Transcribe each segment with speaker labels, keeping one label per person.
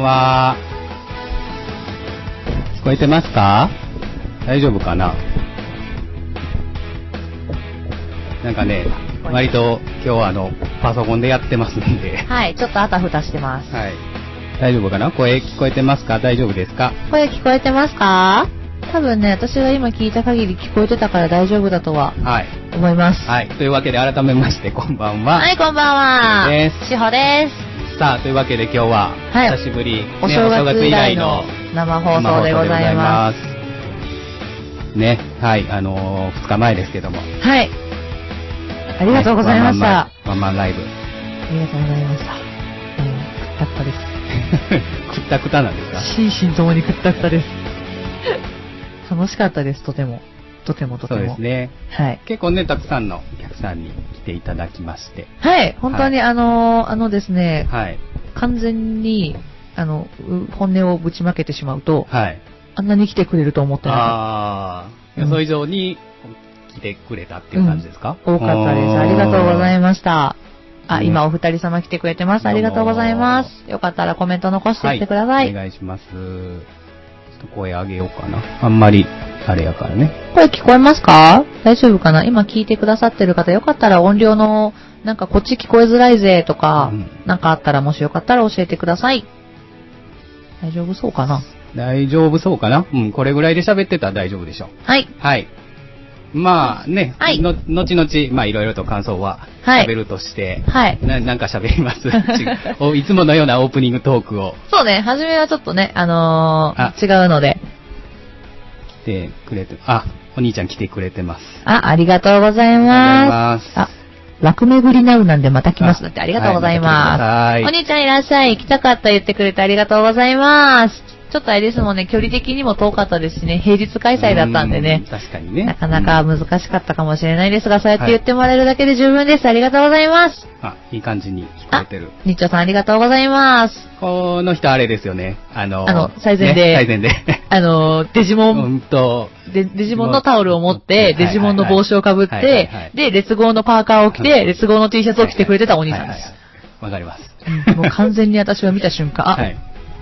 Speaker 1: は。聞こえてますか大丈夫かななんかね、割と今日はあの、パソコンでやってますんで。
Speaker 2: はい、ちょっとあたふたしてます。
Speaker 1: はい。大丈夫かな声聞こえてますか大丈夫ですか
Speaker 2: 声聞こえてますか多分ね、私が今聞いた限り聞こえてたから大丈夫だとは
Speaker 1: はい。
Speaker 2: 思います。
Speaker 1: はい。というわけで改めまして、こんばんは。
Speaker 2: はい、こんばんは。
Speaker 1: です
Speaker 2: しほです。
Speaker 1: さあ、というわけで今日は、
Speaker 2: はい
Speaker 1: 久しぶり、。
Speaker 2: お正月以来の生放送でございます
Speaker 1: ね、はい、あのー、2日前ですけども。
Speaker 2: す。はい。ありがとうございました。
Speaker 1: ねワンマンライ ワンマン
Speaker 2: ありがとうございました。うん、くったくたです。
Speaker 1: ライブ。くったくたなんですか
Speaker 2: 心身ともにくったくたです。 楽しかったです、とても。とてもとて
Speaker 1: そ
Speaker 2: も。
Speaker 1: うですね。
Speaker 2: はい。
Speaker 1: 結構ね、たくさんのお客さんに来ていただきまして。
Speaker 2: はい、本当にあのーあのですね、
Speaker 1: はい。
Speaker 2: 完全に、あの、う本音をぶちまけてしまうと、
Speaker 1: はい。
Speaker 2: あんなに来てくれると思ってな
Speaker 1: ああ、
Speaker 2: うん
Speaker 1: 予想以上に来てくれたっていう感じですか、
Speaker 2: い。多かったです。ありがとうござい
Speaker 1: ま
Speaker 2: ました。あ、
Speaker 1: ね
Speaker 2: 今お二人様来てくれてます。ありがとうございます。よかったらコメント残していってください。
Speaker 1: お願いします。ちょっと声上げようかな。あんまり、あれやからね。
Speaker 2: 声聞こえますか大丈夫かな今聞いてくださってる方、よかったら音量の、なんかこっち聞こえづらいぜとか、
Speaker 1: うん
Speaker 2: なんかあったらもしよかったら教えてください。大丈夫そうかな
Speaker 1: 大丈夫そうかなうん、これぐらいで喋ってたら大丈夫でしょう。
Speaker 2: はい。
Speaker 1: はい。まあね、
Speaker 2: はい
Speaker 1: の後々、まあいろいろと感想は
Speaker 2: はい
Speaker 1: 喋るとして、
Speaker 2: はい。
Speaker 1: ななんか喋 ります。違うおいつものようなオープニングトークを
Speaker 2: そうね、初めはちょっとね、あのー
Speaker 1: あ
Speaker 2: 違うので。
Speaker 1: 来てくれて、あ、お兄ちゃん来てくれてます。
Speaker 2: あ、ありがとうございます。
Speaker 1: ありがとうございます。
Speaker 2: あ、楽巡りナウなんでまた来ますだってありがとうございます。
Speaker 1: はい
Speaker 2: お
Speaker 1: また
Speaker 2: 兄
Speaker 1: 来てください
Speaker 2: ちゃんいらっしゃい。来たかった言ってくれてありがとうございます。ちょっとあれですもんね、距離的にも遠かったですしね、平日開催だったんでね
Speaker 1: う。確かにね。
Speaker 2: なかなか難しかったかもしれないですが、そうやって言ってもらえるだけで十分です。ありがとうございます。
Speaker 1: うん。あ、いい感じに聞こえてる。
Speaker 2: ニッチョさんありがとうござい ます。
Speaker 1: この人あれですよね。あの、
Speaker 2: あの最前で
Speaker 1: ね最 前で。
Speaker 2: あの、デジモ
Speaker 1: う
Speaker 2: ン、
Speaker 1: んと、
Speaker 2: デデジモンのタオルを持っ
Speaker 1: はい
Speaker 2: て、デジモンの帽子をかぶっ
Speaker 1: はいはいは
Speaker 2: て
Speaker 1: い、
Speaker 2: で、列号のパーカーを着
Speaker 1: は
Speaker 2: て、列号の T シャツを着てくれてたお兄さんで
Speaker 1: はいはいはいわかります。
Speaker 2: す。うんもう完全に私は見た瞬間、
Speaker 1: は
Speaker 2: あ
Speaker 1: い、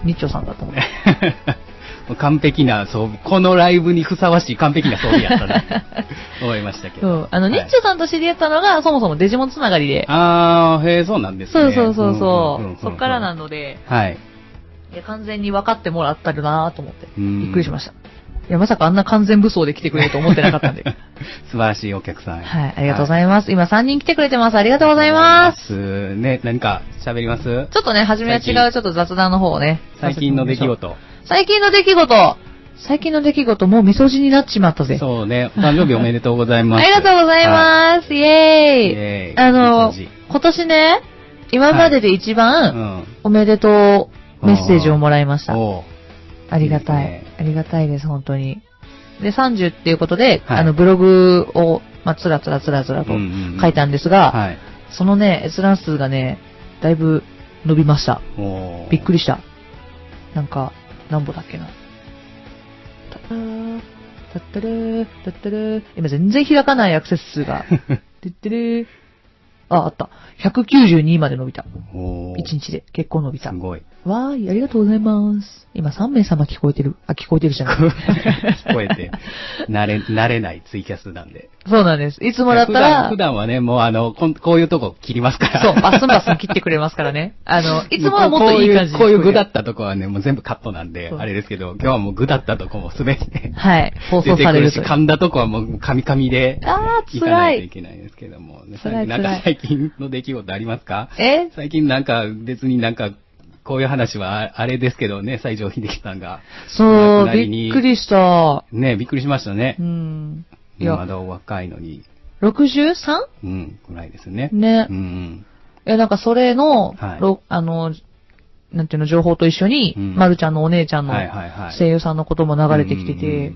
Speaker 2: ニッチョさんだと思って。
Speaker 1: もう完璧な装備、このライブにふさわしい完璧な装備やっ たな、思いましたけ
Speaker 2: そ
Speaker 1: ど。
Speaker 2: う。あの、ニッチョさんと知り合ったのが、そもそもデジモンつながりで。
Speaker 1: あー、へえ、そうなんです
Speaker 2: そう
Speaker 1: ね。
Speaker 2: そうそうそ
Speaker 1: んんんん
Speaker 2: う。そっからなので、
Speaker 1: はい。
Speaker 2: いや、完全に分かってもらったるなぁと思って。
Speaker 1: うん
Speaker 2: びっくりしました。いや、まさかあんな完全武装で来てくれると思ってなかったんで。はい、
Speaker 1: 素晴らしいお客さん。
Speaker 2: ありがとうござ
Speaker 1: います。
Speaker 2: います。今3人来てくれてます。ありが
Speaker 1: あ
Speaker 2: とうございます。
Speaker 1: す。ね、何か喋ります
Speaker 2: ちょっとね、初めは違
Speaker 1: 最
Speaker 2: うちょっと雑談の方をね。
Speaker 1: 最近の出来
Speaker 2: させてもらいましょう。
Speaker 1: 事。
Speaker 2: 最近の出来事。最近の出来事、もう味噌汁になっちまったぜ。
Speaker 1: そうね、お誕生日おめでとうございま
Speaker 2: あ
Speaker 1: す。
Speaker 2: りがとうござい
Speaker 1: は
Speaker 2: ます。イ
Speaker 1: い。
Speaker 2: エーイ。
Speaker 1: え
Speaker 2: あの、今年ね、今までで一
Speaker 1: う
Speaker 2: 番、
Speaker 1: ん。
Speaker 2: おめでとうメッセージをもらいました。
Speaker 1: おう
Speaker 2: ありがたい
Speaker 1: いいですね
Speaker 2: ありがたいです、本当に。で、30っていうことで、
Speaker 1: はい
Speaker 2: あの、ブログを、まあ、つらつらつらつらと
Speaker 1: うんうんうん
Speaker 2: 書いたんですが、
Speaker 1: はい。
Speaker 2: そのね、閲覧数がね、だいぶ伸びました。
Speaker 1: お
Speaker 2: びっく
Speaker 1: り。
Speaker 2: りした。なんか、何歩だっけな。たったー、たったるー、たったるー。今全然開かないアクセス数が。てってるー。あ、あった。192まで伸びた。
Speaker 1: おー
Speaker 2: 1日で。結構伸びた
Speaker 1: す。ごい。
Speaker 2: わーい、ありがとうございます。今3名様聞こえてる。あ、聞こえてるじゃない。
Speaker 1: 聞こえて、慣れ、慣れないツイキャスなんで。
Speaker 2: そうなんです。いつもだったら、
Speaker 1: 普段普段はね、もうあの、こんこういうとこ切りますから。
Speaker 2: そう、バスン バスン切ってくれますからね。あの、いつもはもっ
Speaker 1: ことう
Speaker 2: い
Speaker 1: い
Speaker 2: いう感じに聞
Speaker 1: こういう
Speaker 2: える
Speaker 1: ぐだったとこはね、もう全部カットなんで
Speaker 2: そ、う
Speaker 1: あれですけど、今日はもうぐだったとこもすべて
Speaker 2: はい、放
Speaker 1: 出
Speaker 2: 送
Speaker 1: て
Speaker 2: さ
Speaker 1: く
Speaker 2: れ
Speaker 1: る
Speaker 2: る
Speaker 1: し、
Speaker 2: という。
Speaker 1: 噛んだとこはもう噛み噛みで、
Speaker 2: あー、
Speaker 1: いかな
Speaker 2: 辛
Speaker 1: いとい
Speaker 2: い。
Speaker 1: けないですけども、ね、
Speaker 2: 辛い
Speaker 1: なん
Speaker 2: 辛
Speaker 1: か
Speaker 2: い
Speaker 1: 最近の出来事ありますか
Speaker 2: え
Speaker 1: 最近なんか別になんか、こういう話はああれですけどね、西城秀樹さんが。
Speaker 2: そ
Speaker 1: お亡く
Speaker 2: う、
Speaker 1: なりに
Speaker 2: びっくりした。
Speaker 1: ね、びっくりしましたね
Speaker 2: う。ん。い
Speaker 1: ま
Speaker 2: や、
Speaker 1: だお若いのに、
Speaker 2: 63?
Speaker 1: うん、ぐらいですね。
Speaker 2: ね
Speaker 1: う。ん。
Speaker 2: いや、なんかそれの、
Speaker 1: はい
Speaker 2: ろあの、なんていうの、情報と一緒に、
Speaker 1: うん
Speaker 2: まるちゃんのお姉ちゃんの
Speaker 1: はいはいはい
Speaker 2: 声優さんのことも流れてきてて、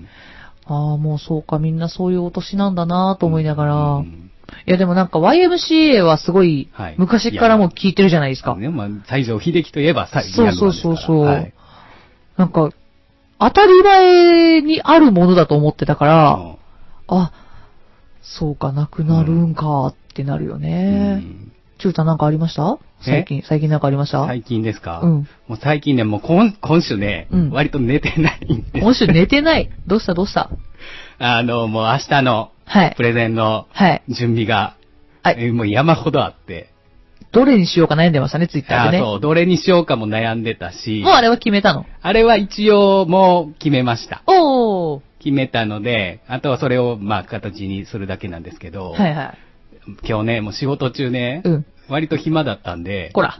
Speaker 2: ああ、もうそうか、みんなそういうお年なんだなと思いながら、
Speaker 1: うん
Speaker 2: いやでもなんか YMCA はすごい
Speaker 1: はい、
Speaker 2: 昔からもう聞いてるじゃないですか。
Speaker 1: ね、まあ、西城秀樹といえば西
Speaker 2: そう
Speaker 1: リアルマン
Speaker 2: そう
Speaker 1: ですか
Speaker 2: そうそう。
Speaker 1: らはい
Speaker 2: なんか、当たり前にあるものだと思ってたから、あ、そうか、なくなるんかってなるよ
Speaker 1: うんう
Speaker 2: ね。
Speaker 1: ん
Speaker 2: ちゅうたなんかありました最近、最近なんかありました
Speaker 1: 最近ですか、
Speaker 2: うん
Speaker 1: もう最近ね、もう今今週ね、
Speaker 2: うん
Speaker 1: 割と寝てないんです。
Speaker 2: 今週寝てない。どうしたどうした
Speaker 1: あの、もう明日の
Speaker 2: はい
Speaker 1: プ。レゼンの
Speaker 2: はい。
Speaker 1: 準備が、
Speaker 2: はい。
Speaker 1: えーもう山ほどあって。
Speaker 2: どれにしようか悩んでましたね、ツイッタ
Speaker 1: あ
Speaker 2: ーでね。
Speaker 1: ー
Speaker 2: も
Speaker 1: そう、どれにしようかも悩んでたし
Speaker 2: う、あれは決めたの。
Speaker 1: あれは一応もう決めました。
Speaker 2: おー。
Speaker 1: 決めたので、あとはそれをまあ形にするだけなんですけど、
Speaker 2: はいは
Speaker 1: 今日ね、もう仕事中ね、
Speaker 2: うん
Speaker 1: 割と暇だったんで、。
Speaker 2: い。こら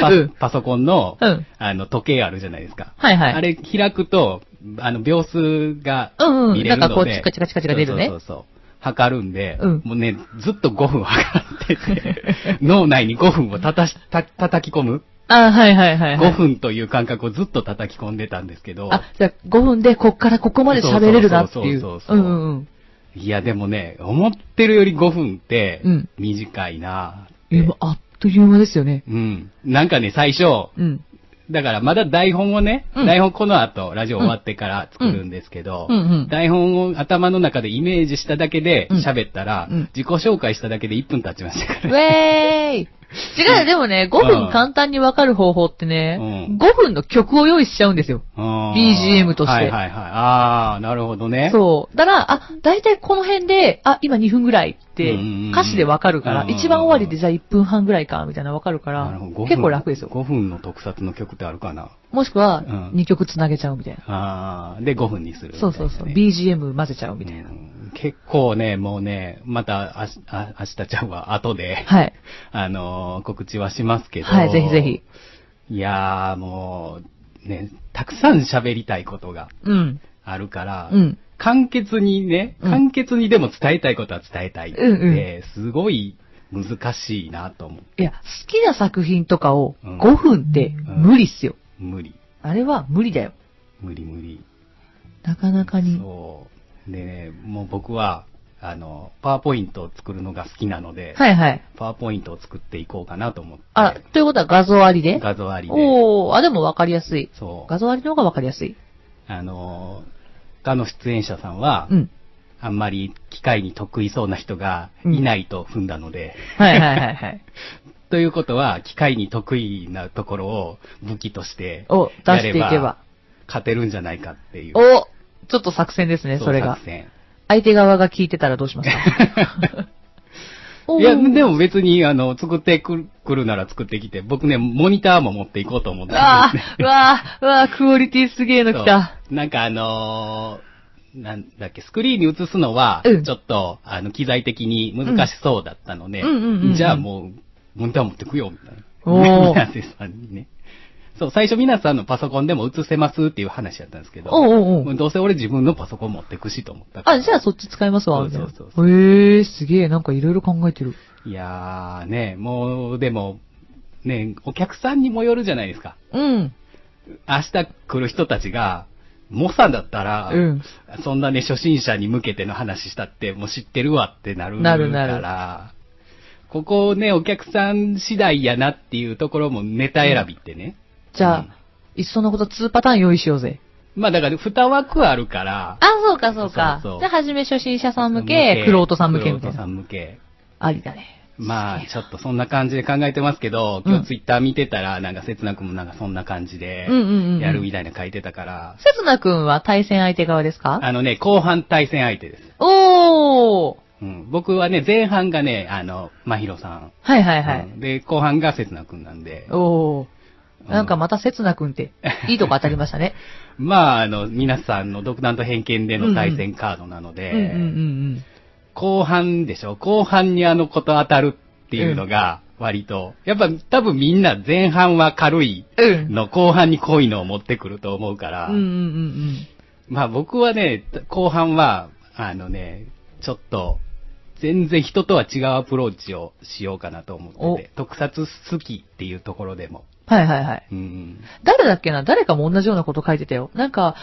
Speaker 1: パ
Speaker 2: うん。
Speaker 1: パソコンの、
Speaker 2: うん
Speaker 1: あの時計あるじゃないですか。
Speaker 2: はいはい。
Speaker 1: あれ開くと、あの秒数が
Speaker 2: うんうん
Speaker 1: 見れるの
Speaker 2: なん
Speaker 1: で、
Speaker 2: かこうチカチカチカチカ出るね
Speaker 1: そうそうそうそう測るんで、
Speaker 2: うん
Speaker 1: もうね、ずっと5分測ってて、 脳内に5分をたたした叩き込む、
Speaker 2: あ、はいはいはい、はい。
Speaker 1: 5。分という感覚をずっと叩き込んでたんですけど、
Speaker 2: あ、じゃあ5分でこっからここまで喋れるなっていう。
Speaker 1: そうそうそうそう
Speaker 2: うんうんうん。
Speaker 1: いやでもね、思ってるより5分って
Speaker 2: うん
Speaker 1: 短いなぁって
Speaker 2: え、もうあっという間ですよね。
Speaker 1: うん。なんかね、最初、
Speaker 2: うん。
Speaker 1: だからまだ台本をね、
Speaker 2: うん
Speaker 1: 台本この後、ラジオ終わってから作るんですけど、
Speaker 2: うんうん。
Speaker 1: 台本を頭の中でイメージしただけで
Speaker 2: うん
Speaker 1: 喋ったら、
Speaker 2: うん
Speaker 1: 自己紹介しただけで1分経ちましたか
Speaker 2: ウ
Speaker 1: ら。
Speaker 2: ェーイ違う、でもね、5
Speaker 1: うん
Speaker 2: 分簡単にわかる方法ってね、
Speaker 1: うん
Speaker 2: 5分の曲を用意しちゃうんですよ。
Speaker 1: あー
Speaker 2: BGM として
Speaker 1: はいはいはい。あー、なるほどね。
Speaker 2: そう。だから、あ、だいたいこの辺で、あ、今2分ぐらいって
Speaker 1: うんうんうん、
Speaker 2: 歌詞でわかるか
Speaker 1: う
Speaker 2: ら、
Speaker 1: んうんうん
Speaker 2: 一番終わりでじゃあ1分半ぐらいか、みたいなのわかるか
Speaker 1: な
Speaker 2: ら
Speaker 1: るほど5分、
Speaker 2: 結構楽ですよ。
Speaker 1: 5分の特撮の曲ってあるかな
Speaker 2: もしくは
Speaker 1: うん、
Speaker 2: 2曲つなげちゃうみたいな。
Speaker 1: あー、で5分にするみたいな
Speaker 2: そう
Speaker 1: ね、
Speaker 2: そうそう。BGM 混ぜちゃうみたいな。
Speaker 1: うん結構ね、もうね、またあしあ明日ちゃんは後で、
Speaker 2: はい。
Speaker 1: あのー告知はしますけど。
Speaker 2: はい、ぜひぜひ。
Speaker 1: ひ。いやー、もう、ね、たくさん喋りたいことが
Speaker 2: うん。
Speaker 1: あるから、
Speaker 2: うん。
Speaker 1: 簡潔にね、
Speaker 2: うん
Speaker 1: 簡潔にでも伝えたいことは伝えたいって、
Speaker 2: うん
Speaker 1: すごい難しいなと思う。
Speaker 2: いや、好きな作品とかを
Speaker 1: うん
Speaker 2: 5分って無理っすよ。
Speaker 1: 無理、
Speaker 2: あれは無理だよ。
Speaker 1: 無理無理。
Speaker 2: なかなかに。
Speaker 1: そう。でね、もう僕は、あの、パワーポイントを作るのが好きなので、
Speaker 2: はいはい。
Speaker 1: パワーポイントを作っていこうかなと思って。
Speaker 2: あら、ということは画像ありで
Speaker 1: 画像ありで。
Speaker 2: おー、あ、でもわかりやすい。
Speaker 1: そう
Speaker 2: 画。像ありの方がわかりやすい。
Speaker 1: あのー、他の出演者さんは、
Speaker 2: うん。
Speaker 1: あんまり機械に得意そうな人が
Speaker 2: うん
Speaker 1: いないと踏んだので、
Speaker 2: はいはいはいはい。
Speaker 1: ということは、機械に得意なところを武器として、
Speaker 2: を出してい
Speaker 1: や
Speaker 2: け
Speaker 1: れ
Speaker 2: ば
Speaker 1: ば。勝てるんじゃないかっていう。
Speaker 2: おちょっと作戦ですね、
Speaker 1: う
Speaker 2: それが
Speaker 1: 作。戦
Speaker 2: 相手側が聞いてたらどうしますかおー
Speaker 1: いや、でも別に、あの、作ってくるくるなら作ってきて、僕ね、モニターも持っていこうと思って
Speaker 2: う
Speaker 1: るん
Speaker 2: わ
Speaker 1: ですね。
Speaker 2: ー、うわー、うわー、クオリティすげえの来た。
Speaker 1: そうなんかあのーなんだっけ、スクリーンに映すのは、
Speaker 2: うん
Speaker 1: ちょっと、あの、機材的に難しそうだったので、
Speaker 2: うんうんうんうん
Speaker 1: じゃあもう、モニター持ってくよ、みたいな。
Speaker 2: おー
Speaker 1: 皆瀬さんにね。そう、最初皆さんのパソコンでも映せますっていう話だったんですけど、
Speaker 2: おうおうお
Speaker 1: も
Speaker 2: う
Speaker 1: うどうせ俺自分のパソコン持ってくしと思ったから。
Speaker 2: あ、じゃあそっち使いますわ、みたいな。
Speaker 1: そうそう
Speaker 2: へー、すげえ、なんかいろいろ考えてる。
Speaker 1: いやーね、もう、でも、ね、お客さんにもよるじゃないですか。
Speaker 2: うん。
Speaker 1: 明日来る人たちが、モサだったら、
Speaker 2: うん
Speaker 1: そんなね、初心者に向けての話したって、もう知ってるわってなるから、
Speaker 2: なるなる
Speaker 1: ここをね、お客さん次第やなっていうところもネタ選びってね。
Speaker 2: じゃ
Speaker 1: う
Speaker 2: あ
Speaker 1: ん、
Speaker 2: いっそのこと2パターン用意しようぜ。
Speaker 1: まあだから、二枠あるから、
Speaker 2: あ、そうかそうか。
Speaker 1: そうそう
Speaker 2: じゃあ、はじめ初心者さん向け、クロートさん向けみたい
Speaker 1: 玄人さ
Speaker 2: な。
Speaker 1: ん向け。
Speaker 2: ありだね。
Speaker 1: まあ、
Speaker 2: す
Speaker 1: ちょっとそんな感じで考えてますけど、
Speaker 2: うん
Speaker 1: 今日ツイッター見てたら、なんか切なくもなんかそんな感じで
Speaker 2: うんうんうんう、ん
Speaker 1: やるみたいな書いてたから、
Speaker 2: せつなくんは対戦相手側ですか
Speaker 1: あのね、後半対戦相手です。
Speaker 2: おー
Speaker 1: うん、僕はね、前半がね、あの、まひろさん。
Speaker 2: はいはいは
Speaker 1: う
Speaker 2: い。
Speaker 1: んで、後半がせつなくんなんで。
Speaker 2: おー。
Speaker 1: うん
Speaker 2: なんかまたせつなくんって、いいとこ当たりました ね。
Speaker 1: まあ、あの、皆さんの独断と偏見での対戦カードなので、
Speaker 2: うんうんうん
Speaker 1: 後半でしょ後半にあのこと当たるっていうのが、割と、やっぱ多分みんな前半は軽い
Speaker 2: うん。うん。
Speaker 1: の、後半に濃いのを持ってくると思うから、
Speaker 2: うんうんうん
Speaker 1: まあ僕はね、後半は、あのね、ちょっと、全然人とは違うアプローチをしようかなと思ってて、特撮好きっていうところでも。
Speaker 2: うん。はいはいはい。
Speaker 1: うん。
Speaker 2: 誰だっけな誰かも同じようなこと書いてたよ。なんか、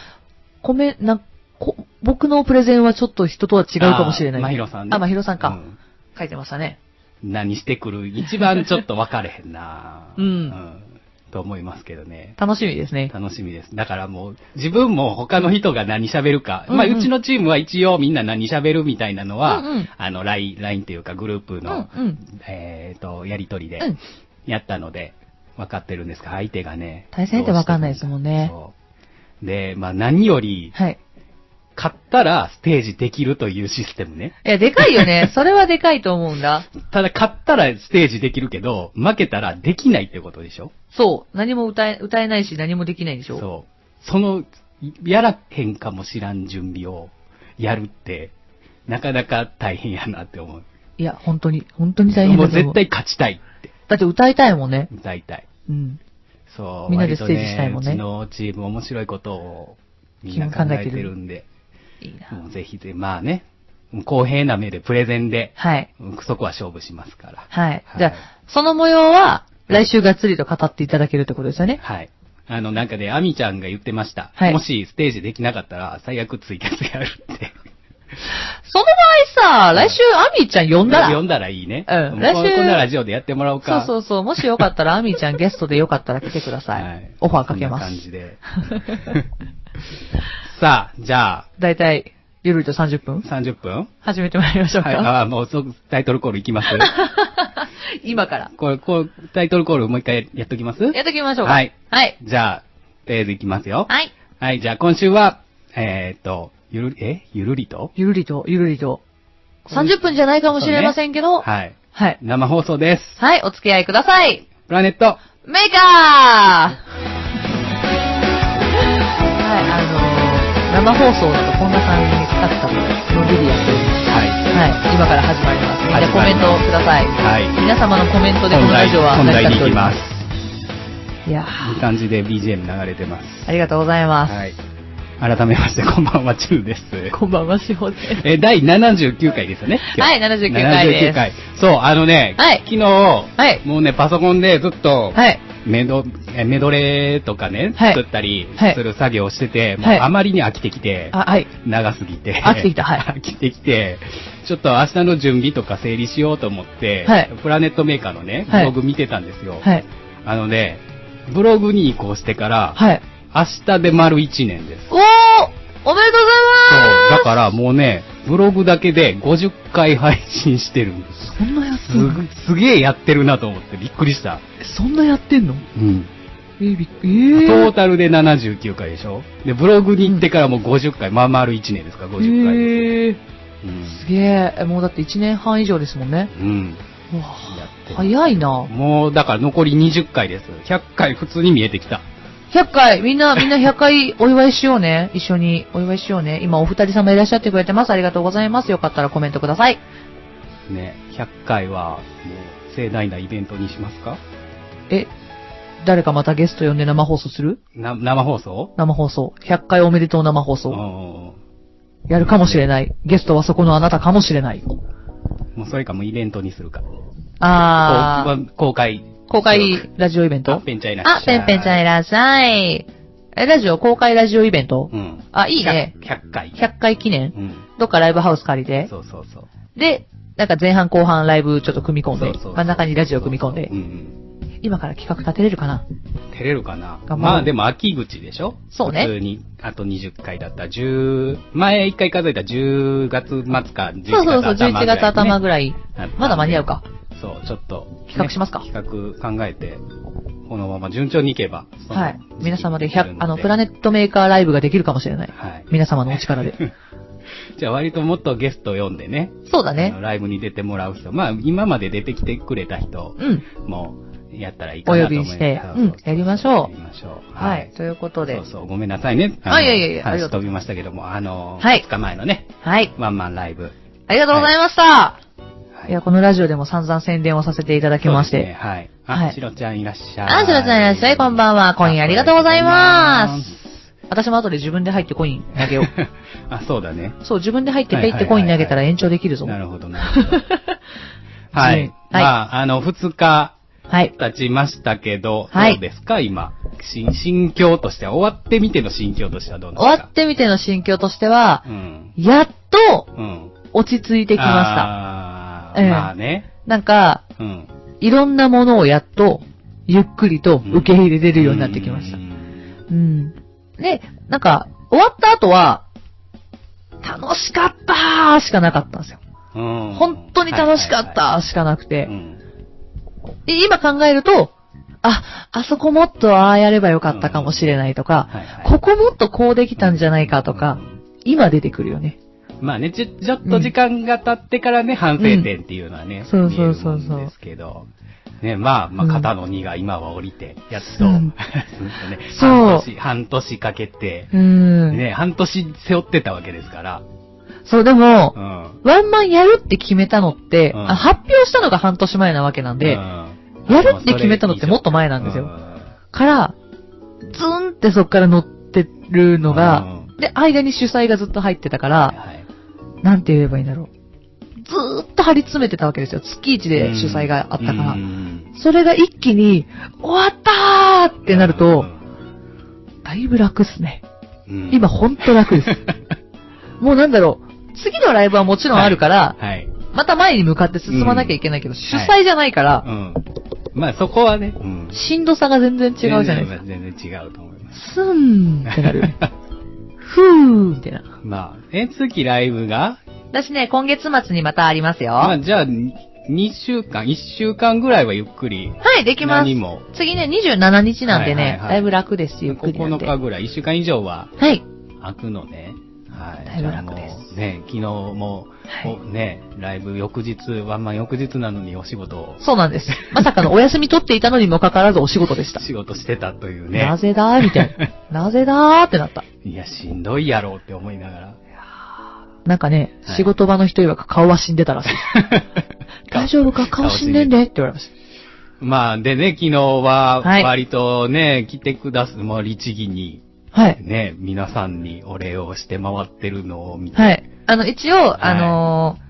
Speaker 2: コメ、な、こ僕のプレゼンはちょっと人とは違うかもしれない。
Speaker 1: あーまひろさんね
Speaker 2: あ、まひろさんか。
Speaker 1: うん
Speaker 2: 書いてましたね。
Speaker 1: 何してくる一番ちょっと分かれへんな
Speaker 2: うん
Speaker 1: と思いますけどね。
Speaker 2: 楽しみですね。
Speaker 1: 楽しみです。だからもう、自分も他の人が何喋るか、
Speaker 2: うんうん
Speaker 1: まあ、うちのチームは一応みんな何喋るみたいなのは、
Speaker 2: うんうん
Speaker 1: あの、LINE、LINE というかグループの、
Speaker 2: うんうん
Speaker 1: えっ、と、やりとりで
Speaker 2: うん、
Speaker 1: やったので、分かってるんですが、相手がね。
Speaker 2: 対戦相手分かんないですもんね
Speaker 1: そうで、まあ、何より、
Speaker 2: はい。
Speaker 1: 勝ったらステージできるというシステムね。
Speaker 2: いや、でかいよ ね。それはでかいと思うんだ。
Speaker 1: ただ、勝ったらステージできるけど、負けたらできないってことでしょ
Speaker 2: そう。何も歌え、歌えないし何もできないでしょ。
Speaker 1: そう。その、やらへんかもしらん準備をやるって、なかなか大変やなって思う。
Speaker 2: いや、本当に、本当に大変
Speaker 1: も
Speaker 2: だ
Speaker 1: う
Speaker 2: と思う。
Speaker 1: 絶。対勝ちたいって、
Speaker 2: だって歌いたいもんね。
Speaker 1: 歌いたい。
Speaker 2: うん。
Speaker 1: そう。
Speaker 2: みんなで
Speaker 1: 割とね
Speaker 2: ステージしたいもんね
Speaker 1: うちのチーム面白いことをみんな考えてるんで、
Speaker 2: いいな。
Speaker 1: もうぜひぜひ、まあね、公平な目でプレゼンで、
Speaker 2: はい。
Speaker 1: そこは勝負しますから。
Speaker 2: はい
Speaker 1: は。い
Speaker 2: じゃあ、その模様は、来週がっつりと語っていただけるってことですよね。
Speaker 1: はい。あの、なんかね、アミちゃんが言ってました。
Speaker 2: はい
Speaker 1: もしステージできなかったら、最悪追加でやるって。
Speaker 2: その場合さ、来週アミーちゃん呼んだら。
Speaker 1: 読んだらいいね。
Speaker 2: うん
Speaker 1: 来
Speaker 2: 来
Speaker 1: 週。
Speaker 2: 週
Speaker 1: こんなラジオでやってもらおう
Speaker 2: そう
Speaker 1: か。
Speaker 2: そううそう。もしよかったら、アミーちゃんゲストでよかったら来てください。オファーかけます
Speaker 1: そんな感。じで。 さあ、じゃあ、
Speaker 2: だいたい、ゆるりと30分
Speaker 1: 30分
Speaker 2: 始めてまいりましょうか。
Speaker 1: はい、あもう即タイトルコールいきます
Speaker 2: 今から。
Speaker 1: これ、こう、タイトルコールもう一回やっときます
Speaker 2: やっていきましょうか。
Speaker 1: はい。
Speaker 2: はい。
Speaker 1: じゃあ、とりあえずいきますよ。
Speaker 2: はい。
Speaker 1: はい、じゃあ今週は、えーっと、ゆるり、えゆるりと
Speaker 2: ゆるりと、ゆるりと。
Speaker 1: これ
Speaker 2: 30分じゃないかもしれませんけど、
Speaker 1: はい。
Speaker 2: はい。
Speaker 1: 生放送です。
Speaker 2: はい、お付き合いください。
Speaker 1: プラネット
Speaker 2: メーカーはい、あのー、生放送だとこんな感じにスタッフとのんびりやっております。
Speaker 1: はい。
Speaker 2: はい、今から始まります。みんなコメントをください。
Speaker 1: はい。
Speaker 2: 皆様のコメントでこのラジオは
Speaker 1: 本
Speaker 2: 成り
Speaker 1: 題
Speaker 2: 立ってお
Speaker 1: に行き
Speaker 2: りま。
Speaker 1: ますす。
Speaker 2: いや
Speaker 1: いい
Speaker 2: ー
Speaker 1: 感じで BGM 流れてます。
Speaker 2: ありがとうございます。
Speaker 1: はい。改めまして、こんばんは、チューです。
Speaker 2: こんばんは、しほです。
Speaker 1: え、第79回ですよね。今日
Speaker 2: はい79回です
Speaker 1: 79回。そう、あのね、
Speaker 2: はい
Speaker 1: 昨日、
Speaker 2: はい
Speaker 1: もうね、パソコンでずっと、
Speaker 2: はい。
Speaker 1: メドえメドレーとかね、
Speaker 2: はい
Speaker 1: 作ったり
Speaker 2: はい
Speaker 1: する作業をしてて、もう
Speaker 2: はい
Speaker 1: あまりに飽きてきて、
Speaker 2: あ、はい。
Speaker 1: 長すぎて。
Speaker 2: 飽きてきたはい
Speaker 1: 飽きてきて、ちょっと明日の準備とか整理しようと思って、
Speaker 2: はい
Speaker 1: プラネットメーカーのね、ブ
Speaker 2: はい
Speaker 1: ログ見てたんですよ。
Speaker 2: はい。
Speaker 1: あのね、ブログに移行してから、
Speaker 2: はい。
Speaker 1: 明日で丸1年です。
Speaker 2: おーおめでとうございま
Speaker 1: そう
Speaker 2: す。
Speaker 1: だからもうね、ブログだけで50回配信してるんです。
Speaker 2: そんなやってんの
Speaker 1: す、すげえやってるなと思ってびっくりした。
Speaker 2: そんなやってんの
Speaker 1: うん。
Speaker 2: えー、びっく
Speaker 1: ト
Speaker 2: り。えー
Speaker 1: ータルで79回でしょで、ブログに行ってからもう50回、まあ丸1年ですから、50回です。
Speaker 2: えー
Speaker 1: うん
Speaker 2: すげえ、もうだって1年半以上ですもんね。
Speaker 1: うん。
Speaker 2: うわ
Speaker 1: やって
Speaker 2: あ
Speaker 1: る
Speaker 2: 早いな。
Speaker 1: もうだから残り20回です。100回普通に見えてきた。
Speaker 2: 100回、みんな、みんな100回お祝いしようね。一緒にお祝いしようね。今お二人様いらっしゃってくれてます。ありがとうございます。よかったらコメントください。
Speaker 1: ね、100回はもう盛大なイベントにしますか
Speaker 2: え、誰かまたゲスト呼んで生放送する
Speaker 1: な生放送
Speaker 2: 生放送。100回おめでとう生放
Speaker 1: うん
Speaker 2: 送。
Speaker 1: うんうん
Speaker 2: やるかもしれない。ゲストはそこのあなたかもしれない。
Speaker 1: もうそれかもうイベントにするか。
Speaker 2: あ
Speaker 1: こう公開。
Speaker 2: ー、公開ラジオイベン
Speaker 1: あ
Speaker 2: ト
Speaker 1: ペンちゃんいらっしゃい
Speaker 2: あ、ペンペンちゃんいらっしゃい。え、ラジオ公開ラジオイベント
Speaker 1: うん。
Speaker 2: あ、いいね。
Speaker 1: 100。100回。
Speaker 2: 100回記念
Speaker 1: うん。
Speaker 2: どっかライブハウス借りて。
Speaker 1: そうそうそう。
Speaker 2: で、なんか前半後半ライブちょっと組み込ん
Speaker 1: そう
Speaker 2: で
Speaker 1: そうそう、
Speaker 2: 真ん中にラジオ組み込んで
Speaker 1: う、ん
Speaker 2: 今から企画立てれるかな
Speaker 1: うん。照れるかな
Speaker 2: 張ろう
Speaker 1: まあでも秋口でしょ
Speaker 2: そうね
Speaker 1: 普通に、あと20回だったら10、前1回数えたら10月末か11月
Speaker 2: そう
Speaker 1: 頭
Speaker 2: そ
Speaker 1: ぐ
Speaker 2: う
Speaker 1: ら
Speaker 2: そ
Speaker 1: い、ね。
Speaker 2: う、11月頭ぐらい。まだ間に合うか。
Speaker 1: そう、ちょっと、ね
Speaker 2: 企画しますか
Speaker 1: 企画考えて、このまま順調にいけば。その
Speaker 2: はい。皆様で100、あの、プラ
Speaker 1: ネ
Speaker 2: ネットメーカーライブができるかもしれない。
Speaker 1: はい。
Speaker 2: 皆様のお力で。
Speaker 1: じゃあ割ともっとゲスト読んでね、
Speaker 2: そうだ
Speaker 1: あの
Speaker 2: ね。
Speaker 1: ライブに出てもらう人、まあ今まで出てきてくれた人
Speaker 2: うん。
Speaker 1: もやったらいいかなと思います。
Speaker 2: お呼びして
Speaker 1: そうそうそう
Speaker 2: うんやりましょう
Speaker 1: やりましょう。
Speaker 2: はい。。ということで
Speaker 1: そう。そう、ごめんなさいね。の
Speaker 2: あいやいやいやありが
Speaker 1: 話
Speaker 2: とう
Speaker 1: 飛びましたけども、あの、
Speaker 2: はい
Speaker 1: 2日前のね、
Speaker 2: はい。
Speaker 1: ワンマンライブ。
Speaker 2: ありがとうございました。
Speaker 1: はい
Speaker 2: や、このラジオでも散々宣伝をさせていただきまし
Speaker 1: そうですね
Speaker 2: て。
Speaker 1: はい。
Speaker 2: は
Speaker 1: あ、
Speaker 2: い
Speaker 1: シロちゃんいらっしゃい。
Speaker 2: あ、しろちゃんいらっしゃい。こんばんは。コインありがとうございます。私も後で自分で入ってコイン投げ よう。
Speaker 1: あ、そうだね。
Speaker 2: そう、自分で入って
Speaker 1: は
Speaker 2: ペ
Speaker 1: い
Speaker 2: イってコイン投げたら延長できるぞ。
Speaker 1: なるほど、なるほど。は
Speaker 2: う
Speaker 1: い
Speaker 2: ん。
Speaker 1: まあ、あの、2日
Speaker 2: はい。
Speaker 1: 経ちましたけど、
Speaker 2: はい
Speaker 1: どうですか、今。し心境としては、終わってみての心境としてはどうなんです
Speaker 2: 終わ
Speaker 1: か
Speaker 2: ってみての心境としては、
Speaker 1: うん。
Speaker 2: やっと
Speaker 1: うん。
Speaker 2: 落ち着いてきま
Speaker 1: あー
Speaker 2: ええ
Speaker 1: まあね。
Speaker 2: した。なんか、
Speaker 1: うん。
Speaker 2: いろんなものをやっとゆっくりと受け入れれるようになってきました
Speaker 1: う。
Speaker 2: うん。で、なんか、終わった後は、楽しかったーしかなかったんですよ。
Speaker 1: ん。
Speaker 2: 本当に楽しかったーしかなく
Speaker 1: はいはいはい。う
Speaker 2: て。
Speaker 1: ん
Speaker 2: で今考えると、あ、あそこもっとああやればよかったかもしれないとか、
Speaker 1: はいはい
Speaker 2: ここもっとこうできたんじゃないかとか、今出てくるよね。
Speaker 1: まあね、ちょ、ちょっと時間が経ってからね、反省点っていうのはね、
Speaker 2: そうそうそうそう
Speaker 1: 見えるもんですけど。ね、まあ、まあ、
Speaker 2: うん
Speaker 1: 肩の荷が今は降りて、やっと、
Speaker 2: う
Speaker 1: ず
Speaker 2: ん
Speaker 1: っとね
Speaker 2: そう
Speaker 1: 半年、半年かけて、
Speaker 2: うん。
Speaker 1: ね、半年背負ってたわけですから。
Speaker 2: そう、でも
Speaker 1: う、ん。
Speaker 2: ワンマンやるって決めたのって、
Speaker 1: うん
Speaker 2: あ発表したのが半年前なわけなんで、
Speaker 1: うん
Speaker 2: やるって決めたのってもっと前なんですよから、ズンってそっから乗ってるのが、、で、間に主催がずっと入ってたか
Speaker 1: あ
Speaker 2: ら、なんて言えばいいんだろう。ずーっと張り詰めてたわけですよ。月一で主催があったから。それが一気に、終わったーってなると、、だいぶ楽っすね。
Speaker 1: うん
Speaker 2: 今、ほんと楽です。もうなんだろう、次のライブはもちろんあるから、
Speaker 1: はい。
Speaker 2: また前に向かって進まなきゃいけないけど、主催じゃないから、
Speaker 1: うん。まあ、そこはね、うん
Speaker 2: しんどさが全然違うじゃないですか。
Speaker 1: 全然違うと思います。
Speaker 2: すんってな る。 ふーみたいな。
Speaker 1: まあ、え、次ライブが
Speaker 2: 私ね、今月末にまたありますよ。
Speaker 1: ま
Speaker 2: は
Speaker 1: あ、じゃあ、2週間、1週間ぐらいはゆっくり。
Speaker 2: い、できます
Speaker 1: 何。も。
Speaker 2: 次ね、27日なんでね、
Speaker 1: はいはいはい
Speaker 2: だいぶ楽ですし、ゆっくりなん
Speaker 1: 9
Speaker 2: で。
Speaker 1: 日
Speaker 2: は。
Speaker 1: ぐらい、1週間以上はい開くのね。はい。
Speaker 2: だいぶ楽です
Speaker 1: じゃあもうね、昨日も、
Speaker 2: はい
Speaker 1: おね、ライブ翌日、ワンマン翌日なのにお仕事を、
Speaker 2: そうなんです。まさかのお休み取っていたのにもかかわらずお仕事でした。
Speaker 1: 仕事してたというね。
Speaker 2: なぜだーみたい な。なぜだーってなった。
Speaker 1: いや、しんどいやろうって思いながら。
Speaker 2: なんかね、
Speaker 1: はい
Speaker 2: 仕事場の人曰く顔は死んでた らしい。大丈夫か顔死んでんでって言われまし
Speaker 1: まあ、でね、昨日は、
Speaker 2: はい
Speaker 1: 割とね、来てくだす、もう律儀に、
Speaker 2: た。はい。
Speaker 1: ね、皆さんにお礼をして回ってるのを見て、
Speaker 2: はい。あの、一応、
Speaker 1: い
Speaker 2: あのー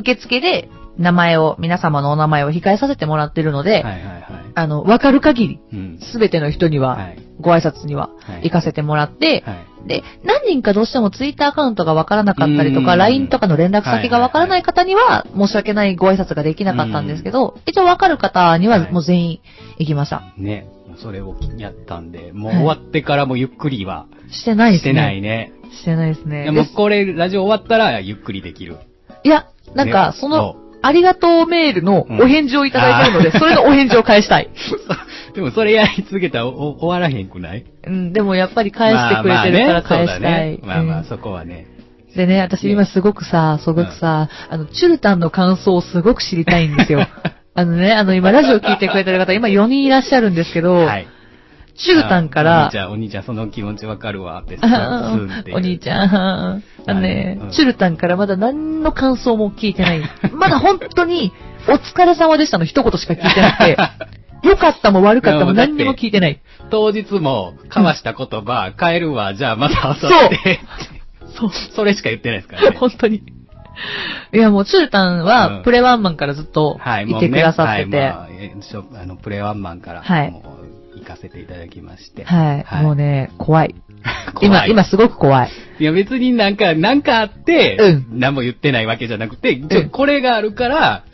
Speaker 2: 受付で名前を、皆様のお名前を控えさせてもらってるので、
Speaker 1: はいはいはい。
Speaker 2: あの、わかる限り、
Speaker 1: うん。
Speaker 2: すべての人には、
Speaker 1: はい
Speaker 2: ご挨拶には
Speaker 1: はい
Speaker 2: 行かせてもらって、
Speaker 1: はい。
Speaker 2: で、何人かどうしてもツイッターアカウントがわからなかったりと
Speaker 1: う
Speaker 2: か、
Speaker 1: ん
Speaker 2: LINE とかの連絡先がわからない方には、申し訳ないご挨拶ができなかったんですけど、一応わかる方に
Speaker 1: は
Speaker 2: はいもう全員行きました。
Speaker 1: ね、それをやったんで、もう
Speaker 2: はい
Speaker 1: 終わってからもゆっくりは
Speaker 2: してないで
Speaker 1: し
Speaker 2: すね。
Speaker 1: てないね。
Speaker 2: してないですね。
Speaker 1: でも
Speaker 2: です
Speaker 1: これ、ラジオ終わったらゆっくりできる。
Speaker 2: いや、なんか
Speaker 1: ね、
Speaker 2: その
Speaker 1: そ、
Speaker 2: ありがとうメールのお返事をいただいてるの
Speaker 1: うんあ
Speaker 2: で、それのお返事を返したい。
Speaker 1: でもそれやり続けたらお終わらへんくない
Speaker 2: うん、でもやっぱり返してくれてるから返
Speaker 1: まあまあ
Speaker 2: したい
Speaker 1: ね。そうだね。まあま
Speaker 2: う
Speaker 1: あ
Speaker 2: ん
Speaker 1: そこはね。
Speaker 2: でね、私今すごくさ、すごくさ、あの、チュルタンの感想をすごく知りたいんです よ。あのね、あの今ラジオ聞いてくれてる方、今4人いらっしゃるんですけど、
Speaker 1: はい。
Speaker 2: チュルタンか
Speaker 1: あお兄
Speaker 2: ら
Speaker 1: ち、ゃん、お兄ちゃん、その気持ちわかるわって、スン
Speaker 2: あ
Speaker 1: スンって。
Speaker 2: お兄ち
Speaker 1: ん。
Speaker 2: ゃん、あのね、
Speaker 1: うん
Speaker 2: チュルタンからまだ何の感想も聞いてない。まだ本当に、お疲れ様でしたの一言しか聞いてな くて、良かったも悪かったも何にも聞いてない。
Speaker 1: 当日も交わした言葉、帰る わ、じゃあまた
Speaker 2: そ
Speaker 1: 明
Speaker 2: う
Speaker 1: 後日。
Speaker 2: そう。
Speaker 1: それしか言ってないですからね。
Speaker 2: 本当に。いや、もう、チュルタン
Speaker 1: うん
Speaker 2: は、プレワンマンからずっと、
Speaker 1: はい、
Speaker 2: い
Speaker 1: もう
Speaker 2: て
Speaker 1: ね
Speaker 2: くださってて、
Speaker 1: はいまあえーしょあの、プレワンマンから、
Speaker 2: はい
Speaker 1: もう、行かせていただきまして。
Speaker 2: はい、
Speaker 1: はい
Speaker 2: もうね、怖い。
Speaker 1: 怖
Speaker 2: 今、
Speaker 1: い
Speaker 2: 今すごく怖い。
Speaker 1: いや、別になんか、なんかあって、
Speaker 2: う
Speaker 1: 何も言ってないわけじゃなくて、ち
Speaker 2: う
Speaker 1: ょ
Speaker 2: ん
Speaker 1: これがあるから、
Speaker 2: うん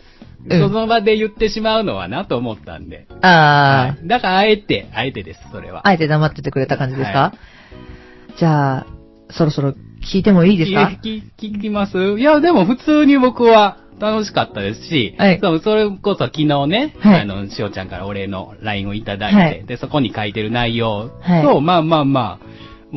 Speaker 1: その場で言ってしまうのはなと思ったんで。
Speaker 2: あ
Speaker 1: はいだから、あえて、あえてです、それ
Speaker 2: ー、
Speaker 1: は。
Speaker 2: あえて黙っててくれた感じです
Speaker 1: は
Speaker 2: か、じゃあ、そろそろ聞いてもいいですか
Speaker 1: 聞き聞きますいや、でも普通に僕は楽しかったですし、
Speaker 2: はい
Speaker 1: そうそれこそ昨日ね、
Speaker 2: はい
Speaker 1: あの、しおちゃんからお礼の LINE をいただいて、
Speaker 2: はい
Speaker 1: で、そこに書いてる内容と、
Speaker 2: はい
Speaker 1: まあまあま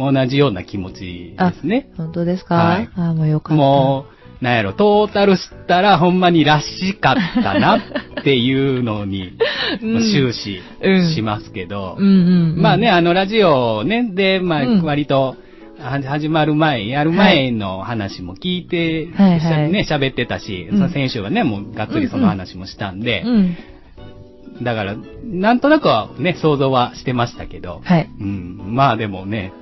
Speaker 1: あ、同じような気持ちですね。
Speaker 2: 本当ですか、
Speaker 1: はい
Speaker 2: あーもうよかった。
Speaker 1: もう、なんやろ、トータルしたらほんまにらしかったなっていうのに、
Speaker 2: うん
Speaker 1: まあ終始
Speaker 2: うん
Speaker 1: しますけど、
Speaker 2: うんうん、うん。
Speaker 1: まあね、、あの、ラジオね、で、まあ
Speaker 2: う、ん
Speaker 1: 割と、は始まる前、やる前の話も聞いて、
Speaker 2: はい
Speaker 1: 一緒にね、喋ってたし、
Speaker 2: うん
Speaker 1: その先週はね、もう、がっつりその話もしたんで
Speaker 2: う、ん。
Speaker 1: だから、なんとなくはね、想像はしてましたけど、
Speaker 2: はい。
Speaker 1: うん、まあでもね、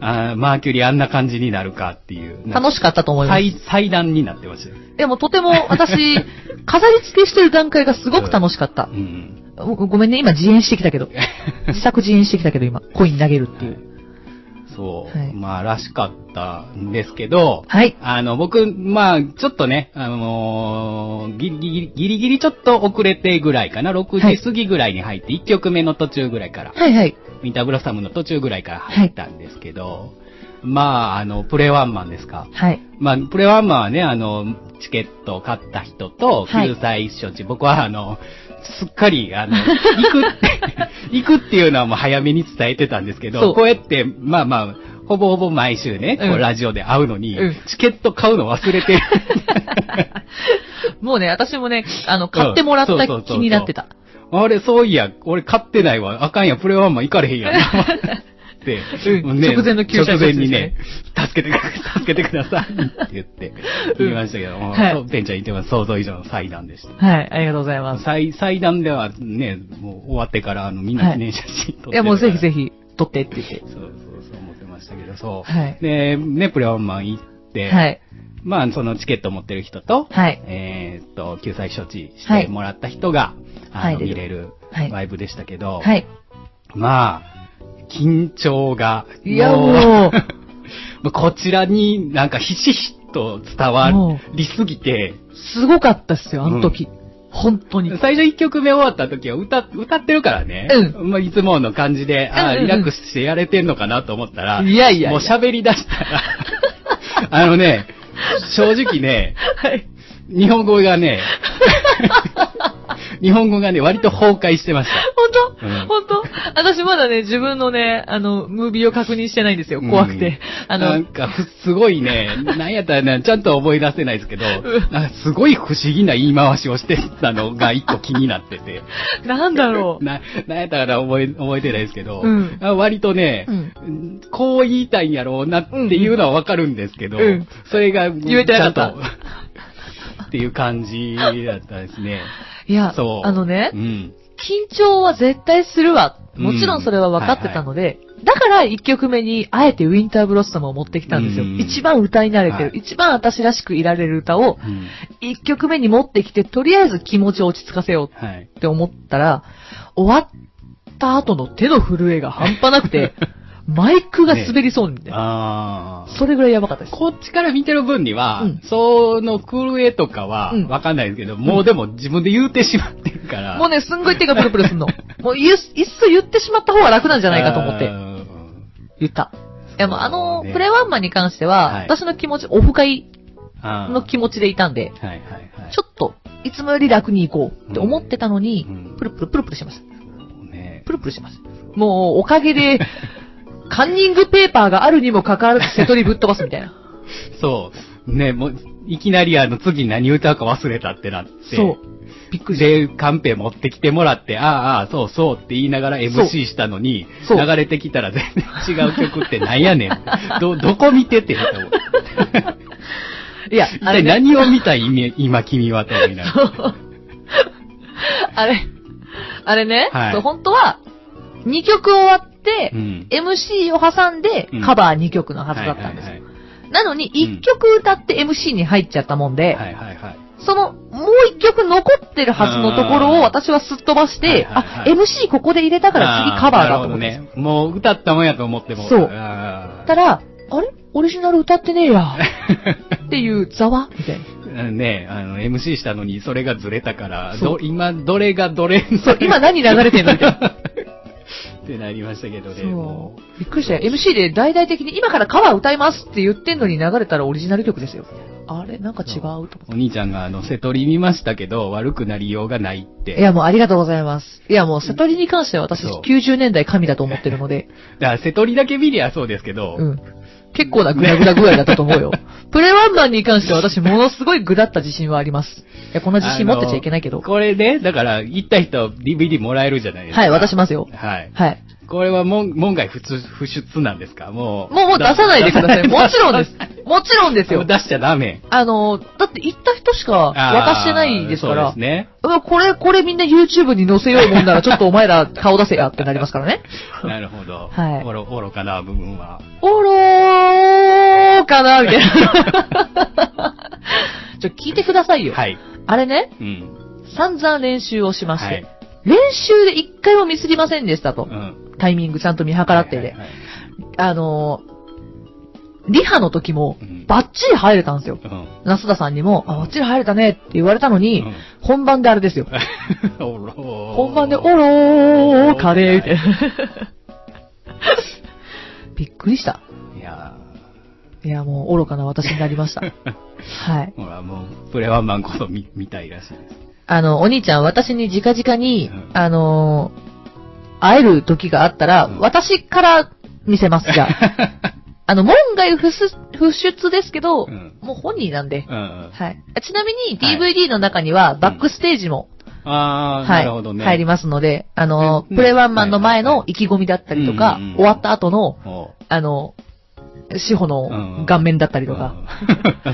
Speaker 1: あーマーキュリーあんな感じになるかっていう。
Speaker 2: 楽しかったと思います。
Speaker 1: 最、最段になってましたよ。
Speaker 2: でもとても私、飾り付けしてる段階がすごく楽しかった
Speaker 1: う。ん。
Speaker 2: ごごめんね、今自演してきたけど。自作自演してきたけど、今、コイン投げるっていう。
Speaker 1: そう、
Speaker 2: はい
Speaker 1: まあ、らしかったんですけど、
Speaker 2: はい。
Speaker 1: あの、僕、まあ、ちょっとね、あのーギリギリ、ギリギリちょっと遅れてぐらいかな、6
Speaker 2: はい
Speaker 1: 時過ぎぐらいに入って、1曲目の途中ぐらいから、
Speaker 2: はいはい。
Speaker 1: ミンターブロッサムの途中ぐらいから入ったんですけど、まあ、あの、プレワンマンですか。
Speaker 2: はい。
Speaker 1: まあ、プレワンマンはね、あの、チケットを買った人と、
Speaker 2: はい
Speaker 1: 救済処置、僕はあの、すっかり、あの、行く って、行くっていうのはもう早めに伝えてたんですけ
Speaker 2: そう
Speaker 1: ど、こうやって、まあまあ、ほぼほぼ毎週ね、こ
Speaker 2: うん
Speaker 1: うラジオで会うのに、
Speaker 2: うん
Speaker 1: チケット買うの忘 れて、
Speaker 2: もうね、私もね、あの、買ってもらっ
Speaker 1: うんそ
Speaker 2: た
Speaker 1: うそうそうそう
Speaker 2: 気になってた。
Speaker 1: あれ、そういや、俺買ってないわ、あかんや、プレワンマン行かれへんやん。って
Speaker 2: うん直前の救済
Speaker 1: 直前
Speaker 2: ですね
Speaker 1: にね、助けてください、助けてくださいって言って、言いましたけども、
Speaker 2: はい
Speaker 1: そう店長言っても想像以上の災難でした。
Speaker 2: はい。ありがとうございます。
Speaker 1: 祭祭壇ではね、もう終わってから、あの、みんな記念写真撮ってるから、
Speaker 2: いや、もうぜひぜひ、撮ってって言って
Speaker 1: そう。そうそう思ってましたけど、そう。
Speaker 2: はい。
Speaker 1: で、ね、プレワンマン行って、
Speaker 2: はい。
Speaker 1: まあ、そのチケット持ってる人と、
Speaker 2: はい。
Speaker 1: えーっと、救済処置し
Speaker 2: はい
Speaker 1: てもらった人が、あの、
Speaker 2: 入
Speaker 1: 見
Speaker 2: れ
Speaker 1: れる
Speaker 2: はい
Speaker 1: ライブでしたけど、
Speaker 2: はい。
Speaker 1: まあ、緊張が、
Speaker 2: いや、
Speaker 1: もう
Speaker 2: もう、
Speaker 1: もうこちらになんかひしひしと伝わ
Speaker 2: も
Speaker 1: りすぎて、
Speaker 2: すごかったっすよ、あの時。本当に。
Speaker 1: 最初1曲目終わった時は歌、歌ってるからね。まあ、いつもの感じで、
Speaker 2: うんうん
Speaker 1: あー
Speaker 2: うん
Speaker 1: リラックスしてやれてんのかなと思ったら、
Speaker 2: いやいやいや
Speaker 1: もう喋り出したら、 あのね、正直ね、
Speaker 2: はい。
Speaker 1: 日本語が ね、日本語がね、割と崩壊してました。
Speaker 2: 本当、
Speaker 1: うん
Speaker 2: 本当私まだね、自分のね、あの、ムービーを確認してないんですよ。怖くて。
Speaker 1: うん
Speaker 2: あ
Speaker 1: な
Speaker 2: の
Speaker 1: ん、か、ふすごいね、なんやったらな、ちゃんと思い出せないですけど、なんかすごい不思議な言い回しをしてたのが一個気になってて、
Speaker 2: なんだろう。
Speaker 1: な、なんやったら覚え、覚えてないですけど、
Speaker 2: うん
Speaker 1: あ割とね、
Speaker 2: うん
Speaker 1: こう言いたいんやろうなっていうのはわかるんですけど、
Speaker 2: うん
Speaker 1: それが、
Speaker 2: 言えてなかった
Speaker 1: ちゃんとっていう感じだったですね。
Speaker 2: いや、
Speaker 1: そ う。
Speaker 2: あのね
Speaker 1: う、ん。
Speaker 2: 緊張は絶対するわ。もちろんそれは分かってたので、だから1曲目にあえてウィンターブロッサムを持ってきたんですよ。
Speaker 1: うん
Speaker 2: 一番歌い慣れてる、
Speaker 1: はい
Speaker 2: 一番私らしくいられる歌を
Speaker 1: うん
Speaker 2: 1曲目に持ってきて、とりあえず気持ちを落ち着かせよ
Speaker 1: はい。
Speaker 2: うって思ったら、終わった後の手の震えが半端なく て、マイクが滑りそうみたいな。
Speaker 1: ああ。
Speaker 2: それぐらいやばかったです。
Speaker 1: こっちから見てる分には、
Speaker 2: うん
Speaker 1: その狂えとかは
Speaker 2: うん
Speaker 1: わかんないですけど、もうでも自分で言うてしまってるから。
Speaker 2: もうね、すんごい手がプルプルすんの。もう、いっいっそ言ってしまった方が楽なんじ
Speaker 1: じ
Speaker 2: ゃないかと思って。言った。いや、もうあの、プレワンマンに関しては、
Speaker 1: はい
Speaker 2: 私の気持ち、オフ会
Speaker 1: ワ
Speaker 2: の気持ちでいたんで、
Speaker 1: ち。はいはいはい。
Speaker 2: ちょっと、いつもより楽に行こうって思ってたのに、
Speaker 1: うん
Speaker 2: プルプルプルプルしました。
Speaker 1: そうね
Speaker 2: プルプルしました。もう、おかげ で、カンニングペーパーがあるにもかかわらず、瀬戸にぶっ飛ばすみたいな。
Speaker 1: そう。ね、もう、いきなりあの、次何歌うか忘れたってなって。
Speaker 2: そう。。びっくりし
Speaker 1: で、カンペ持ってきてもらって、ああ、ああ、そうそうって言いながら
Speaker 2: そう
Speaker 1: MC したのに、
Speaker 2: そう
Speaker 1: 流れてきたら全然違う曲ってなんやねん。 ど、どこ見ててと思って
Speaker 2: た。いや、
Speaker 1: 一
Speaker 2: あれ、ね、
Speaker 1: 体何を見た今今君はと思いながら。
Speaker 2: あれ、あれね、
Speaker 1: はい
Speaker 2: そう本当は、2曲終わって、
Speaker 1: うん。
Speaker 2: MC を挟んで
Speaker 1: うん、
Speaker 2: カバー2曲のはずだったんですよ。
Speaker 1: はい
Speaker 2: なのに、1曲歌って MC に入っちゃったもんで、
Speaker 1: はいはいはいはい。
Speaker 2: その、もう1曲残ってるはずのところを
Speaker 1: あー
Speaker 2: 私はすっ飛ばし
Speaker 1: はい
Speaker 2: て、
Speaker 1: はい
Speaker 2: あ
Speaker 1: は、い
Speaker 2: MC ここで入れたから次カバーだと思
Speaker 1: あ
Speaker 2: っ
Speaker 1: なる
Speaker 2: て。
Speaker 1: ほどね。もう歌ったもんやと思っても。
Speaker 2: そう
Speaker 1: あ
Speaker 2: たら、あれオリジナル歌ってねえや。っていう、ざわみたいな。
Speaker 1: ー ねあの、MC したのにそれがずれたから、
Speaker 2: そう
Speaker 1: ど今、どれがどれ
Speaker 2: そう、 今何流 れてんのみたいな。
Speaker 1: ってなりましたけどね。
Speaker 2: そ
Speaker 1: も
Speaker 2: う。びっくりしたよ。MC で大々的に今からカバー歌いますって言ってんのに流れたらオリジナル曲ですよ。あれなんか違うと思って
Speaker 1: うお兄ちゃんが、あの、瀬戸り見ましたけど、悪くなりようがないって。
Speaker 2: いや、もうありがとうございます。いや、もう、悟りに関しては私、
Speaker 1: そう
Speaker 2: 90年代神だと思ってるので、
Speaker 1: だから瀬戸りだけ見りゃそうですけど、
Speaker 2: うん。結構なグダグダ具合だったと 思うよ。プレワンマンに関しては私、ものすごいグダった自信はあります。いや、こんな自信持ってちゃいけないけど。
Speaker 1: これね、だから、行った人、DVD もらえるじゃないですか。
Speaker 2: はい、渡しますよ。
Speaker 1: はい。
Speaker 2: はい。
Speaker 1: これは門、門外不出不出なんですかもう。
Speaker 2: もう、もう出さないでくだ さい。もちろんで
Speaker 1: 出さ
Speaker 2: す。もちろんですよ
Speaker 1: 出。しちゃダメ。
Speaker 2: あの、だって行った人しか渡してないですか
Speaker 1: あー
Speaker 2: ら
Speaker 1: そうです、ね。
Speaker 2: うわこれ、これみんな YouTube に載せようもんなら、ちょっとお前 ら顔出せやってなりますからね。
Speaker 1: なるほど。
Speaker 2: はい
Speaker 1: おろ、愚かな部分は。
Speaker 2: おろーかなみたい な。ちょ、聞いてくださいよ。
Speaker 1: はい。
Speaker 2: あれね、
Speaker 1: うん。
Speaker 2: 散々練習をしまして、
Speaker 1: はい。
Speaker 2: 練習で一回もミスりませんでしたと
Speaker 1: う。ん。
Speaker 2: タイミングちゃんと見計らってて。
Speaker 1: はいはいはい
Speaker 2: あのーリハの時も
Speaker 1: うん、
Speaker 2: バッチリ入れたんですよ。
Speaker 1: うん。
Speaker 2: 那須田さんにも、あ、バッチリ入れたねって言われたのに、
Speaker 1: うん
Speaker 2: 本番であれですよ。
Speaker 1: おろー
Speaker 2: 本番で、おろー、カレー、みたいな。 びっくりした。
Speaker 1: いや
Speaker 2: いや、もう愚かな私になりま した。はい
Speaker 1: ー。ほら、もう、プレワンマンこそ見見たいらしい です。
Speaker 2: あの、お兄ちゃん、私に直々に、
Speaker 1: うん
Speaker 2: あのー会える時があったら、
Speaker 1: うん
Speaker 2: 私から見せます、じ ゃあ。あの、門外不出不出ですけど、
Speaker 1: うん
Speaker 2: もう本人なんで。
Speaker 1: うんうん。
Speaker 2: はい。あちなみに
Speaker 1: はい
Speaker 2: DVD の中には、バックステージも、
Speaker 1: あー、
Speaker 2: は、
Speaker 1: ないるほどね。
Speaker 2: 入りますので、あのー
Speaker 1: うん
Speaker 2: プレワンマンの前
Speaker 1: はいは
Speaker 2: の
Speaker 1: い
Speaker 2: 意気込みだったりとか、
Speaker 1: うんうんうん
Speaker 2: 終わった後の、
Speaker 1: おう
Speaker 2: あの、志保
Speaker 1: うんう
Speaker 2: の
Speaker 1: ん
Speaker 2: 顔面だったりとか、
Speaker 1: う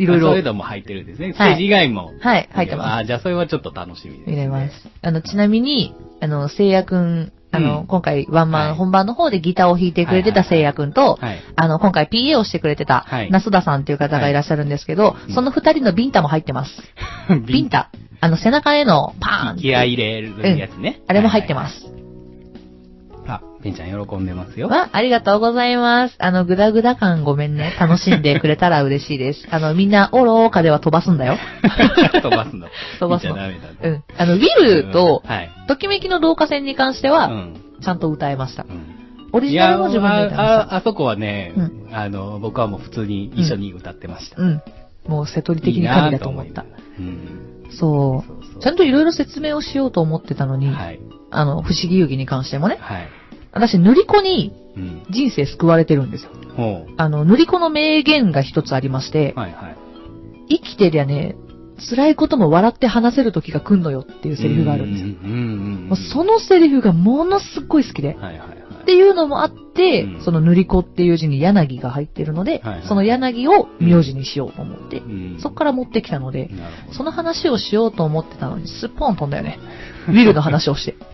Speaker 1: ん
Speaker 2: いろいろ
Speaker 1: そういうのも入ってるんですね。ステ
Speaker 2: はい
Speaker 1: ージ以外も。
Speaker 2: はい、入ってます。
Speaker 1: あーじゃあそれはちょっと楽しみです、
Speaker 2: 見れます。。あの、ちなみに、あの、聖夜くん、あの、
Speaker 1: うん
Speaker 2: 今回ワンマ
Speaker 1: は
Speaker 2: ン
Speaker 1: い
Speaker 2: 本番の方でギターを弾いてくれて
Speaker 1: はい
Speaker 2: た
Speaker 1: はいはい
Speaker 2: 聖夜くんと、
Speaker 1: はい。
Speaker 2: あの、今回 PA をしてくれてた、
Speaker 1: はい
Speaker 2: 那須田さんっていう方がいらっしゃるんですけど、
Speaker 1: い
Speaker 2: その二人のビンタも入ってます。ビンタ。あの、背中へのパーンっていう
Speaker 1: 気合い入れるやつね。
Speaker 2: あれも入ってます。
Speaker 1: はいはい。あ、ペンちゃん喜んでますよ。
Speaker 2: わ、ありがとうございます。あの、グダグダ感ごめんね。楽しんでくれたら嬉しいです。あの、みんな、おろーかでは飛ばすんだよ。
Speaker 1: 飛ばすの。
Speaker 2: 飛ばすの
Speaker 1: 見ちゃダメだね。
Speaker 2: うん。あの、ウィルと、
Speaker 1: はい。
Speaker 2: ときめきの導火線に関して
Speaker 1: う
Speaker 2: は、
Speaker 1: ん
Speaker 2: ちゃんと歌えました。
Speaker 1: うん
Speaker 2: オリ
Speaker 1: い
Speaker 2: ジナ
Speaker 1: や、
Speaker 2: ルも自分で歌いました。
Speaker 1: あ、ああそこはね
Speaker 2: う、
Speaker 1: あの、僕はもう普通に一緒に歌ってました。
Speaker 2: うん。もう瀬戸り的に神だと思った。
Speaker 1: いいなぁと思いなが
Speaker 2: そ
Speaker 1: ら。うん。そうそう
Speaker 2: う。ちゃんといろいろ説明をしようと思ってたのに、
Speaker 1: はい。
Speaker 2: あの、不思議遊戯に関してもね、
Speaker 1: はい。
Speaker 2: 私、塗り子に
Speaker 1: うん。
Speaker 2: 人生救われてるんですよ。
Speaker 1: ほ
Speaker 2: あの、塗り子の名言が一つありまして
Speaker 1: う。、はいはい。
Speaker 2: 生きてりゃね、辛いことも笑って話せる時が来んのよっていうセリフがあるんですよ。
Speaker 1: うんうんうん。
Speaker 2: もうそのセリフがものすっごい好きで。
Speaker 1: はいはいはい。
Speaker 2: っていうのもあって、
Speaker 1: うん
Speaker 2: その塗り子っていう字に柳が入ってるので、
Speaker 1: はいはい
Speaker 2: その柳を名字にしようと思って、
Speaker 1: うん
Speaker 2: そっから持ってきたので、
Speaker 1: なるほど。
Speaker 2: その話をしようと思ってたのに、すっぽん飛んだよね。ウィルの話をして。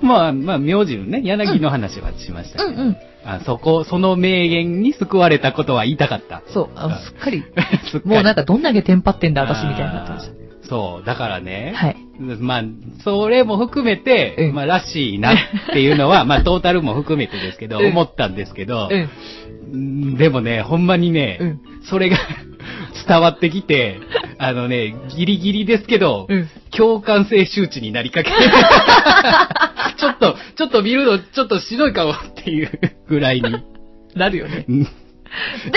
Speaker 1: まあ、まあ、名字のね、柳の話はしました
Speaker 2: う
Speaker 1: け
Speaker 2: ん
Speaker 1: ど、
Speaker 2: うん。
Speaker 1: あそこ、その名言に救われたことは言いたかった。
Speaker 2: そう、あのすっかり、
Speaker 1: すっかり
Speaker 2: もうなんかどんだけテンパってんだ、私みたいになってまし
Speaker 1: あーそう、だからね、
Speaker 2: た。はい。
Speaker 1: まあ、それも含めて、
Speaker 2: うん
Speaker 1: まあ、らしいなっていう のは、まあ、トータルも含めてですけど、
Speaker 2: うん
Speaker 1: 思ったんですけど
Speaker 2: う、ん。
Speaker 1: うんでもね、ほんまにね、
Speaker 2: うん
Speaker 1: それが 伝わってきて、あのね、ギリギリですけど、
Speaker 2: うん
Speaker 1: 共感性周知になりか けて、ちょっと、ちょっと見るの、ちょっと白いかもっていう ぐらいに。
Speaker 2: なるよね。
Speaker 1: うん
Speaker 2: で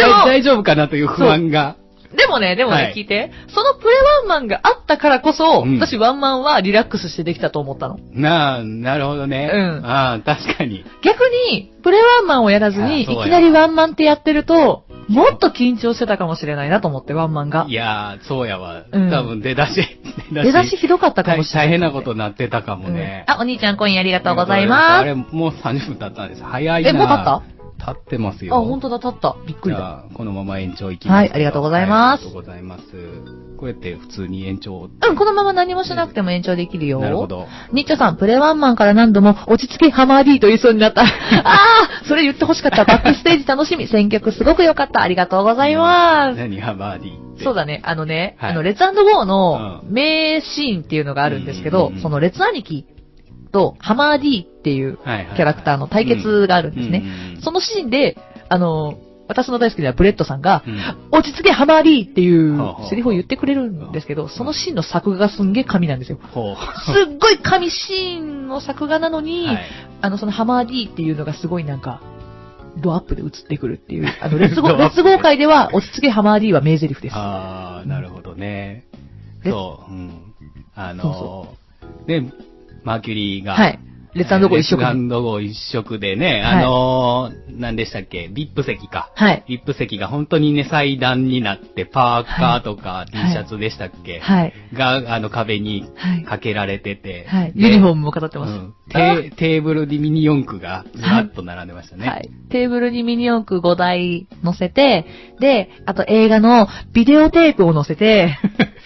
Speaker 2: も
Speaker 1: 大大丈夫かなという不安が。
Speaker 2: でもね、でもね、
Speaker 1: はい
Speaker 2: 聞いて。そのプレワンマンがあったからこそ、
Speaker 1: うん
Speaker 2: 私ワンマンはリラックスしてできたと思ったの。
Speaker 1: なあ、なるほどね。
Speaker 2: うん
Speaker 1: ああ、確かに。
Speaker 2: 逆に、プレワンマンをやらずに、い
Speaker 1: あそうや
Speaker 2: きなりワンマンってやってると、もっと緊張してたかもしれないなと思って、ワンマンが
Speaker 1: い。やー、そうやわ。
Speaker 2: うん
Speaker 1: 多分出だし、
Speaker 2: 出だしひどかったかも
Speaker 1: 大
Speaker 2: しれない。
Speaker 1: 大変なことになってたかもね
Speaker 2: う。んあ、お兄ちゃんコインありがとうございま
Speaker 1: あ
Speaker 2: す。
Speaker 1: れ、もう30分経ったんです。早いな。
Speaker 2: え、もう経った
Speaker 1: 経ってますよ。
Speaker 2: あ、本当だ、立った。びっくり
Speaker 1: じ
Speaker 2: だ。
Speaker 1: ゃあ、このまま延長いきます
Speaker 2: は
Speaker 1: よ。
Speaker 2: いありがとうございます
Speaker 1: はいありがとうございます。こうやって普通に延長。
Speaker 2: うん、このまま何もしなくても延長できるよ。
Speaker 1: なるほ。ど。
Speaker 2: ニッチョさん、プレワンマンから何度も、落ち着けハマー D と言いそうになった。あーそれ言って欲しかった。バックステージ楽しみ。 選曲すごく良かった。ありがとうございます。
Speaker 1: 何がバーディーって。
Speaker 2: そう
Speaker 1: だ。
Speaker 2: だね。あのね、
Speaker 1: はい
Speaker 2: あの、レッツゴーの
Speaker 1: うん
Speaker 2: 名シーンっていうのがあるんですけど、
Speaker 1: うんうんうん
Speaker 2: そのレッツ兄貴とハマー D っていう
Speaker 1: はいはいはい。
Speaker 2: キャラクターの対決があるんですね。
Speaker 1: うん。
Speaker 2: そのシーンで、あの、私の大好きなブレッドさんが、
Speaker 1: うん
Speaker 2: 落ち着けハマー D っていう
Speaker 1: ほうほうほう
Speaker 2: セリフを言ってくれるんですけど、そのシーンの作画がすんげえ神なんですよ。
Speaker 1: ほう。
Speaker 2: すっごい神シーンの作画なのに、
Speaker 1: はい
Speaker 2: あの、そのハマー D っていうのがすごいなんか、ドアップで映ってくるっていう、 あの、レッツゴ
Speaker 1: ド
Speaker 2: ー、
Speaker 1: アップ
Speaker 2: レッツゴー界では、落ち着けハマー D は名台詞です。
Speaker 1: ああ、なるほどね。
Speaker 2: で
Speaker 1: そう。うん。あ
Speaker 2: そ
Speaker 1: のー、ね、マーキュリーが。
Speaker 2: はい。レッツゴー一色
Speaker 1: レッ
Speaker 2: に。
Speaker 1: ツゴー一色でね、
Speaker 2: はい
Speaker 1: あのー、何でしたっけ、ビップ席か。
Speaker 2: はい。
Speaker 1: リップ席が本当にね、祭壇になって、パーカーとか
Speaker 2: い
Speaker 1: T シャツでしたっけ、
Speaker 2: はい。
Speaker 1: が、あの壁に
Speaker 2: はい。
Speaker 1: かけられてて、
Speaker 2: はい。
Speaker 1: で
Speaker 2: ユニフォームも飾ってます。
Speaker 1: うん
Speaker 2: あー
Speaker 1: テーテーブルにミニ四駆がずらっと並んでましたね。
Speaker 2: はい。テーブルにミニ四駆5台乗せて、で、あと映画のビデオテープを乗せ て、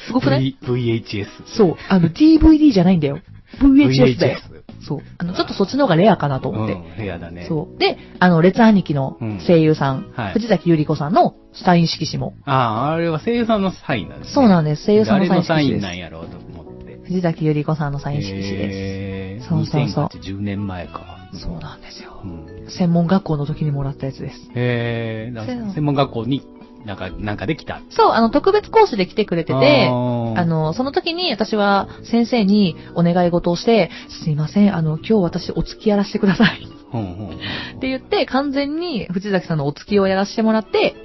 Speaker 2: すごくない
Speaker 1: v、VHS。
Speaker 2: そう。あの、DVD じゃないんだよ。VHS だよ。そう。あの、ちょっとそっちの方がレアかなと
Speaker 1: う
Speaker 2: 思って。
Speaker 1: ん、部屋だね。
Speaker 2: そう。で、あの、レツ兄貴の声優さん、
Speaker 1: うんはい
Speaker 2: 藤崎ゆり子さんのサイン色紙も。
Speaker 1: ああ、あれは声優さんのサインなんですね。
Speaker 2: そうなんです。声優さんの
Speaker 1: 誰の
Speaker 2: サ
Speaker 1: サ
Speaker 2: イ
Speaker 1: イ
Speaker 2: ン色紙
Speaker 1: ンなん
Speaker 2: で
Speaker 1: やろうと思って
Speaker 2: す。。藤崎ゆり子さんのサイン色紙です。
Speaker 1: えー、
Speaker 2: そうそうそう
Speaker 1: 2008、10年前か。
Speaker 2: そうなんですよ
Speaker 1: う。ん。
Speaker 2: 専門学校の時にもらったやつです。
Speaker 1: えー、なんか専門学校に、なんか、なんかできた。
Speaker 2: そう、あの、特別講師で来てくれてて、
Speaker 1: あー
Speaker 2: あ、の、その時に私は先生にお願い事をして、すいません、あの、今日私お付きやらせてください
Speaker 1: ほんほんほ
Speaker 2: っ
Speaker 1: ん
Speaker 2: て言って、完全に藤崎さんのお付きをやらせてもらって、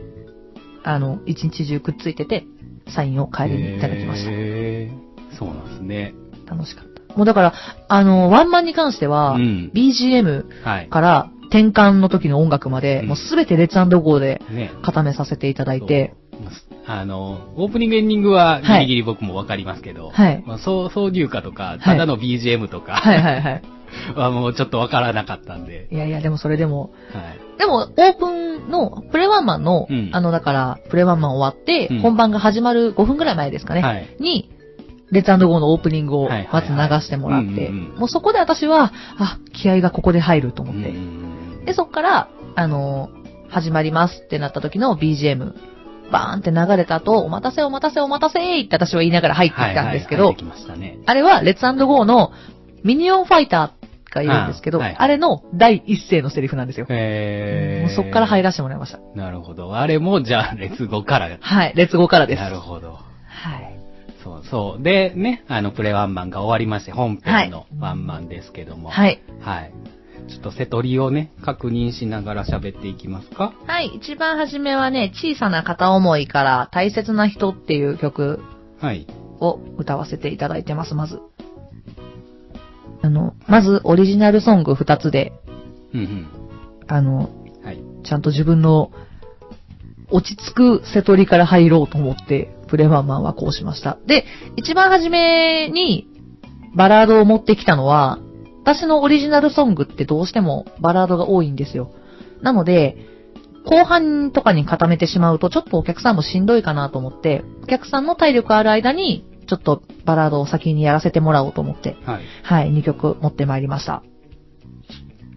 Speaker 2: あの、一日中くっついてて、サインを帰りにいただきました。
Speaker 1: へーそうなんですね。
Speaker 2: 楽しかった。もうだから、あの、ワンマンに関して
Speaker 1: う
Speaker 2: は、
Speaker 1: ん。
Speaker 2: BGM
Speaker 1: はい。
Speaker 2: から転換の時の音楽まで、
Speaker 1: うん
Speaker 2: もうすべてレッツゴーで
Speaker 1: ね。
Speaker 2: 固めさせていただいて、
Speaker 1: そうあの、オープニングエンディングはギ
Speaker 2: はい
Speaker 1: リギリ僕もわかりますけど、
Speaker 2: はい
Speaker 1: まあ、そう、挿入歌とか、ただの BGM とか
Speaker 2: はいはいはい。
Speaker 1: はもうちょっとわからなかったんで、
Speaker 2: いやいや、でもそれでも、
Speaker 1: はい。
Speaker 2: でも、オープンの、プレワンマンの、
Speaker 1: うん
Speaker 2: あの、だから、プレワンマン終わって、
Speaker 1: うん
Speaker 2: 本番が始まる5分ぐらい前ですかね、
Speaker 1: はい。
Speaker 2: に、レッツゴーのオープニングを
Speaker 1: はいはい
Speaker 2: まず流してもらっ
Speaker 1: う
Speaker 2: て、
Speaker 1: んうんうん
Speaker 2: もうそこで私は、あ、気合がここで入ると
Speaker 1: う
Speaker 2: 思
Speaker 1: ん
Speaker 2: っ
Speaker 1: う
Speaker 2: て。
Speaker 1: んうん
Speaker 2: で、そっから、あのー始まりますってなった時の BGM、バーンって流れた後、お待たせお待たせお待たせーって私は言いながら入ってきたんですけど、
Speaker 1: はいはい入ってきましたね。
Speaker 2: あれは、レッツゴーのミニオンファイターがいるんですけど、
Speaker 1: あ
Speaker 2: あ,、
Speaker 1: はい
Speaker 2: れの第一声のセリフなんですよ。
Speaker 1: え
Speaker 2: もうそっから入
Speaker 1: ら
Speaker 2: らせてもらいました。
Speaker 1: なるほど。あれも、じゃあ、レッツゴーから。
Speaker 2: はい、レッツゴーからです。
Speaker 1: なるほど。
Speaker 2: はい。
Speaker 1: そうそう。で、ね、あの、プレワンマンが終わりまして、本編のワンマンですけども。い。
Speaker 2: はい。
Speaker 1: はい。ちょっと瀬取りをね、確認しながら喋っていきますか。
Speaker 2: はい、一番初めはね、小さな片思いから大切な人っていう曲
Speaker 1: はい。
Speaker 2: を歌わせていただいてます、まず。あの、まずオリジナルソング2つで、
Speaker 1: うん
Speaker 2: あの、
Speaker 1: うん。はい。
Speaker 2: ちゃんと自分の落ち着く瀬取りから入ろうと思って、プレファンマンはこうしました。で、一番初めにバラードを持ってきたのは、私のオリジナルソングってどうしてもバラードが多いんですよ。なので、後半とかに固めてしまうと、ちょっとお客さんもしんどいかなと思って、お客さんの体力ある間に、ちょっとバラードを先にやらせてもらおうと思って、
Speaker 1: はい。
Speaker 2: はい、2曲持ってまいりました。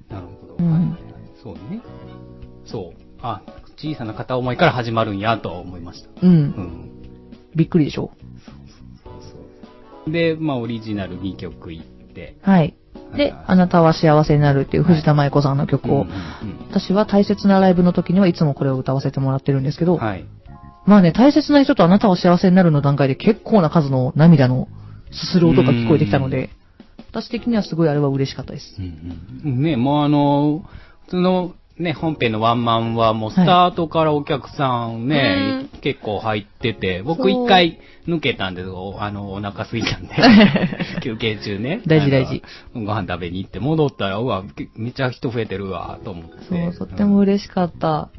Speaker 1: なるほど。
Speaker 2: うん
Speaker 1: はいはいはい。そうね。そう。あ、小さな片思いから始まるんや、とは思いました。
Speaker 2: う、
Speaker 1: うんん。
Speaker 2: びっくりでしょ
Speaker 1: そう。で、まあ、オリジナル2曲いって。
Speaker 2: はい。で、あなたは幸せになるっていう藤田舞子さんの曲を、
Speaker 1: うんうん
Speaker 2: 私は大切なライブの時にはいつもこれを歌わせてもらってるんですけ
Speaker 1: う
Speaker 2: ど、
Speaker 1: ん。はい。
Speaker 2: まあね、大切な人とあなたは幸せになるの段階で結構な数の涙のすする音が聞こえてきたので、私的にはすごいあれは嬉しかったです。
Speaker 1: うんうんね、もうあの、普通のね、本編のワンマンはもうスタートからお客さんね、
Speaker 2: はいうん
Speaker 1: 結構入ってて、
Speaker 2: そ
Speaker 1: 僕
Speaker 2: う
Speaker 1: 一回抜けたんですけど、あの、お腹空いたん で、休憩中ね。
Speaker 2: 大事
Speaker 1: あの
Speaker 2: 大事。
Speaker 1: ご飯食べに行って戻ったら、うわ、けめっちゃ人増えてるわ、と思って。
Speaker 2: そう、とっても
Speaker 1: うん
Speaker 2: 嬉しかった。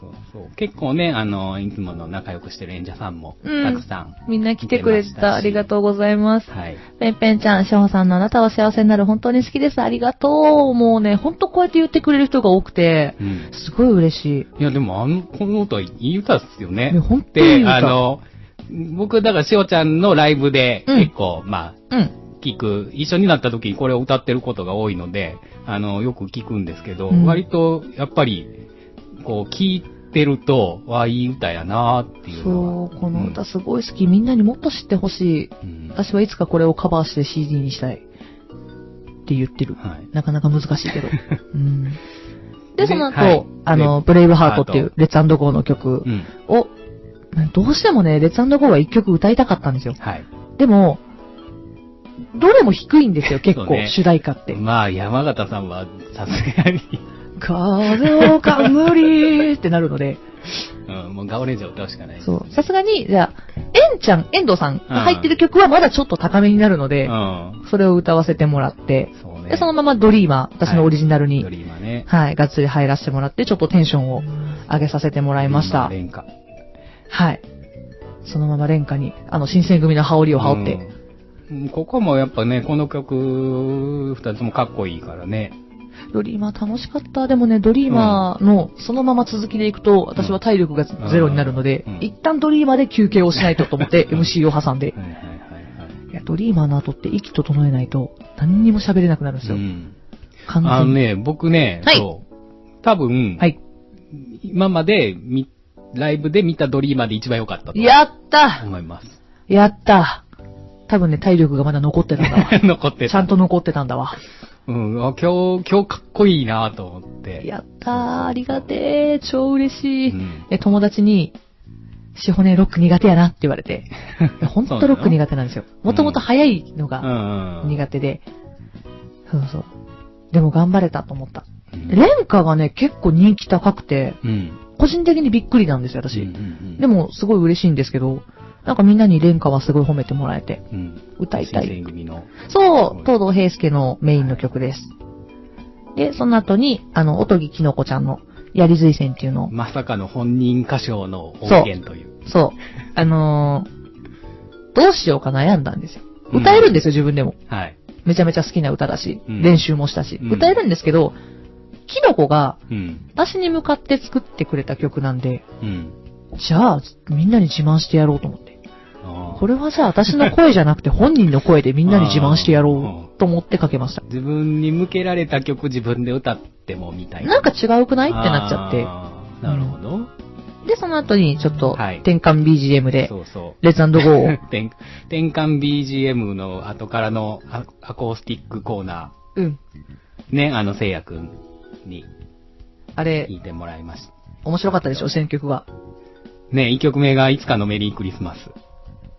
Speaker 1: そうそう。結構ね、あの、いつもの仲良くしてる演者さんも、
Speaker 2: うん
Speaker 1: たくさん。
Speaker 2: みんな来てくれ
Speaker 1: 見てました
Speaker 2: た。
Speaker 1: し
Speaker 2: ありがとうございます。
Speaker 1: はい。
Speaker 2: ぺんぺんちゃん、しほさんのあなたは幸せになる本当に好きです。ありがとう。もうね、ほんとこうやって言ってくれる人が多くて、
Speaker 1: うん。
Speaker 2: すごい嬉しい。
Speaker 1: いや、でも、あの、この歌はいい歌っすよね。
Speaker 2: ね本当にいい
Speaker 1: で、
Speaker 2: 歌
Speaker 1: あの、僕、だから、しおちゃんのライブで、
Speaker 2: うん
Speaker 1: 結構、まあ、
Speaker 2: うん。
Speaker 1: 聞く、一緒になった時にこれを歌ってることが多いので、あの、よく聞くんですけど、
Speaker 2: うん
Speaker 1: 割と、やっぱり、こう、聞いてると、わあ、いい歌やなっていうの
Speaker 2: そ
Speaker 1: は。
Speaker 2: う、この歌すごい好き。みんなにもっと知ってほしい。
Speaker 1: うん、うん
Speaker 2: 私はいつかこれをカバーして CD にしたい。って言ってる。
Speaker 1: はい。
Speaker 2: なかなか難しい けど。うん、
Speaker 1: で
Speaker 2: で、その後、
Speaker 1: はい
Speaker 2: あの、
Speaker 1: で
Speaker 2: ブレイブハートってい
Speaker 1: ハー
Speaker 2: う、レッツゴーの曲
Speaker 1: うん。
Speaker 2: を、どうしてもね、レッツゴーは一曲歌いたかったんですよ。
Speaker 1: はい。
Speaker 2: でも、どれも低いんですよ、結
Speaker 1: そう
Speaker 2: 構、
Speaker 1: ね
Speaker 2: 主題歌って。
Speaker 1: まあ、山形さんは、さすがに、
Speaker 2: 風をかむりーってなるので、
Speaker 1: うん、もうガオレンジャー歌うしかないです、
Speaker 2: そう。さすがに、じゃあ、エンちゃん、遠藤さんが入ってる曲はまだちょっと高めになるので、
Speaker 1: うん。
Speaker 2: それを歌わせてもらって、
Speaker 1: そうね。
Speaker 2: で、そのままドリーマー、私のオリジナルに、
Speaker 1: ド
Speaker 2: はい、
Speaker 1: リーマね。
Speaker 2: がっつり入らせてもらって、ちょっとテンションを上げさせてもらいまし
Speaker 1: ド
Speaker 2: た
Speaker 1: リ。ーマ連歌。
Speaker 2: はい。そのまま廉価に、あの、新選組の羽織を羽織って、
Speaker 1: うん。うんここもやっぱね、この曲、二つもかっこいいからね。
Speaker 2: ドリーマー楽しかった。でもね、ドリーマーの、そのまま続きでいくと、私は体力がゼロになるので、
Speaker 1: うんうん
Speaker 2: 一旦ドリーマーで休憩をしないとと思って、
Speaker 1: うん
Speaker 2: MC を挟んで
Speaker 1: は、いはいはいはい。
Speaker 2: いや、ドリーマーの後って息整えないと、何にも喋れなくなるんです
Speaker 1: う
Speaker 2: よ。
Speaker 1: ん。
Speaker 2: 完
Speaker 1: あ
Speaker 2: 全に。
Speaker 1: のね、僕ね、
Speaker 2: はい
Speaker 1: そう。多分、
Speaker 2: はい。
Speaker 1: 今まで見、ライブで見たドリーマーで一番良かったと
Speaker 2: やった
Speaker 1: 思います。
Speaker 2: やった多分ね、体力がまだ残ってたんだわ。
Speaker 1: 残って
Speaker 2: ちゃ
Speaker 1: た。
Speaker 2: んと残ってたんだわ。
Speaker 1: うん、あ今日、今日かっこいいなと思って。
Speaker 2: やったー、ありがてー、超嬉しい。
Speaker 1: うん
Speaker 2: で、友達に、しほね、ロック苦手やなって言われて。ほんとロック苦手なんですよ。もともと早いの
Speaker 1: 手
Speaker 2: が
Speaker 1: が
Speaker 2: 苦手で。そうそう。でも頑張れたと思った。
Speaker 1: 手。うん
Speaker 2: で廉価がね、結構人気高くて、
Speaker 1: うん。
Speaker 2: 個人的にびっくりなんですよ、私。で
Speaker 1: も、
Speaker 2: も、すごい嬉しいんですけど、なんかみんなに廉価はすごい褒めてもらえて、
Speaker 1: うん。
Speaker 2: 歌いたい
Speaker 1: 新選組の。
Speaker 2: そ
Speaker 1: は
Speaker 2: う、
Speaker 1: い
Speaker 2: 東堂平介のメインの曲です。で、その後に、あの、おとぎきのこちゃんの、やり随線っていうのを、
Speaker 1: まさかの本人歌唱の音源という。
Speaker 2: そう、あのーどうしようか悩んだんですよ。歌えるんですよ、自分でも。
Speaker 1: はい。
Speaker 2: めちゃめちゃ好きな歌だし、
Speaker 1: うん
Speaker 2: 練習もしたし、
Speaker 1: うん
Speaker 2: 歌えるんですけど、きのこが、
Speaker 1: うん。
Speaker 2: 私に向かって作ってくれた曲なんで、
Speaker 1: うん。
Speaker 2: じゃあ、みんなに自慢してやろうと思って。
Speaker 1: あー
Speaker 2: これはじゃあ、私の声じゃなくて、本人の声でみんなに自慢してやろうと思ってかけました。
Speaker 1: 自分に向けられた曲自分で歌ってもみたいな。
Speaker 2: なんか違うくないってなっちゃって。
Speaker 1: あーなるほど。
Speaker 2: で、その後にちょっと
Speaker 1: はい
Speaker 2: 転換 BGM で、
Speaker 1: そうそう。。
Speaker 2: レッツゴーを
Speaker 1: 転転換 BGM の後からのアアコースティックコーナ
Speaker 2: うん。
Speaker 1: ー、ね、あの、せいやくんに
Speaker 2: あれ
Speaker 1: 弾、いてもらいました。
Speaker 2: 面白かったでしょ、選曲が。
Speaker 1: ね、一曲目がいつかのメリークリスマス。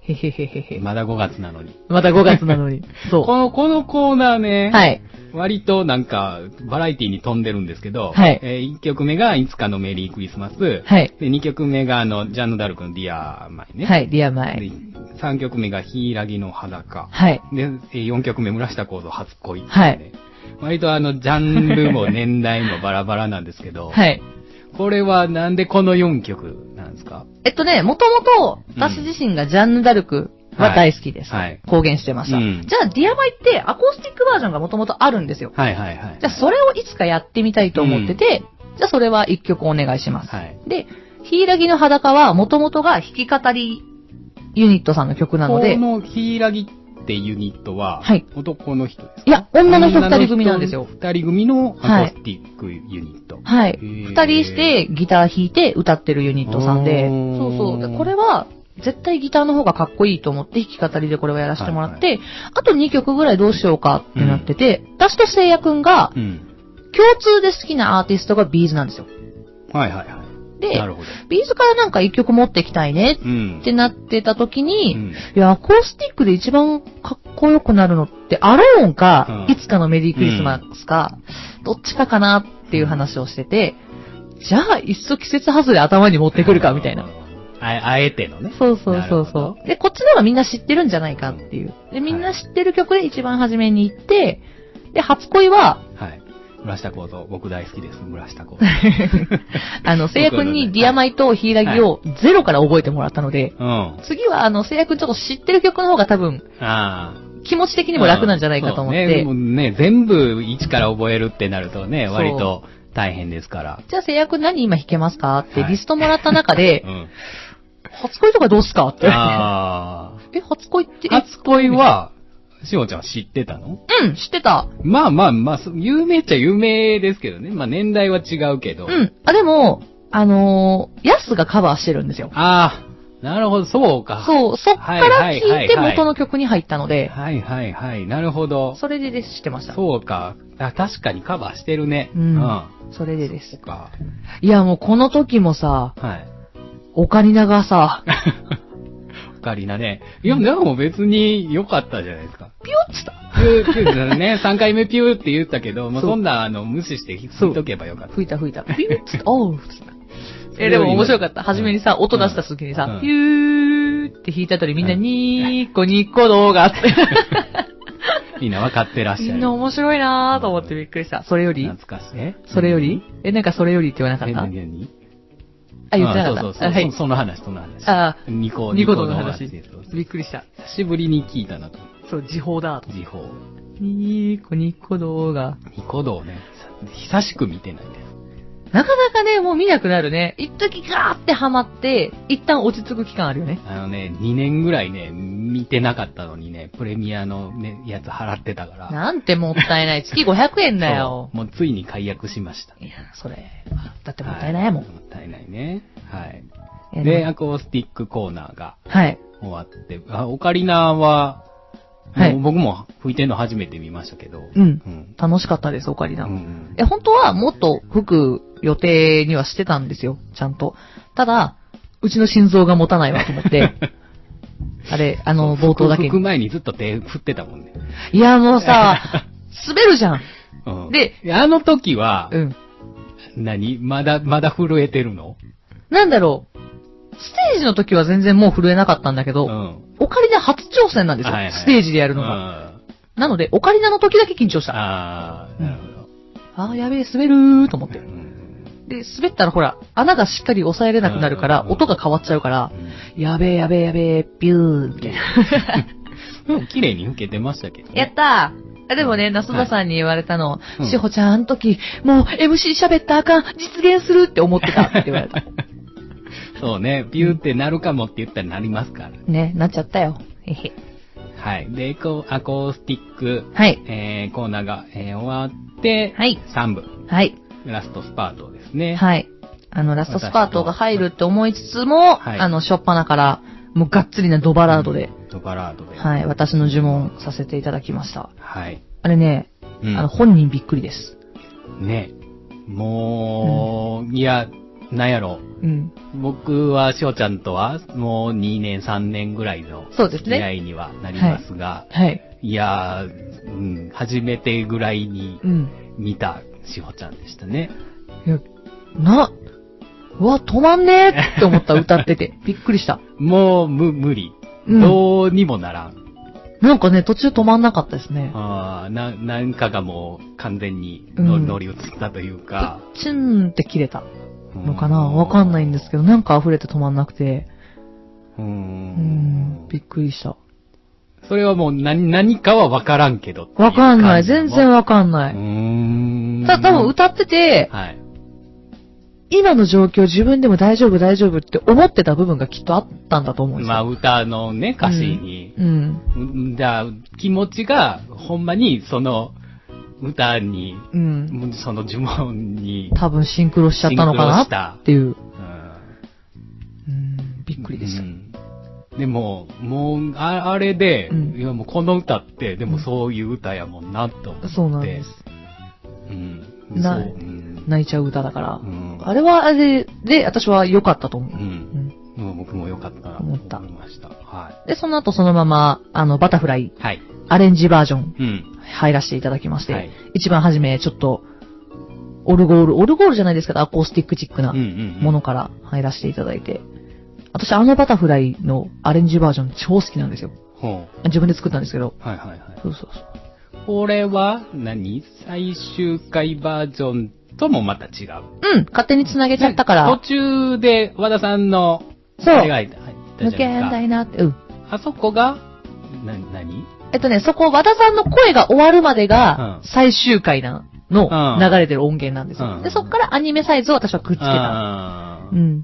Speaker 2: へへへへへ。
Speaker 1: まだ5月なのに。
Speaker 2: また5月な のに。
Speaker 1: こ
Speaker 2: そ
Speaker 1: の、このコーナーね、
Speaker 2: う。はい。
Speaker 1: 割となんか、バラエティに飛んでるんですけど、
Speaker 2: はい
Speaker 1: え1曲目がいつかのメリークリスマス、
Speaker 2: はい。
Speaker 1: で、2曲目があの、ジャンヌ・ダルクのディアーマイね、
Speaker 2: はい、リアマイ。
Speaker 1: で3曲目がヒイラギの裸、
Speaker 2: はい。
Speaker 1: で、えー4曲目、村下幸三初恋、
Speaker 2: はい。
Speaker 1: 割とあの、ジャンルも年代もバラバラなんですけど、
Speaker 2: はい。
Speaker 1: これはなんでこの4曲なんですか
Speaker 2: えっとね、もともと
Speaker 1: うん
Speaker 2: 私自身がジャンヌ・ダルクは大好きです。
Speaker 1: はい
Speaker 2: 公言してました。
Speaker 1: うん
Speaker 2: じゃあ、ディアマイってアコースティックバージョンがもともとあるんですよ。
Speaker 1: はいはいはい。
Speaker 2: じゃあ、それをいつかやってみたいと思ってて、じゃあ、それは1曲お願いします。
Speaker 1: はい。
Speaker 2: で、ヒイラギの裸はもともとが弾き語りユニットさんの曲なので
Speaker 1: こ、のヒイラギってユニットは、
Speaker 2: はい
Speaker 1: 男の人ですか
Speaker 2: いや、女の人二人組なんですよ。
Speaker 1: 二人組
Speaker 2: は
Speaker 1: のア
Speaker 2: い
Speaker 1: コースティックユニット。
Speaker 2: はい。
Speaker 1: へー
Speaker 2: 二人してギター弾いて歌ってるユニットさんで、
Speaker 1: おー
Speaker 2: そうそう。でこれは、絶対ギターの方がかっこいいと思って弾き語りでこれはやらせてもらって、あと2曲ぐらいどうしようかってなってて、私と聖夜くんが
Speaker 1: うん。
Speaker 2: 共通で好きなアーティストがビーズなんですよ。
Speaker 1: はいはいはい。
Speaker 2: で
Speaker 1: な、るほど。
Speaker 2: ビーズからなんか1曲持ってきたいね
Speaker 1: うん。
Speaker 2: ってなってた時
Speaker 1: う
Speaker 2: に、
Speaker 1: ん
Speaker 2: いや、アコースティックで一番かっこよくなるのって、アローンか、
Speaker 1: うん
Speaker 2: いつかのメリークリスマスか、どっちかかなっていう話をしてて、じゃあ、いっそ季節外れ頭に持ってくるか、みたいな。。
Speaker 1: ああえてのね。
Speaker 2: そうそうそう
Speaker 1: なるほ
Speaker 2: そう。で、こっちの方がみんな知ってるんじゃないかっていう。で、みんな知ってる曲で一番初めに行って、で、初恋は、
Speaker 1: はい。村下幸三、僕大好きです、村下幸三。
Speaker 2: あの、聖夜くんにディアマイとヒイラギをゼロから覚えてもらったので、
Speaker 1: うん。あ
Speaker 2: 次はあの、聖夜くんちょっと知ってる曲の方が多分、
Speaker 1: あー。
Speaker 2: 気持ち的にも楽なんじゃないかと思っ
Speaker 1: そうねで
Speaker 2: て
Speaker 1: も、ね、全部一から覚えるってなるとね、
Speaker 2: そう
Speaker 1: 割と大変ですから。
Speaker 2: じゃあ、制約何今弾けますかって
Speaker 1: はい
Speaker 2: リストもらった中で
Speaker 1: う、ん。
Speaker 2: 初恋とかどうすかって。
Speaker 1: あ
Speaker 2: え、初恋って、
Speaker 1: ー。初恋は、しおちゃんは知ってたの
Speaker 2: うん、知ってた。
Speaker 1: まあまあまあ、そ有名っちゃ有名ですけどね。まあ年代は違うけど。
Speaker 2: うん。あ、でも、あのー、ヤスがカバーしてるんですよ。
Speaker 1: ああ、なるほど、そうか。
Speaker 2: そう、そっから聞いて元の曲に入ったので、
Speaker 1: はいはいはい、なるほど。
Speaker 2: それでです、知ってました。
Speaker 1: そうか。あ確かにカバーしてるね。
Speaker 2: うん
Speaker 1: う
Speaker 2: それでで
Speaker 1: そ
Speaker 2: す
Speaker 1: う。か。
Speaker 2: いや、もうこの時もさ、
Speaker 1: はい。
Speaker 2: オカリナが さ、
Speaker 1: オカリナね。いや、でも別に良かったじゃないですか。
Speaker 2: ピヨッつった。
Speaker 1: ピュー、ピューだ ね。3回目ピューって言ったけど、もう
Speaker 2: そう
Speaker 1: そんな、あの、無視して吹いとけばよかった。
Speaker 2: 吹いた吹いた。ピヨッつった。おうっつった。え、でも面白かった。初めにさ、音出した時に
Speaker 1: う
Speaker 2: さ
Speaker 1: ん、
Speaker 2: ピューって弾いた後にみんなニーコニコ動画って。
Speaker 1: みんな分かってらっし
Speaker 2: み
Speaker 1: ゃ
Speaker 2: ん
Speaker 1: る。
Speaker 2: な面白いなぁと思ってびっくりした。それより
Speaker 1: 懐かしい。え
Speaker 2: それよりえ、なんかそれよりって言わなか
Speaker 1: え
Speaker 2: った
Speaker 1: 何何
Speaker 2: あ、言ってなか
Speaker 1: あそう
Speaker 2: っ
Speaker 1: そ
Speaker 2: た。
Speaker 1: うそ
Speaker 2: あ
Speaker 1: う。
Speaker 2: は
Speaker 1: はいい、。その話、その話。
Speaker 2: あ
Speaker 1: ニコ、
Speaker 2: ニコ動
Speaker 1: の
Speaker 2: の話
Speaker 1: 話です。
Speaker 2: びっくりした。
Speaker 1: 久しぶりに聞いたなと。
Speaker 2: そう、時報だと。
Speaker 1: 時報。
Speaker 2: ニーコニコ動画。
Speaker 1: ニコ動ね。久しく見てないです。
Speaker 2: なかなかね、もう見なくなるね。一時ガーってハマって、一旦落ち着く期間あるよね。
Speaker 1: あのね、2年ぐらいね、見てなかったのにね、プレミアのね、やつ払ってたから。
Speaker 2: なんてもったいない。月500円だよ
Speaker 1: そう。もうついに解約しました。
Speaker 2: いや、それ、だってもったいないもん
Speaker 1: は。もったいないね。はい。
Speaker 2: えー
Speaker 1: で、アコースティックコーナーが
Speaker 2: はい。
Speaker 1: 終わって、あオカリナは、
Speaker 2: はい
Speaker 1: もう僕も吹いてんの初めて見ましたけど。
Speaker 2: うん
Speaker 1: うん。
Speaker 2: 楽しかったです、オカリナ。
Speaker 1: うん
Speaker 2: え、本当はもっと吹く予定にはしてたんですよ、ちゃんと。ただ、うちの心臓が持たないわと思 って。あれ、あの、
Speaker 1: そう
Speaker 2: 冒頭だけ
Speaker 1: 吹く
Speaker 2: に。
Speaker 1: 前にずっと手振ってたもんね。
Speaker 2: いや、もうさ、滑るじゃん。
Speaker 1: うん
Speaker 2: で、
Speaker 1: あの時は、
Speaker 2: うん。
Speaker 1: 何まだ、まだ震えてるの
Speaker 2: なんだろう。ステージの時は全然もう震えなかったんだけど、
Speaker 1: ん。
Speaker 2: オカリナ初挑戦なんですよ、
Speaker 1: はいはい
Speaker 2: ステージでや
Speaker 1: や
Speaker 2: るのが。
Speaker 1: あ
Speaker 2: なので、オカリナの時だけ緊張した。あ
Speaker 1: あー、なるほど。
Speaker 2: あー、やべえ、滑るーと思って
Speaker 1: う。ん
Speaker 2: で、滑ったらほら、穴がしっかり押さえれなくなるから、
Speaker 1: うん
Speaker 2: 音が変わっちゃうから、やべえやべえやべえ、ビューみたいな。
Speaker 1: でも綺麗に受けてましたけど、
Speaker 2: や
Speaker 1: ね。
Speaker 2: ったーあでもね、那須田さんに言われたの、
Speaker 1: うん
Speaker 2: しほちゃん、あの時、もう MC 喋ったらあかん、実現するって思 ってたって言われた。
Speaker 1: そうね、ビューってなるかもって言ったらなりますから。
Speaker 2: ね、なっちゃったよ。えへ。
Speaker 1: はい。で、こうアコースティック、
Speaker 2: はい。
Speaker 1: えー、コーナーが、えー、終わって、
Speaker 2: はい
Speaker 1: 3部、
Speaker 2: はい。
Speaker 1: ラストスパートですね。
Speaker 2: はい。あの、ラストスパートが入るって思いつつも、
Speaker 1: はい
Speaker 2: あの、しょっぱなから、もうがっつりなドバラードで、
Speaker 1: ドバラードで。
Speaker 2: はい、私の呪文させていただきました。
Speaker 1: はい。
Speaker 2: あれね、
Speaker 1: うん
Speaker 2: あの、本人びっくりです。
Speaker 1: ね。もう、いや、なんやろ。
Speaker 2: うん。
Speaker 1: 僕は、しおちゃんとは、もう2年、3年ぐらいの、
Speaker 2: そうですね
Speaker 1: 付き合いにはなりますが、
Speaker 2: はい。
Speaker 1: い、やー、うん、初めてぐらいに
Speaker 2: うん。
Speaker 1: 見たしほちゃんでしたね。
Speaker 2: いや、な、うわ、止まんねえって思 った、歌ってて。びっくりした。
Speaker 1: もう、む、無理。
Speaker 2: うん
Speaker 1: どうにもならん。
Speaker 2: なんかね、途中止まんなかったですね。
Speaker 1: あーな、なんかがもう、完全にの
Speaker 2: うん
Speaker 1: 乗り移ったというか。
Speaker 2: チュンって切れたのかな
Speaker 1: うん
Speaker 2: わかんないんですけど、なんか溢れて止まんなくて。
Speaker 1: う
Speaker 2: うんん、。びっくりした。
Speaker 1: それはもう何、何かはわからんけどっていう
Speaker 2: わかんない。
Speaker 1: 感じの
Speaker 2: 全然わかんな
Speaker 1: う
Speaker 2: い。
Speaker 1: ーん。
Speaker 2: ただ多分歌ってて、
Speaker 1: はい。
Speaker 2: 今の状況自分でも大丈夫大丈夫って思ってた部分がきっとあったんだと思うんです
Speaker 1: まあ
Speaker 2: よ。
Speaker 1: 歌のね、歌詞に。
Speaker 2: うん。
Speaker 1: うんじゃあ、気持ちが、ほんまに、その、歌に、
Speaker 2: うん。
Speaker 1: その呪文に、
Speaker 2: 多分シンクロしちゃったのか
Speaker 1: シンクロした
Speaker 2: なっていう。
Speaker 1: う
Speaker 2: う
Speaker 1: ん
Speaker 2: ん、びっくりでし
Speaker 1: う
Speaker 2: た。
Speaker 1: んでも、もう、ああれで、
Speaker 2: うん
Speaker 1: いやもうこの歌って、でもそういう歌やもんな、と思って。
Speaker 2: そうなんです。。
Speaker 1: うん。
Speaker 2: な
Speaker 1: そううん
Speaker 2: 泣いちゃう歌だから
Speaker 1: う。ん
Speaker 2: あれはあれで、で、私は良かったと思
Speaker 1: う
Speaker 2: う。
Speaker 1: ん。
Speaker 2: うん
Speaker 1: もう僕も良かったなと
Speaker 2: 思った
Speaker 1: 思いました。は
Speaker 2: で、その後そのまま、あの、バタフライ、
Speaker 1: い。はい。
Speaker 2: アレンジバージョン、
Speaker 1: うん。
Speaker 2: 入らせていただきまして、
Speaker 1: はい
Speaker 2: 一番初め、ちょっと、オルゴール、オルゴールじゃないですけど、アコースティックチックな
Speaker 1: うんうんうん
Speaker 2: ものから入らせていただいて、私、あのバタフライのアレンジバージョン超好きなんですよ。
Speaker 1: ほ
Speaker 2: 自分で作ったんですけど。
Speaker 1: う。はいはいはい。
Speaker 2: そうそうそう。
Speaker 1: これは何、最終回バージョンともまた違う。
Speaker 2: うん、勝手に繋げちゃったから、
Speaker 1: 途中で和田さんの、
Speaker 2: そう
Speaker 1: あれが入った
Speaker 2: 抜
Speaker 1: じ
Speaker 2: け
Speaker 1: ゃ
Speaker 2: ん
Speaker 1: な
Speaker 2: だ
Speaker 1: い
Speaker 2: いなって、うん。
Speaker 1: か。あそこが、な、何
Speaker 2: えっとね、そこ、和田さんの声が終わるまでが
Speaker 1: うん、
Speaker 2: 最終回な、
Speaker 1: う
Speaker 2: の
Speaker 1: ん
Speaker 2: 流れてる音源なんですよ。
Speaker 1: うん
Speaker 2: で、そこからアニメサイズを私はくっつけた。
Speaker 1: あ
Speaker 2: う
Speaker 1: ー
Speaker 2: ん。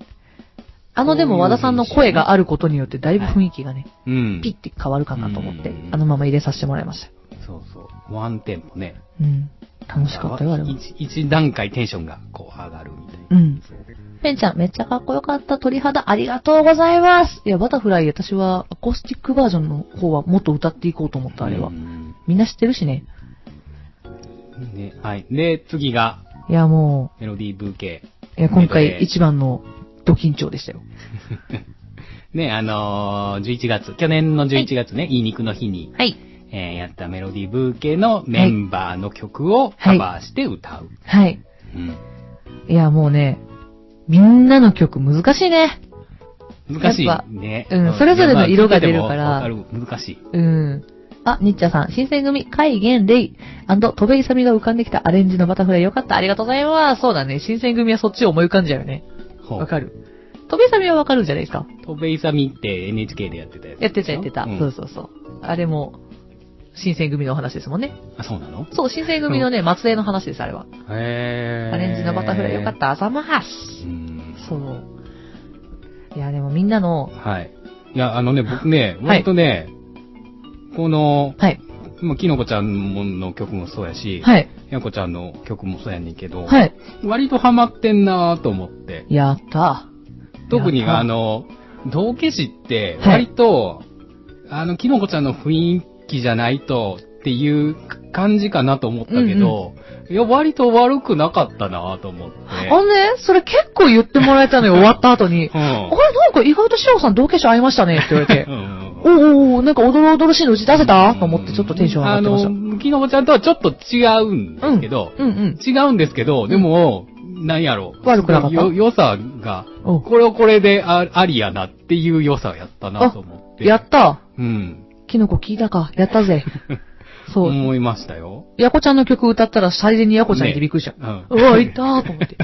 Speaker 2: あの、でも和田さんの声があることによって、だいぶ雰囲気がね、
Speaker 1: うん。
Speaker 2: ピッて変わるかなと思って
Speaker 1: うん、
Speaker 2: あのまま入れさせてもらいました。
Speaker 1: そうそう。ワンテンポね。
Speaker 2: うん。楽しかったよ、あれは。
Speaker 1: 一一段階テンションがこう上がるみたいな。
Speaker 2: うん。
Speaker 1: そう
Speaker 2: ペンちゃん、めっちゃかっこよかった。鳥肌、ありがとうございます。いや、バタフライ、私は、アコースティックバージョンの方は、もっと歌っていこうと思った、あれは
Speaker 1: う。ん
Speaker 2: みんな知ってるしね。
Speaker 1: ね、はい。で、次が、
Speaker 2: いや、もう、
Speaker 1: メロディーブーケ。
Speaker 2: いや、今
Speaker 1: メドレ
Speaker 2: 回
Speaker 1: ー
Speaker 2: 一番のド緊張でしたよ。
Speaker 1: ね、あのー11月、去年の11月ね、い、い肉の日に、
Speaker 2: はい。
Speaker 1: えーやったメロディーブーケのメンバーの曲をカバーして歌う。
Speaker 2: はい。いや、もうね、みんなの曲難しいね。
Speaker 1: うん、難し
Speaker 2: やっ
Speaker 1: いね。
Speaker 2: ぱうんそれぞれの色が出るから
Speaker 1: まあ聞いててもわかる。難しい。
Speaker 2: うん。あ、ニッチャさん、新選組、海玄レイ、戸部勇が浮かんできたアレンジのバタフライよかった。ありがとうございます。そうだね。新選組はそっちを思い浮かんじゃうよね。
Speaker 1: ほう
Speaker 2: わかる。戸部勇はわかるんじゃないですか。
Speaker 1: 戸部勇って NHK でやってたやつ。
Speaker 2: やってたやってた。
Speaker 1: うん
Speaker 2: そうそうそう。あれも、新選組のお話ですもんね。
Speaker 1: あ、そうなの
Speaker 2: そう、新選組のね、末裔の話です、あれは。
Speaker 1: へー
Speaker 2: アレンジのバタフライよかっ。た。朝マハス。
Speaker 1: うん。
Speaker 2: そう。いや、でもみんなの、
Speaker 1: はい。いや、あのね、僕ね、
Speaker 2: はい
Speaker 1: 割とね、この、
Speaker 2: はい。
Speaker 1: まあ、きのこちゃんの曲もそうやし、
Speaker 2: はい。
Speaker 1: やこちゃんの曲もそうやねんけど、
Speaker 2: はい。
Speaker 1: 割とハマってんなぁと思って。
Speaker 2: やった。
Speaker 1: 特に
Speaker 2: やった
Speaker 1: あの、道化師って
Speaker 2: はい
Speaker 1: 割と、あの、きのこちゃんの雰囲気じゃないとっていう感じかなと思ったけど、いや、割と悪くなかったなと思って。
Speaker 2: あのね、それ結構言ってもらえ たのよ、終わった後に。
Speaker 1: う
Speaker 2: あれ、なん
Speaker 1: ん
Speaker 2: か意外とシロさん同化者合いましたねって言われて
Speaker 1: う。ん
Speaker 2: おうおうおう、なんかおどろおどろしいのうち出せたと思ってちょっとテンション上がってました
Speaker 1: あ。の、きのこちゃんとはちょっと違うんですけど、
Speaker 2: うんうん。
Speaker 1: 違うんですけど、でも、なんやろう。
Speaker 2: 悪くなかった
Speaker 1: よ良さが、
Speaker 2: お
Speaker 1: これをこれであありやなっていう良さやったなと思って。
Speaker 2: やった
Speaker 1: うん。
Speaker 2: キノコ聞いたかやった ぜ。そう。
Speaker 1: 思いましたよ。
Speaker 2: ヤコちゃんの曲歌ったら最善にヤコちゃんいてびっくりした。
Speaker 1: うん
Speaker 2: うわ、いったーと思 って。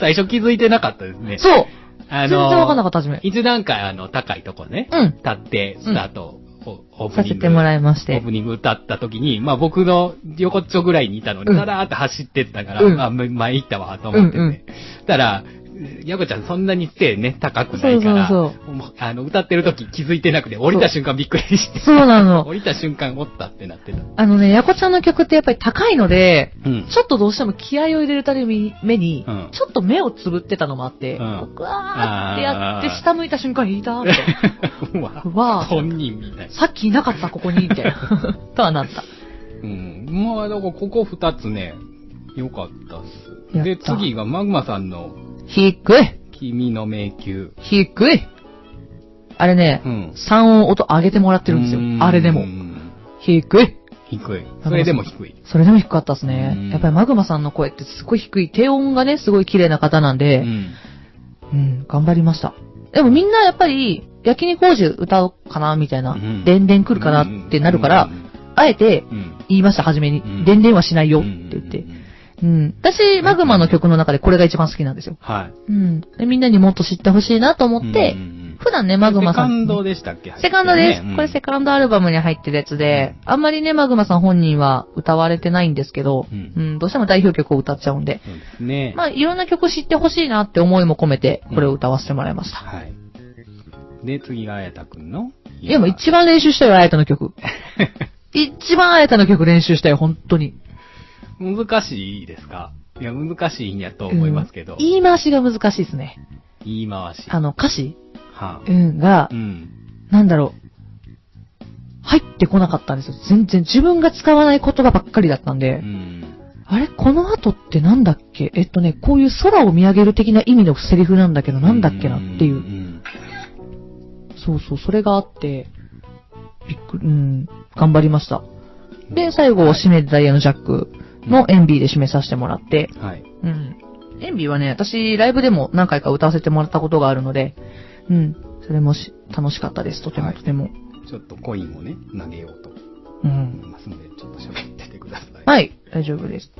Speaker 1: 最初気づいてなかったですね。
Speaker 2: そう
Speaker 1: あ
Speaker 2: 全然
Speaker 1: の、
Speaker 2: わかんなかった、初め。
Speaker 1: 一段階あの、高いとこね、
Speaker 2: うん。
Speaker 1: 立って、スタート、をオープ
Speaker 2: さ
Speaker 1: ニング。
Speaker 2: せてもらいまし
Speaker 1: オ
Speaker 2: て
Speaker 1: ー。プニング歌った時に、まあ僕の横っちょぐらいにいたの
Speaker 2: う
Speaker 1: に、
Speaker 2: ん
Speaker 1: さらーっと走ってったから、
Speaker 2: うん
Speaker 1: あ、前前行ったわ、と思ってて。
Speaker 2: うんうん
Speaker 1: たら、ヤコちゃんそんなに背ね、高くないから、
Speaker 2: そうそう
Speaker 1: もうあの、歌ってる時気づいてなくて、降りた瞬間びっくりして、
Speaker 2: そうなの。
Speaker 1: 降りた瞬間おったってなってた。
Speaker 2: あのね、ヤコちゃんの曲ってやっぱり高いので、
Speaker 1: うん。
Speaker 2: ちょっとどうしても気合を入れるために、目に、
Speaker 1: うん
Speaker 2: ちょっと目をつぶってたのもあって、
Speaker 1: う
Speaker 2: うんわーってやって
Speaker 1: あー
Speaker 2: 下向いた瞬間にいたーって
Speaker 1: うわ、
Speaker 2: うわー
Speaker 1: 本人みたいな。
Speaker 2: さっきいなかった、ここに、みたい な。とはなった。
Speaker 1: うん。もう、だからここ二つね、良かったっす。
Speaker 2: や
Speaker 1: で、
Speaker 2: った
Speaker 1: 次がマグマさんの
Speaker 2: 低い
Speaker 1: 君の迷宮。
Speaker 2: 低いあれね
Speaker 1: う、ん。
Speaker 2: 三音音上げてもらってるんですよ
Speaker 1: う。
Speaker 2: あれで
Speaker 1: う
Speaker 2: も。
Speaker 1: ん
Speaker 2: 低い
Speaker 1: 低い。それでも低い。
Speaker 2: それでも低かったです
Speaker 1: う
Speaker 2: ね
Speaker 1: ん。
Speaker 2: やっぱりマグマさんの声ってすごい低い。低音がね、すごい綺麗な方なん
Speaker 1: う
Speaker 2: で、
Speaker 1: ん。
Speaker 2: うん、頑張りました。でもみんなやっぱり、焼肉王子歌おうかな、みたいな
Speaker 1: う。ん
Speaker 2: でんでん来るかなってなるから、あえて
Speaker 1: うん、
Speaker 2: 言いました、初めに
Speaker 1: うん。
Speaker 2: でんでんはしない
Speaker 1: よ
Speaker 2: よって言って。うん。私、マグマの曲の中でこれが一番好きなんですよ。
Speaker 1: は
Speaker 2: う
Speaker 1: い。
Speaker 2: ん。でみんなにもっと知ってほしいなと思って
Speaker 1: うん、うん
Speaker 2: 普段ね、マグマさん。
Speaker 1: セカンドでしたっけ
Speaker 2: セカンドです。
Speaker 1: ねうん
Speaker 2: これセカンドアルバムに入ってるやつで、あんまりね、マグマさん本人は歌われてないんですけど、
Speaker 1: う
Speaker 2: うんん、どうしても代表曲を歌っちゃうんで。
Speaker 1: そうですね。
Speaker 2: まあ、いろんな曲知ってほしいなって思いも込めて、これを歌わせてもらいました。
Speaker 1: はい。で、次が綾太くんの。
Speaker 2: いや、もう一番練習したよ、あやたの 曲。一番あやたの曲練習したよ、本当に。
Speaker 1: 難しいですかいや、難しいんやと思いますけど。
Speaker 2: 言い回しが難しいですね。
Speaker 1: 言い回し。
Speaker 2: あの、歌詞、
Speaker 1: は
Speaker 2: うん、が
Speaker 1: う、ん。
Speaker 2: なんだろう。入ってこなかったんですよ。全然自分が使わない言葉ばっかりだったんで。
Speaker 1: うん。
Speaker 2: あれこの後ってなんだっけえっとね、こういう空を見上げる的な意味のセリフなんだけど、なんだっけなっていう。
Speaker 1: ん
Speaker 2: そうそう、それがあって、びっくり、うん、頑張りました。で、最後、締めでダイヤのジャックのエンビーで締めさせてもらって、
Speaker 1: うんはい。
Speaker 2: うん。エンビーはね、私、ライブでも何回か歌わせてもらったことがあるので、うん、それもし楽しかったです。とて
Speaker 1: は
Speaker 2: も
Speaker 1: い
Speaker 2: とても。
Speaker 1: ちょっとコインをね、投げようと
Speaker 2: う
Speaker 1: 思
Speaker 2: ん。
Speaker 1: いますので、ちょっと喋っててください。い。
Speaker 2: はい、大丈夫です。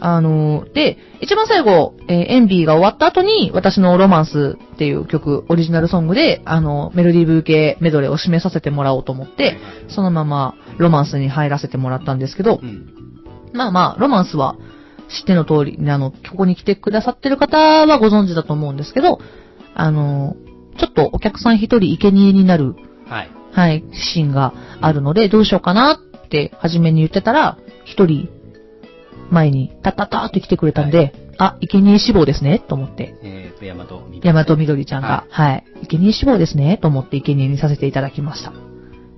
Speaker 2: あのーで、一番最後、えーエンビーが終わった後に、私のロマンスっていう曲、オリジナルソングで、あのーメロディーブー系メドレーを締めさせてもらおうと思って、そのままロマンスに入らせてもらったんですけど
Speaker 1: う、ん。
Speaker 2: まあまあ、ロマンスは知っての通り、あの、ここに来てくださってる方はご存知だと思うんですけど、あのーちょっとお客さん一人生贄になる
Speaker 1: はい。
Speaker 2: はい、シーンがあるので、どうしようかなって、初めに言ってたら、一人、前に、タッタッターって来てくれたんで、あ、生贄志望ですね、と思って。
Speaker 1: えーと、ヤマト。
Speaker 2: 大和みどりちゃんが、はい、生贄志望ですね、と思って生贄にさせていただきました。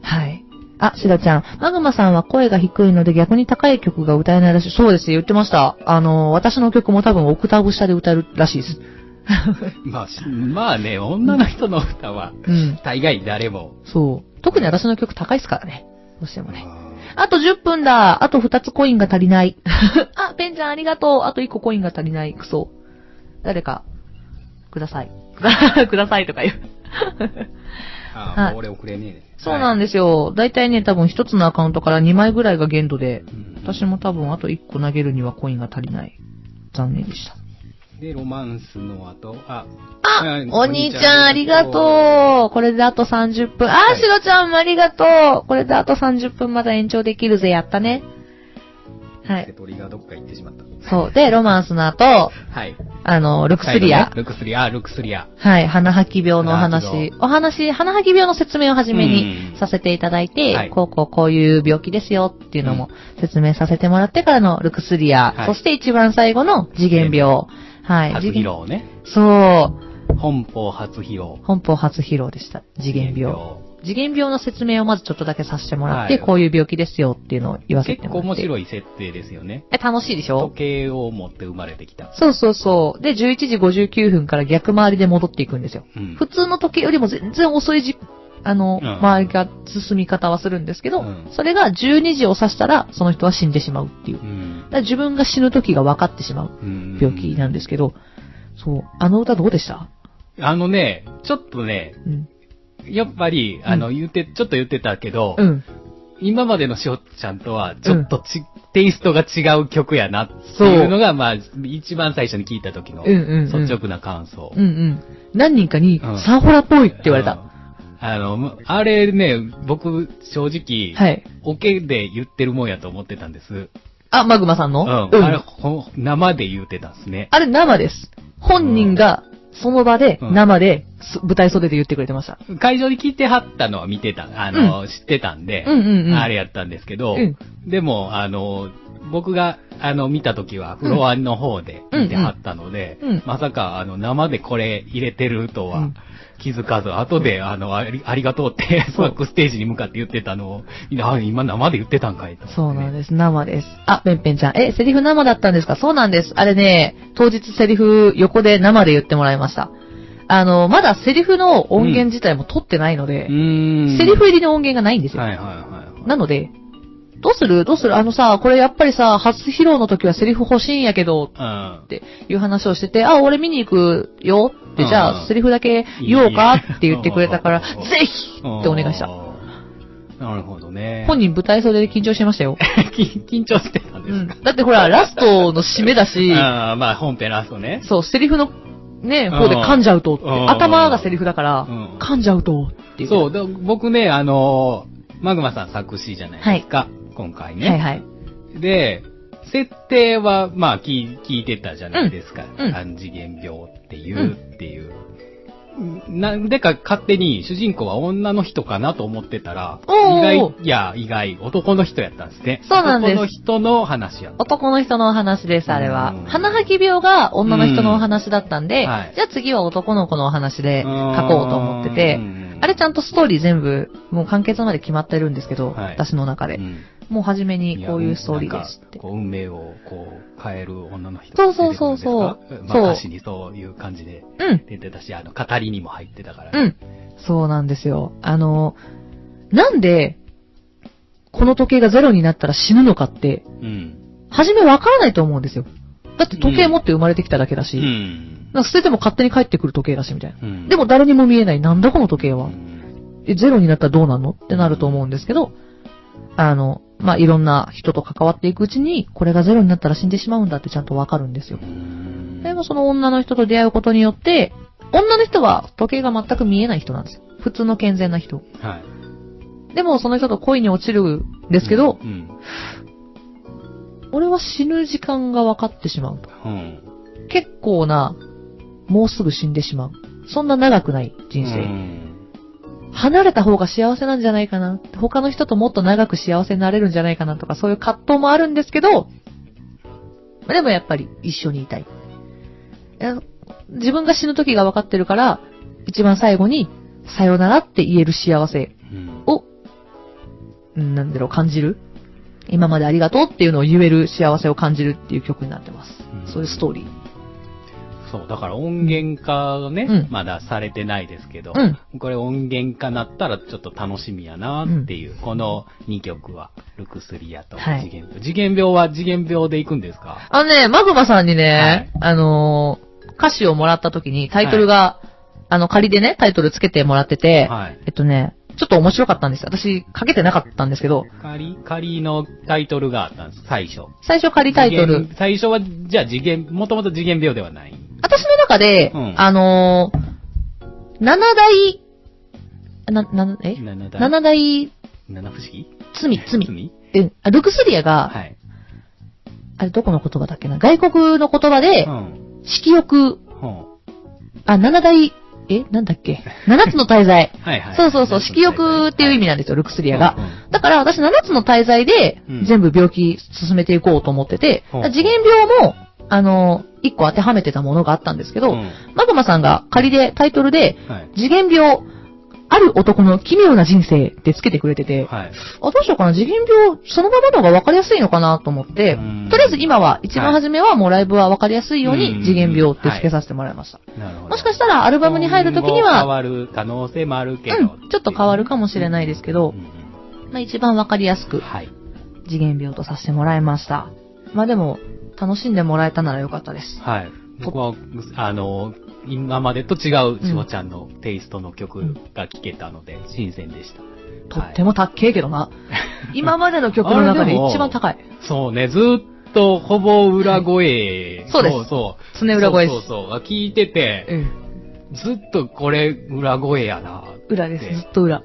Speaker 2: はい。あ、シダちゃん、マグマさんは声が低いので逆に高い曲が歌えないらしい。そうです、言ってました。あの、私の曲も多分オクターブ下で歌えるらしいです。
Speaker 1: まあ、しまあね、女の人の歌は、
Speaker 2: うん、
Speaker 1: 大概誰も。
Speaker 2: そう。特に私の曲高いですからね。どうしてもね。
Speaker 1: あ
Speaker 2: あと10分だ。あと2つコインが足りない。 あ、ペンちゃんありがとう。あと1個コインが足りない。クソ。誰か、ください。 くださいとか言う。
Speaker 1: あ、
Speaker 2: はい
Speaker 1: もう俺遅れねえね。
Speaker 2: そうなん
Speaker 1: で
Speaker 2: ですよ。だいたいね、多分1つのアカウントから2枚ぐらいが限度で、私
Speaker 1: も。
Speaker 2: も多分あと1個投げるにはコインが足りない。残念でした。
Speaker 1: で、ロマンスの後、あ、
Speaker 2: あ
Speaker 1: う、ん
Speaker 2: お兄ちゃんありがとう。これであと30分。あ
Speaker 1: は、い
Speaker 2: しろちゃんもありがとう。これであと30分まだ延長できるぜ。やったね。は
Speaker 1: 瀬
Speaker 2: い。
Speaker 1: 戸利がどっか行ってしまった。
Speaker 2: そう。で、ロマンスの後、
Speaker 1: はい。
Speaker 2: あの、ルクスリ
Speaker 1: 最
Speaker 2: ア
Speaker 1: 後ね。ルクスリア、ルクスリア。
Speaker 2: はい、鼻吐き病のお
Speaker 1: 鼻吐
Speaker 2: 話。お話、鼻吐き病の説明をはじめ
Speaker 1: うん
Speaker 2: にさせていただいて、
Speaker 1: はい
Speaker 2: こうこうこういう病気ですよっていうのも説明させてもらってからのルクスリア、
Speaker 1: はい
Speaker 2: そして一番最後の次元病。はい、
Speaker 1: 初
Speaker 2: 次
Speaker 1: 披
Speaker 2: 元。
Speaker 1: 露ね。
Speaker 2: そう、
Speaker 1: 本邦初披露。
Speaker 2: 本邦初披露でした。次元病。次元病の説明をまずちょっとだけさせてもらって、
Speaker 1: はい
Speaker 2: こういう病気ですよっていうのを言わせてもらって。
Speaker 1: 結構面
Speaker 2: い。
Speaker 1: 白い設定ですよね。
Speaker 2: え、楽しいでしょ
Speaker 1: 時計を持って生まれてきた。
Speaker 2: そうそうそう。で、11時59分から逆回りで戻っていくんですよ。
Speaker 1: うん。
Speaker 2: 普通の時計よりも全然遅いじ、あの、
Speaker 1: うん
Speaker 2: 回りが進み方はするんですけど、
Speaker 1: うん
Speaker 2: それが12時を指したら、その人は死んでしまうっていう。だ
Speaker 1: うん
Speaker 2: から自分が死ぬ時が分かってしまう
Speaker 1: うん
Speaker 2: 病気なんですけど、そう、あの歌どうでした
Speaker 1: あのね、ちょっとね、
Speaker 2: うん。
Speaker 1: やっぱり、あの、言って、ちょっと言ってたけど、
Speaker 2: うん。
Speaker 1: 今までのしおちゃんとは、ちょっとち、テイストが違う曲やなっていうのが、まあ、一番最初に聞いた時の
Speaker 2: うんうんうん
Speaker 1: 率直な感想。
Speaker 2: うんうん。何人かに
Speaker 1: うん、
Speaker 2: サーホラっぽいって言われた。
Speaker 1: あの。あの、あれね、僕、正直、
Speaker 2: はい。
Speaker 1: オケで言ってるもんやと思ってたんです。
Speaker 2: あ、マグマさん
Speaker 1: う
Speaker 2: の
Speaker 1: ん。あれ、ほん生で言うてたんですね。
Speaker 2: あれ生です。本人が、その場で、
Speaker 1: うん
Speaker 2: 生で、す舞台袖で言ってくれてました。
Speaker 1: 会場に聞いてはったのは見てた、あの、知ってたんで、
Speaker 2: うんうんうん
Speaker 1: あれやったんですけど、
Speaker 2: うん
Speaker 1: でも、あの、僕が、あの、見た時は、フロアの方で見てはったので、
Speaker 2: うんうんうん
Speaker 1: まさか、あの、生でこれ入れてると
Speaker 2: う
Speaker 1: は
Speaker 2: ん
Speaker 1: 気づかず、後で、あの、ありありがとうって、
Speaker 2: そう
Speaker 1: バックステージに向かって言ってたのを、あ今生で言ってたんかいと、
Speaker 2: そうなん
Speaker 1: す。
Speaker 2: です。生です。あ、ペンペンちゃん。え、セリフ生だったんですかそうなんです。あれね、当日セリフ横で生で言ってもらいました。あの、まだセリフの音源自体も取ってないので
Speaker 1: う、ーん。
Speaker 2: セリフ入りの音源がないんですよ。
Speaker 1: はいはいはいはい。
Speaker 2: なので、どうするどうするあのさ、これやっぱりさ、初披露の時はセリフ欲しいんやけど、
Speaker 1: うん
Speaker 2: っ。ていう話をしてて、あ、俺見に行くよって、
Speaker 1: うん
Speaker 2: じゃあセリフだけ言おうかって言ってくれたから、
Speaker 1: いいね
Speaker 2: ぜひってお願いした。
Speaker 1: あー。なるほどね。
Speaker 2: 本人舞台袖で緊張してましたよ。
Speaker 1: 緊 緊張してたんで
Speaker 2: う
Speaker 1: す
Speaker 2: ん
Speaker 1: か、。
Speaker 2: だってほら、ラストの締めだし、
Speaker 1: ああ、まあ本編ラストね。
Speaker 2: そう、セリフのね、方で噛んじゃうとって、
Speaker 1: うん
Speaker 2: 頭がセリフだから
Speaker 1: うん、
Speaker 2: 噛んじゃうとっていう。
Speaker 1: そう、で僕ね、あのーマグマさん作詞じゃないですか、今回ね、
Speaker 2: はいはい。
Speaker 1: で、設定は、まあ聞い、聞いてたじゃないですか。
Speaker 2: うん
Speaker 1: 三次元病っていう、っていう。なんでか勝手に主人公は女の人かなと思ってたら、
Speaker 2: おー
Speaker 1: 意外、いや、意外、男の人やったんですね。
Speaker 2: そうなんです
Speaker 1: 男の人の話やった。
Speaker 2: 男の人のお話です、あれは
Speaker 1: うん。
Speaker 2: 花はぎ病が女の人のお話だったんで、
Speaker 1: うんはい
Speaker 2: じゃあ次は男の子のお話で書こうと思ってて、あれち
Speaker 1: ゃ
Speaker 2: ゃんとストーリー全部、もう完結まで決まってるんですけど、
Speaker 1: はい
Speaker 2: 私の中
Speaker 1: う
Speaker 2: で。
Speaker 1: ん
Speaker 2: もう初めに
Speaker 1: や
Speaker 2: こういうストーリーです
Speaker 1: な
Speaker 2: っ
Speaker 1: ん
Speaker 2: て
Speaker 1: か。こう運命をこう変える女の人
Speaker 2: そうそうそうそう
Speaker 1: 出てくるんです
Speaker 2: そ
Speaker 1: かま
Speaker 2: う
Speaker 1: あ、歌詞にそういう感じで
Speaker 2: うん、
Speaker 1: 出てたし、あの、語りにも入ってたから、
Speaker 2: う
Speaker 1: ね
Speaker 2: ん。そうなんですよ。あの、なんで、この時計がゼロになったら死ぬのかって、
Speaker 1: うん。
Speaker 2: 初めわからないと思うんですよ。だって時計持って生まれてきただけだし、
Speaker 1: うん。
Speaker 2: なんか捨てても勝手に帰ってくる時計だし、みたいな。
Speaker 1: うん
Speaker 2: でも、誰にも見えない、なんだこの時計
Speaker 1: う
Speaker 2: は。
Speaker 1: ん
Speaker 2: え、ゼロになったらどうなんのってなると思うんですけど、あの、まあ、いろんな人と関わっていくうちに、これがゼロになったら死んでしまうんだってちゃんとわかるんですよ。でもその女の人と出会うことによって、女の人は時計が全く見えない人なんですよ。普通の健全な人。
Speaker 1: はい。
Speaker 2: でもその人と恋に落ちるんですけど、
Speaker 1: うん。
Speaker 2: 俺は死ぬ時間が分かってしまうと。
Speaker 1: うん。
Speaker 2: 結構な、もうすぐ死んでしまう。そんな長くない人生。
Speaker 1: うん
Speaker 2: 離れた方が幸せなんじゃないかな。他の人ともっと長く幸せになれるんじゃないかなとか、そういう葛藤もあるんですけど、でもやっぱり一緒にいたい。え自分が死ぬ時が分かってるから、一番最後に、さよならって言える幸せ
Speaker 1: うん。
Speaker 2: を、うんなんだろう、感じる。今までありがとうっていうのを言える幸せを感じるっていう曲になってます。
Speaker 1: うん
Speaker 2: そういうストーリー。
Speaker 1: そう、だから音源化がね、
Speaker 2: うん
Speaker 1: まだされてないですけど、
Speaker 2: うん
Speaker 1: これ音源化なったらちょっと楽しみやなっていう、この2曲は、ルクスリアと
Speaker 2: はい
Speaker 1: 次元病。次元病は次元病で行くんですか
Speaker 2: あのね、マグマさんにね、あのー歌詞をもらった時にタイトルが、あの、仮でね、タイトルつけてもらってて、
Speaker 1: はい。
Speaker 2: えっとね、ちょっと面白かったんです。私、かけてなかったんですけど、
Speaker 1: 仮、仮のタイトルがあったんです、最初。
Speaker 2: 最初仮タイト
Speaker 1: 次
Speaker 2: ル。
Speaker 1: 元最初は、じゃあ次元、もともと次元病ではない。
Speaker 2: 私の中で、
Speaker 1: うん
Speaker 2: あのー、七大、な、な、え
Speaker 1: 七大
Speaker 2: 七大
Speaker 1: 七不思議
Speaker 2: 罪、罪。
Speaker 1: 罪
Speaker 2: うん。あルクスリアが、
Speaker 1: はい。
Speaker 2: あれどこの言葉だっけな外国の言葉で
Speaker 1: う、ん。
Speaker 2: 色欲、
Speaker 1: ほ
Speaker 2: あ、七大、えなんだっ け七つの滞在。
Speaker 1: うはいはい。
Speaker 2: そうそうそう、色欲っていう意味なんですよ、ルクスリアが
Speaker 1: うんう。
Speaker 2: だから私7つの滞在で
Speaker 1: うん
Speaker 2: 全部病気進めていこうと思ってて、
Speaker 1: うん
Speaker 2: 次元病も、あの、1個当てはめてたものがあったんですけど、
Speaker 1: うん
Speaker 2: マグマさんが仮で、タイトルで、
Speaker 1: はい。
Speaker 2: 次元病、ある男の奇妙な人生ってつけてくれてて、
Speaker 1: はい。
Speaker 2: あ、どうしようかな、次元病、そのままの方が分かりやすいのかなと思って
Speaker 1: うん、
Speaker 2: とりあえず今は、一番初めはもうライブは分かりやすいよう
Speaker 1: うん
Speaker 2: に、次元病ってつけさせてもらいました。
Speaker 1: なるほど。
Speaker 2: もしかしたらアルバムに入るときに
Speaker 1: 変
Speaker 2: は、
Speaker 1: わる可能性もあるけど。
Speaker 2: うん、ちょっと変わるかもしれないですけど
Speaker 1: う、ん
Speaker 2: まあ一番分かりやす
Speaker 1: うん
Speaker 2: く、
Speaker 1: はい。
Speaker 2: 次元病とさせてもらいました。まあでも、楽しんでもらえたならよかったです。
Speaker 1: はい。僕は、あの、今までと違うしおちゃんのテイストの曲が聴けたので、新鮮でした。
Speaker 2: とってもたっけえけどな。今までの曲の中で一番高い。
Speaker 1: そうね、ずっとほぼ裏 声、
Speaker 2: いそうです
Speaker 1: そうそう。
Speaker 2: 常裏声で
Speaker 1: そう
Speaker 2: す。
Speaker 1: そうそう。聞いてて、
Speaker 2: うん。
Speaker 1: ずっとこれ裏声やな。
Speaker 2: 裏です。ずっと裏。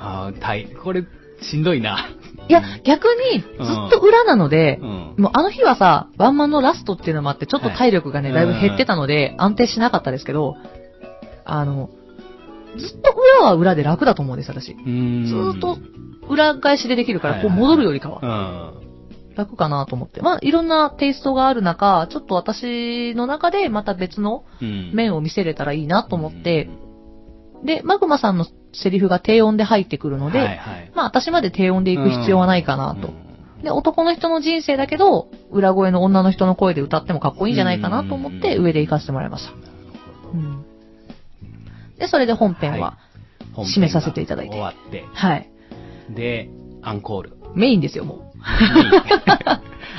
Speaker 1: あーたい、これ、しんどいな。
Speaker 2: いや、逆に、ずっと裏なので、
Speaker 1: うん。
Speaker 2: もうあの日はさ、ワンマンのラストっていうのもあって、ちょっと体力がね、
Speaker 1: はい
Speaker 2: だいぶ減ってたので、安定しなかったですけど、あの、ずっと裏は裏で楽だと思うんです、私。
Speaker 1: うん
Speaker 2: ずーっと裏返しでできるか
Speaker 1: は
Speaker 2: ら、
Speaker 1: い
Speaker 2: こう
Speaker 1: はい
Speaker 2: 戻るよりかは、
Speaker 1: うん。
Speaker 2: 楽かなと思って。まあ、いろんなテイストがある中、ちょっと私の中でまた別の
Speaker 1: うん。
Speaker 2: 面を見せれたらいいなと思って、で、マグマさんのセリフが低音で入ってくる
Speaker 1: うん、
Speaker 2: ので、
Speaker 1: はいはい、
Speaker 2: まあ、私まで低音で行く必要はないかなと。で、男の人の人生だけど、裏声の女の人の声で歌ってもかっこいいんじゃないかなと思って、
Speaker 1: うん
Speaker 2: 上で行かせてもらいました。
Speaker 1: なるほ
Speaker 2: う
Speaker 1: ど
Speaker 2: ん。で、それで本編は、
Speaker 1: 本編
Speaker 2: 締めさせていただいて
Speaker 1: 終わって、
Speaker 2: はい、
Speaker 1: で、アン コール。
Speaker 2: メインですよ、も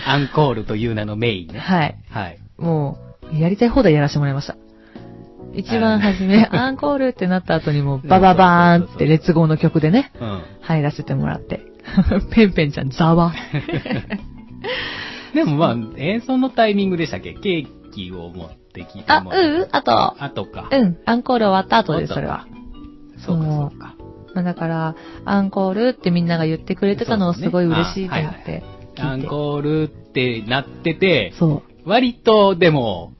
Speaker 1: アンコールという名のメイン
Speaker 2: う。
Speaker 1: ね。
Speaker 2: はい。
Speaker 1: はい。
Speaker 2: もう、やりたい放題やらせてもらいました。一番初め、アンコールってなった後にもう、バババーンって劣合の曲でね、
Speaker 1: うん。
Speaker 2: 入らせてもらって。 ペンペンちゃん、ざわ。
Speaker 1: でもまあ、演奏のタイミングでしたっけケーキを持ってきても
Speaker 2: あ、うん、あと、
Speaker 1: あとか。
Speaker 2: うん、アンコール終わった後です、それは。
Speaker 1: そうか、そうか。
Speaker 2: まあだから、アンコールってみんなが言ってくれてたのをすごい嬉しいと思っ
Speaker 1: そうで
Speaker 2: て。
Speaker 1: アン
Speaker 2: ー
Speaker 1: コールってなってて、
Speaker 2: そう。
Speaker 1: 割とでも、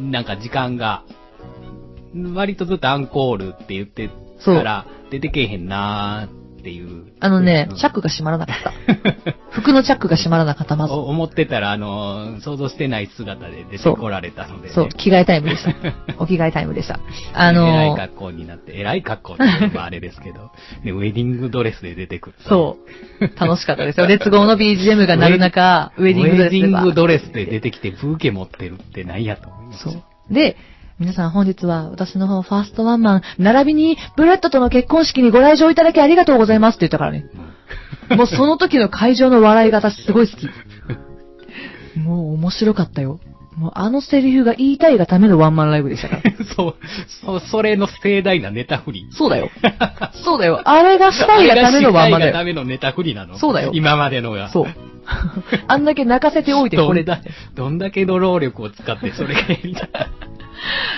Speaker 1: なんか時間が、割とずっとアンコールって言って
Speaker 2: そう
Speaker 1: から出てけえへんなーっていう。
Speaker 2: あのね
Speaker 1: う、ん
Speaker 2: チャックが閉まらなかっ た。服のチャックが閉まらなかった、まず。
Speaker 1: お思ってたら、あのー、想像してない姿で出て
Speaker 2: そう
Speaker 1: こられたので、ね。
Speaker 2: そう、着替えタイム でした。お着替えタイムでした。あ
Speaker 1: 偉い
Speaker 2: のー、
Speaker 1: 格好になって、偉い格好って言えばあれです けど、ね、ウェディングドレスで出てくる。
Speaker 2: そう。楽しかったですよ。レッツゴーの BGM が鳴る 中、ウェディングドレスで
Speaker 1: ウェディングドレ
Speaker 2: バー
Speaker 1: ス
Speaker 2: ッ
Speaker 1: で出てきて、ブーケ持ってるってなんやと思いました
Speaker 2: そう。で、皆さん本日は私のファーストワンマン、並びにブレッドとの結婚式にご来場いただきありがとうございますって言ったから ね。もうその時の会場の笑い方すごい 好き。もう面白かったよ。もうあのセリフが言いたいがためのワンマンライブでしたから。
Speaker 1: そう。そう、それの盛大なネタ振り。
Speaker 2: そうだ よ。そうだよ。あれがしたいがためのワンマン
Speaker 1: あ
Speaker 2: だ
Speaker 1: れがしたいがた
Speaker 2: よ。
Speaker 1: めのネタ振りなの。
Speaker 2: そうだよ
Speaker 1: 今までのが。
Speaker 2: そう。 あんだけ泣かせておいてこ
Speaker 1: ど
Speaker 2: れ
Speaker 1: ん
Speaker 2: だ
Speaker 1: だ。、どんだけの労力を使って、それがやりたい。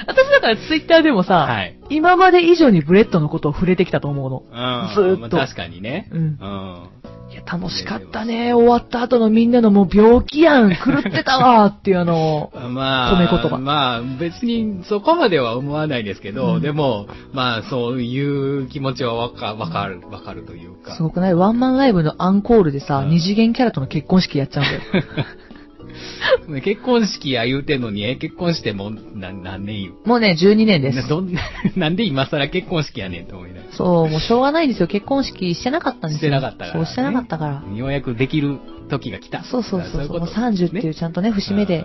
Speaker 2: 私だからツイッターでもさ、
Speaker 1: はい
Speaker 2: 今まで以上にブレッドのことを触れてきたと思うの。
Speaker 1: うん。
Speaker 2: ずーっと
Speaker 1: まあ確かにね。
Speaker 2: うん
Speaker 1: うん。
Speaker 2: いや、楽しかったね。終わった後のみんなのもう病気やん。狂ってたわっていうあの、
Speaker 1: まあ、
Speaker 2: 褒め言葉
Speaker 1: まあ、別にそこまでは思わないですけど、
Speaker 2: うん
Speaker 1: でも、まあ、そういう気持ちはわか、わかる、わかるというか。
Speaker 2: すごくないワンマンライブのアンコールでさ、
Speaker 1: うん
Speaker 2: 二次元キャラとの結婚式やっちゃうんだよ。
Speaker 1: 結婚式や言うてんのに、え結婚してもうな何年言う
Speaker 2: もうね、12年です
Speaker 1: な。 どんなんで今更結婚式やねんと思いなが
Speaker 2: そう、もうしょうがないんですよ。結婚式してなかったん
Speaker 1: ら。
Speaker 2: ですよ。
Speaker 1: してなかったから、
Speaker 2: そう、してなかったから。
Speaker 1: ねようやくできる時が来た。
Speaker 2: そうそうそう。
Speaker 1: い
Speaker 2: そ
Speaker 1: こ
Speaker 2: うもう
Speaker 1: と
Speaker 2: 30っていう
Speaker 1: ね
Speaker 2: ちゃんとね、節目で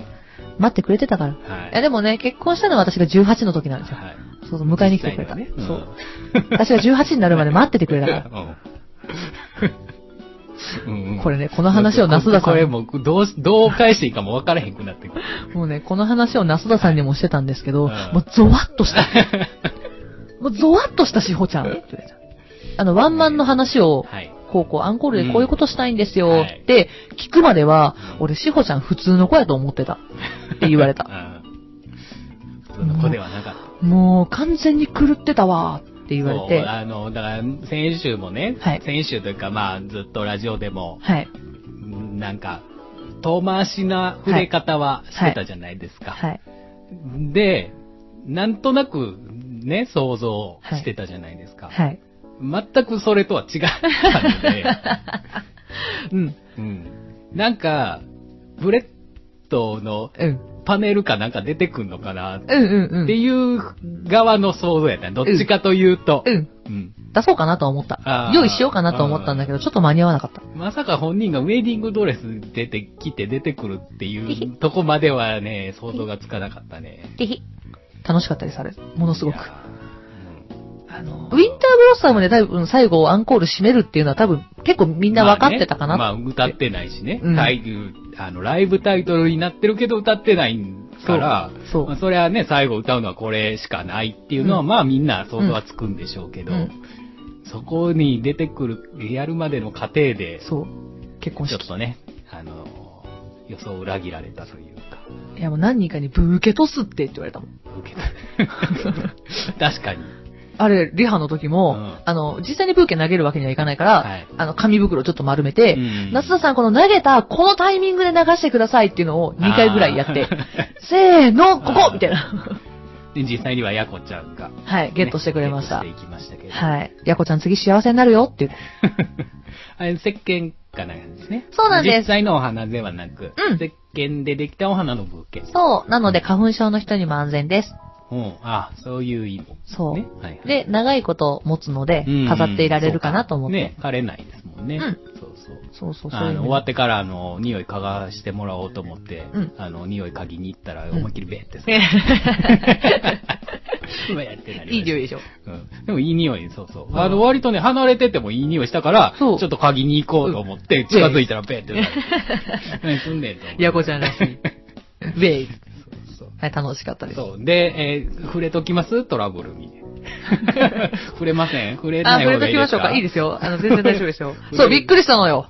Speaker 2: 待ってくれてたから。
Speaker 1: うんはい
Speaker 2: いや、でもね、結婚したのは私が18の時なんですよ。
Speaker 1: はい。
Speaker 2: そうそう、迎えに来てくれた。
Speaker 1: 実際に
Speaker 2: そ
Speaker 1: は
Speaker 2: う。
Speaker 1: ね
Speaker 2: 私が18になるまで待っててくれたから。
Speaker 1: うん。うんうん
Speaker 2: これね、この話を那須田さ
Speaker 1: これ
Speaker 2: ん、
Speaker 1: もうどうし、どう返していいかも分からへんくなってくる。
Speaker 2: もうね、この話を那須田さんにもしてたんですけど、
Speaker 1: はい
Speaker 2: もうゾワッと した。もうゾワッとしたしほちゃんって言われた。あの、ワンマンの話を、
Speaker 1: はい。
Speaker 2: こうこう、アンコールでこういうことしたいんです
Speaker 1: うん
Speaker 2: よって聞くまでは、俺、しほちゃん普通の子やと思ってた。って言われた。
Speaker 1: うん。普通の子ではなかった。
Speaker 2: もう完全に狂ってたわーって言われ
Speaker 1: そう
Speaker 2: て、
Speaker 1: あの、だから、先週もね、
Speaker 2: はい
Speaker 1: 先週というか、まあ、ずっとラジオでも、
Speaker 2: はい。
Speaker 1: うんなんか、遠回しな触れ方はしてたじゃないですか。
Speaker 2: はい。
Speaker 1: で、なんとなく、ね、想像してたじゃないですか。
Speaker 2: はい。
Speaker 1: 全くそれとは違ったの で、
Speaker 2: うん。
Speaker 1: うん。なんか、ブレッドの
Speaker 2: うん。
Speaker 1: パネルかなんか出てくんのかなっ
Speaker 2: うんうんうん。
Speaker 1: ていう側の想像やった。どっちかというと。
Speaker 2: うん。
Speaker 1: うん。
Speaker 2: 出そうかなとは思っ
Speaker 1: あ
Speaker 2: た。
Speaker 1: ー
Speaker 2: 用意しようかなと思ったんだけど、ちょっと間に合わなかった。
Speaker 1: まさか本人がウェディングドレス出てきて出てくるっていうとこまではね、想像がつかなかったね。
Speaker 2: 楽しかったです、あれ。ものすごく
Speaker 1: い。や
Speaker 2: あの、ウィンターブロッサムで多分最後アンコール締めるっていうのは多分結構み
Speaker 1: み
Speaker 2: んな分かってたかな。
Speaker 1: まあ、ね、まあ歌ってないしね、
Speaker 2: うん
Speaker 1: タイあの、ライブタイトルになってるけど歌ってないから、
Speaker 2: そう。
Speaker 1: まあ、それはね、最後歌うのはこれしかないっていうのは、
Speaker 2: うん
Speaker 1: まあみんな想像はつくんでしょうけど、
Speaker 2: うん
Speaker 1: そこに出てくる、やるまでの過程で、ちょ
Speaker 2: そう。結婚
Speaker 1: っ
Speaker 2: 式。
Speaker 1: とね、あの、予想を裏切られたというか、
Speaker 2: いやもう何人かにブーケトスってって言われたもん。
Speaker 1: 受けた。 確かに。
Speaker 2: あれ、リハの時も、
Speaker 1: うん
Speaker 2: あの、実際にブーケ投げるわけにはいかないから、
Speaker 1: はい
Speaker 2: あの、紙袋ちょっと丸めて、
Speaker 1: うん
Speaker 2: 夏田さんこの投げた、このタイミングで流してくださいっていうのを2回ぐらいやって、
Speaker 1: あ
Speaker 2: せーの、こ
Speaker 1: あ
Speaker 2: こ
Speaker 1: ー
Speaker 2: みたい な。
Speaker 1: ーで実際にはヤコちゃんが、
Speaker 2: はい、ゲットしてくれました。
Speaker 1: ねゲットしていきましたけど。
Speaker 2: はい。やこちゃん次幸せになるよっていう。
Speaker 1: あれ、石鹸かなんですね。
Speaker 2: そうなんです
Speaker 1: 実際のお花ではなく、
Speaker 2: うん
Speaker 1: 石鹸でできたお花のブーケ。
Speaker 2: そう。なので花粉症の人にも安全です。
Speaker 1: うん。あ、そういう意味。
Speaker 2: そう。
Speaker 1: ね。はいはい
Speaker 2: で、長いこと持つので
Speaker 1: うん、
Speaker 2: 飾っていられるかなと思っ
Speaker 1: そう
Speaker 2: て。
Speaker 1: かね、枯れないですもんね。
Speaker 2: うん
Speaker 1: そうそう。
Speaker 2: そうそうそう。
Speaker 1: あの、終わってから、あの、匂い嗅がしてもらおうと思って、
Speaker 2: うん
Speaker 1: あの、匂い嗅ぎに行ったら、
Speaker 2: ん
Speaker 1: 思いっきりベってさ、うわやってなりました
Speaker 2: いい匂いでしょ。
Speaker 1: うん。でもいい匂い、そうそう。
Speaker 2: ん
Speaker 1: あの、割とね、離れててもいい匂いしたから、ち
Speaker 2: そ
Speaker 1: ょっ
Speaker 2: う
Speaker 1: と嗅ぎに行こうと思って、近づいたらベってなる。何すんねんと思って。
Speaker 2: やこちゃんらしい。ウェイ。
Speaker 1: そう
Speaker 2: はい、楽しかったです。
Speaker 1: そう。で、えー触れときますトラブルに。 触れません触れ
Speaker 2: あ、
Speaker 1: ない
Speaker 2: 触れとき
Speaker 1: 方がいいで
Speaker 2: ますしょう
Speaker 1: か。
Speaker 2: か。いいですよ。あの、全然大丈夫ですよ そう、びっくりしたのよ。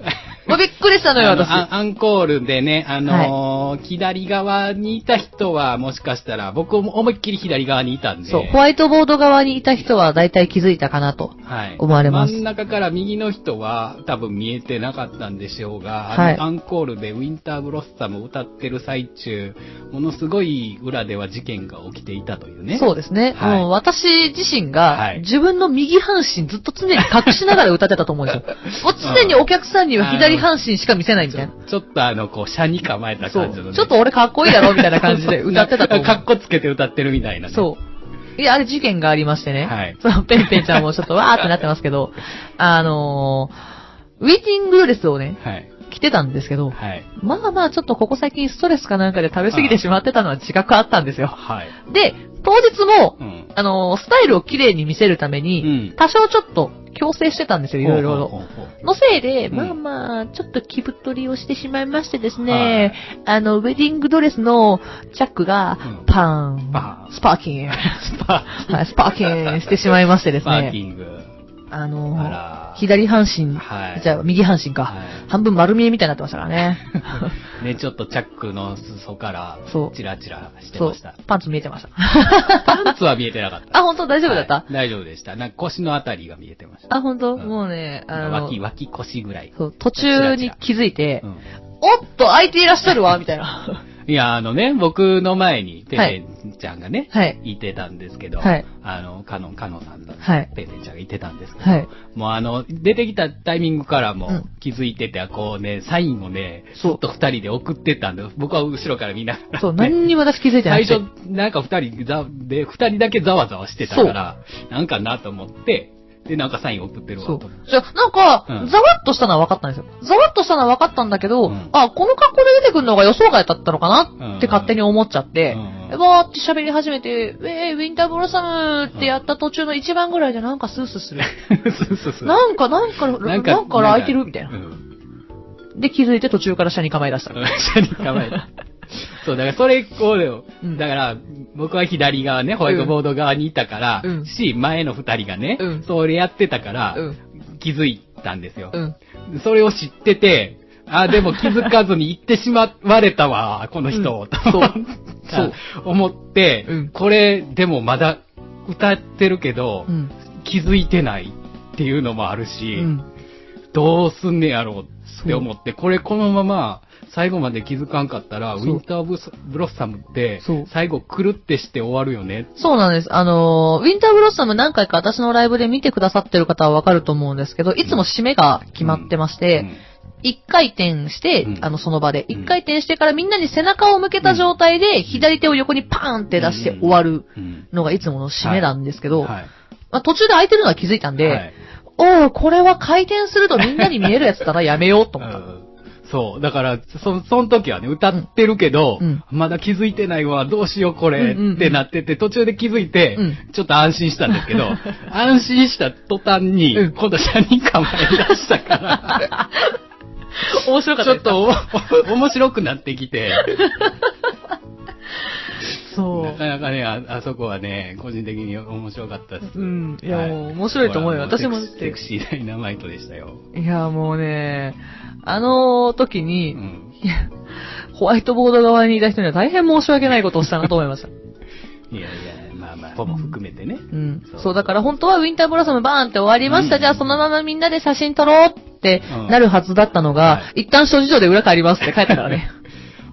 Speaker 2: もうびっくりしたのよ、
Speaker 1: あの
Speaker 2: 私。
Speaker 1: アンアンコールでね、あのー左側にいた人はもしかしたら、僕も思いっきり左側にいたんで。
Speaker 2: そう、ホワイトボード側にいた人は大体気づいたかなと。
Speaker 1: はい。
Speaker 2: 思われます
Speaker 1: 真ん中から右の人は多分見えてなかったんでしょうが、
Speaker 2: はい
Speaker 1: あのアンコールでウィンターブロッサムを歌ってる最中、ものすごい裏では事件が起きていたというね。
Speaker 2: そうですね。
Speaker 1: はい
Speaker 2: もう私自身
Speaker 1: は
Speaker 2: が
Speaker 1: い、
Speaker 2: 自分の右半身ずっと常に隠しながら歌ってたと思うん ですよ。もう常にお客さんには左半身しか見せないみ
Speaker 1: ち
Speaker 2: たい
Speaker 1: ょ
Speaker 2: な。
Speaker 1: ちょっとあの、こう、車に構えた
Speaker 2: そ
Speaker 1: 感じの、
Speaker 2: う。ちょっと俺かっこいいだろみたいな感じで歌ってた と思う。
Speaker 1: かっこつけて歌ってるみたいな、ね。
Speaker 2: そう。いや、あれ事件がありましてね。
Speaker 1: はい
Speaker 2: そう、ペンペンちゃんもちょっとわーってなってますけ ど、あのー、ウェイティングドレスをね、
Speaker 1: はい。
Speaker 2: 着てたんですけど、
Speaker 1: はい。
Speaker 2: まあまあちょっとここ最近ストレスかなんかで食べ過ぎてしまってたのは自覚あったんですよ。
Speaker 1: はい。
Speaker 2: で、当日も、
Speaker 1: うん。
Speaker 2: あのー、スタイルを綺麗に見せるため
Speaker 1: う
Speaker 2: に、
Speaker 1: ん
Speaker 2: 多少ちょっと強制してたんですよ、いろいろ
Speaker 1: ほう
Speaker 2: と。
Speaker 1: ほうほうほう
Speaker 2: のせいで、
Speaker 1: うん
Speaker 2: まあまあ、ちょっと気太りをしてしまいましてです
Speaker 1: はい
Speaker 2: ね、あの、ウェディングドレスのチャックが
Speaker 1: うん、
Speaker 2: パーン、
Speaker 1: パーン
Speaker 2: スパーキン、
Speaker 1: スパ
Speaker 2: はい、スパーキンしてしまいましてです
Speaker 1: スパーキ
Speaker 2: ね。
Speaker 1: ング。
Speaker 2: あ
Speaker 1: あ
Speaker 2: の
Speaker 1: ら
Speaker 2: ー、。左半身、
Speaker 1: はい
Speaker 2: じゃあ右半身か、
Speaker 1: はい
Speaker 2: 半分丸見えみたいになってましたからね。
Speaker 1: ね、ちょっとチャックの裾から、
Speaker 2: そう
Speaker 1: チラチラ して
Speaker 2: そ
Speaker 1: ま
Speaker 2: う
Speaker 1: した。、
Speaker 2: パンツ見えてました。
Speaker 1: パンツは見えてなかった。
Speaker 2: あ、本当大丈夫だった、
Speaker 1: はい大丈夫でした。なんか腰のあたりが見えてました。
Speaker 2: あ、本当、
Speaker 1: うん
Speaker 2: もうね、あの
Speaker 1: 脇、、脇腰ぐらい。
Speaker 2: そう途中に気づいて、
Speaker 1: うん
Speaker 2: おっと、空いていらっしゃるわ、みたい な。
Speaker 1: いや、あのね、僕の前に、ペ
Speaker 2: はい
Speaker 1: ペちゃんがね、
Speaker 2: はい。
Speaker 1: いてたんですけど、
Speaker 2: はい
Speaker 1: あの、カノン、カノンさんだ、
Speaker 2: はい
Speaker 1: ペペちゃんがいてたんですけど、
Speaker 2: はい。
Speaker 1: もうあの、出てきたタイミングから
Speaker 2: う
Speaker 1: も
Speaker 2: ん
Speaker 1: 気づいてて、こうね、サインをね、ず
Speaker 2: そう
Speaker 1: っと二人で送ってたんで、僕は後ろから見ながら。
Speaker 2: そう、
Speaker 1: ね
Speaker 2: 何にも私気づいてな
Speaker 1: 最
Speaker 2: い。
Speaker 1: 初、なんか二人ざで、二人だけざわざわしてたから、なんかなと思って、で、なんかサイン送ってるわ
Speaker 2: そ
Speaker 1: と
Speaker 2: う
Speaker 1: 思って。。
Speaker 2: じゃあ、なんか、
Speaker 1: うん
Speaker 2: ざわっとしたのは分かったんですよ。ざわっとしたのは分かったんだけど、
Speaker 1: うん
Speaker 2: あ、この格好で出てくるのが予想外だったのか
Speaker 1: うん
Speaker 2: なって勝手に思っちゃって、
Speaker 1: うん
Speaker 2: でわーって喋り始めて、えー、ウィンターブロサムってやった途中の一番ぐらいでなんかスースーする。
Speaker 1: そうそう そう。
Speaker 2: なんか、なんか、なんか空いてるみたいな
Speaker 1: う。ん。
Speaker 2: で、気づいて途中から車に構え出した。
Speaker 1: 車に構えた。そう、だからそれこうだよ
Speaker 2: う。ん
Speaker 1: だから、僕は左側ね、ホワイトボード側にいたから、
Speaker 2: うん
Speaker 1: し、前の二人がね、
Speaker 2: うん
Speaker 1: それやってたから、
Speaker 2: うん。
Speaker 1: 気づいたんですよ。
Speaker 2: うん。
Speaker 1: それを知ってて、あ、でも気づかずに行ってしまわれ たわ、この人、
Speaker 2: うん
Speaker 1: と
Speaker 2: そう
Speaker 1: そう思って、
Speaker 2: うん
Speaker 1: これ、でもまだ歌ってるけど、
Speaker 2: うん。
Speaker 1: 気づいてないっていうのもあるし、
Speaker 2: うん。
Speaker 1: どうすんねやろうって思
Speaker 2: そ
Speaker 1: って、これこのまま最後まで気づかんかったら、ウ
Speaker 2: そう
Speaker 1: ィンターブスブロッサムって
Speaker 2: そう、
Speaker 1: 最後くるってして終わるよね。
Speaker 2: そうなんです。あのー、ウィンターブロッサム何回か私のライブで見てくださってる方はわかると思うんですけど、いつも締めが決まってまし
Speaker 1: う
Speaker 2: て、
Speaker 1: ん
Speaker 2: 一回転して、
Speaker 1: うん
Speaker 2: あの、その場で、
Speaker 1: うん
Speaker 2: 一回転してからみんなに背中を向けた状態で、左手を横にパーンって出して終わる
Speaker 1: うん
Speaker 2: のがいつもの締めなんですけど、
Speaker 1: はい
Speaker 2: まあ、途中で空いてるのは気づいたんで、
Speaker 1: はい
Speaker 2: おおこれは回転するとみんなに見えるやつだな、やめようと思った。
Speaker 1: うんそう。だから、そ、その時はね、歌ってるけど、
Speaker 2: うん
Speaker 1: まだ気づいてないわ、どうしようこれ、
Speaker 2: うんうんうん
Speaker 1: ってなってて、途中で気づいて、
Speaker 2: うん
Speaker 1: ちょっと安心したんです けど、安心した途端に、
Speaker 2: うん
Speaker 1: 今度シャニ構え出し たから、
Speaker 2: 面白かっ
Speaker 1: ち
Speaker 2: た
Speaker 1: ょ
Speaker 2: で
Speaker 1: っ
Speaker 2: すか
Speaker 1: とお面白くなってきて、
Speaker 2: そ
Speaker 1: な
Speaker 2: う。
Speaker 1: かなかねあ、あそこはね、個人的に面白かったです。
Speaker 2: うん。いや、
Speaker 1: はい
Speaker 2: もう面白いと思うよ。
Speaker 1: これ
Speaker 2: 私
Speaker 1: は
Speaker 2: も
Speaker 1: も
Speaker 2: っ
Speaker 1: うセ
Speaker 2: て
Speaker 1: ク。シーセクシーダイナマイトでしたよ。
Speaker 2: いや、もうね、あの時
Speaker 1: う
Speaker 2: に、
Speaker 1: ん。
Speaker 2: いやホワイトボード側にいた人には大変申し訳ないことをしたなと思い ました。
Speaker 1: いやいや、まあまあ、ポも含めてね。
Speaker 2: うん
Speaker 1: そ。う
Speaker 2: そう、だから本当はウィンターブラソムバーンって終わりました。
Speaker 1: うん
Speaker 2: じゃあそのままみんなで写真撮ろうってなるはずだったのが、
Speaker 1: は
Speaker 2: 一旦諸事情で裏帰りますって帰ったから ね。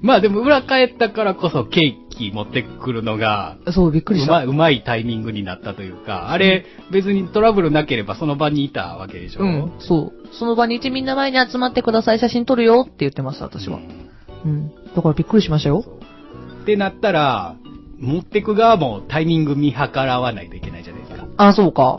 Speaker 1: まあでも裏帰ったからこそケーキ持ってくるのが、
Speaker 2: そう、びっくりし
Speaker 1: う
Speaker 2: た。
Speaker 1: まうまいタイミングになったというか、あれ、別にトラブルなければその場にいたわけでしょ。
Speaker 2: うん、そう。その場にいてみんな前に集まってください、写真撮るよって言ってました、私は
Speaker 1: う。ん
Speaker 2: うん。だからびっくりしましたよ。
Speaker 1: ってなったら、持ってく側もタイミング見計らわないといけないじゃないですか。
Speaker 2: あ、そうか。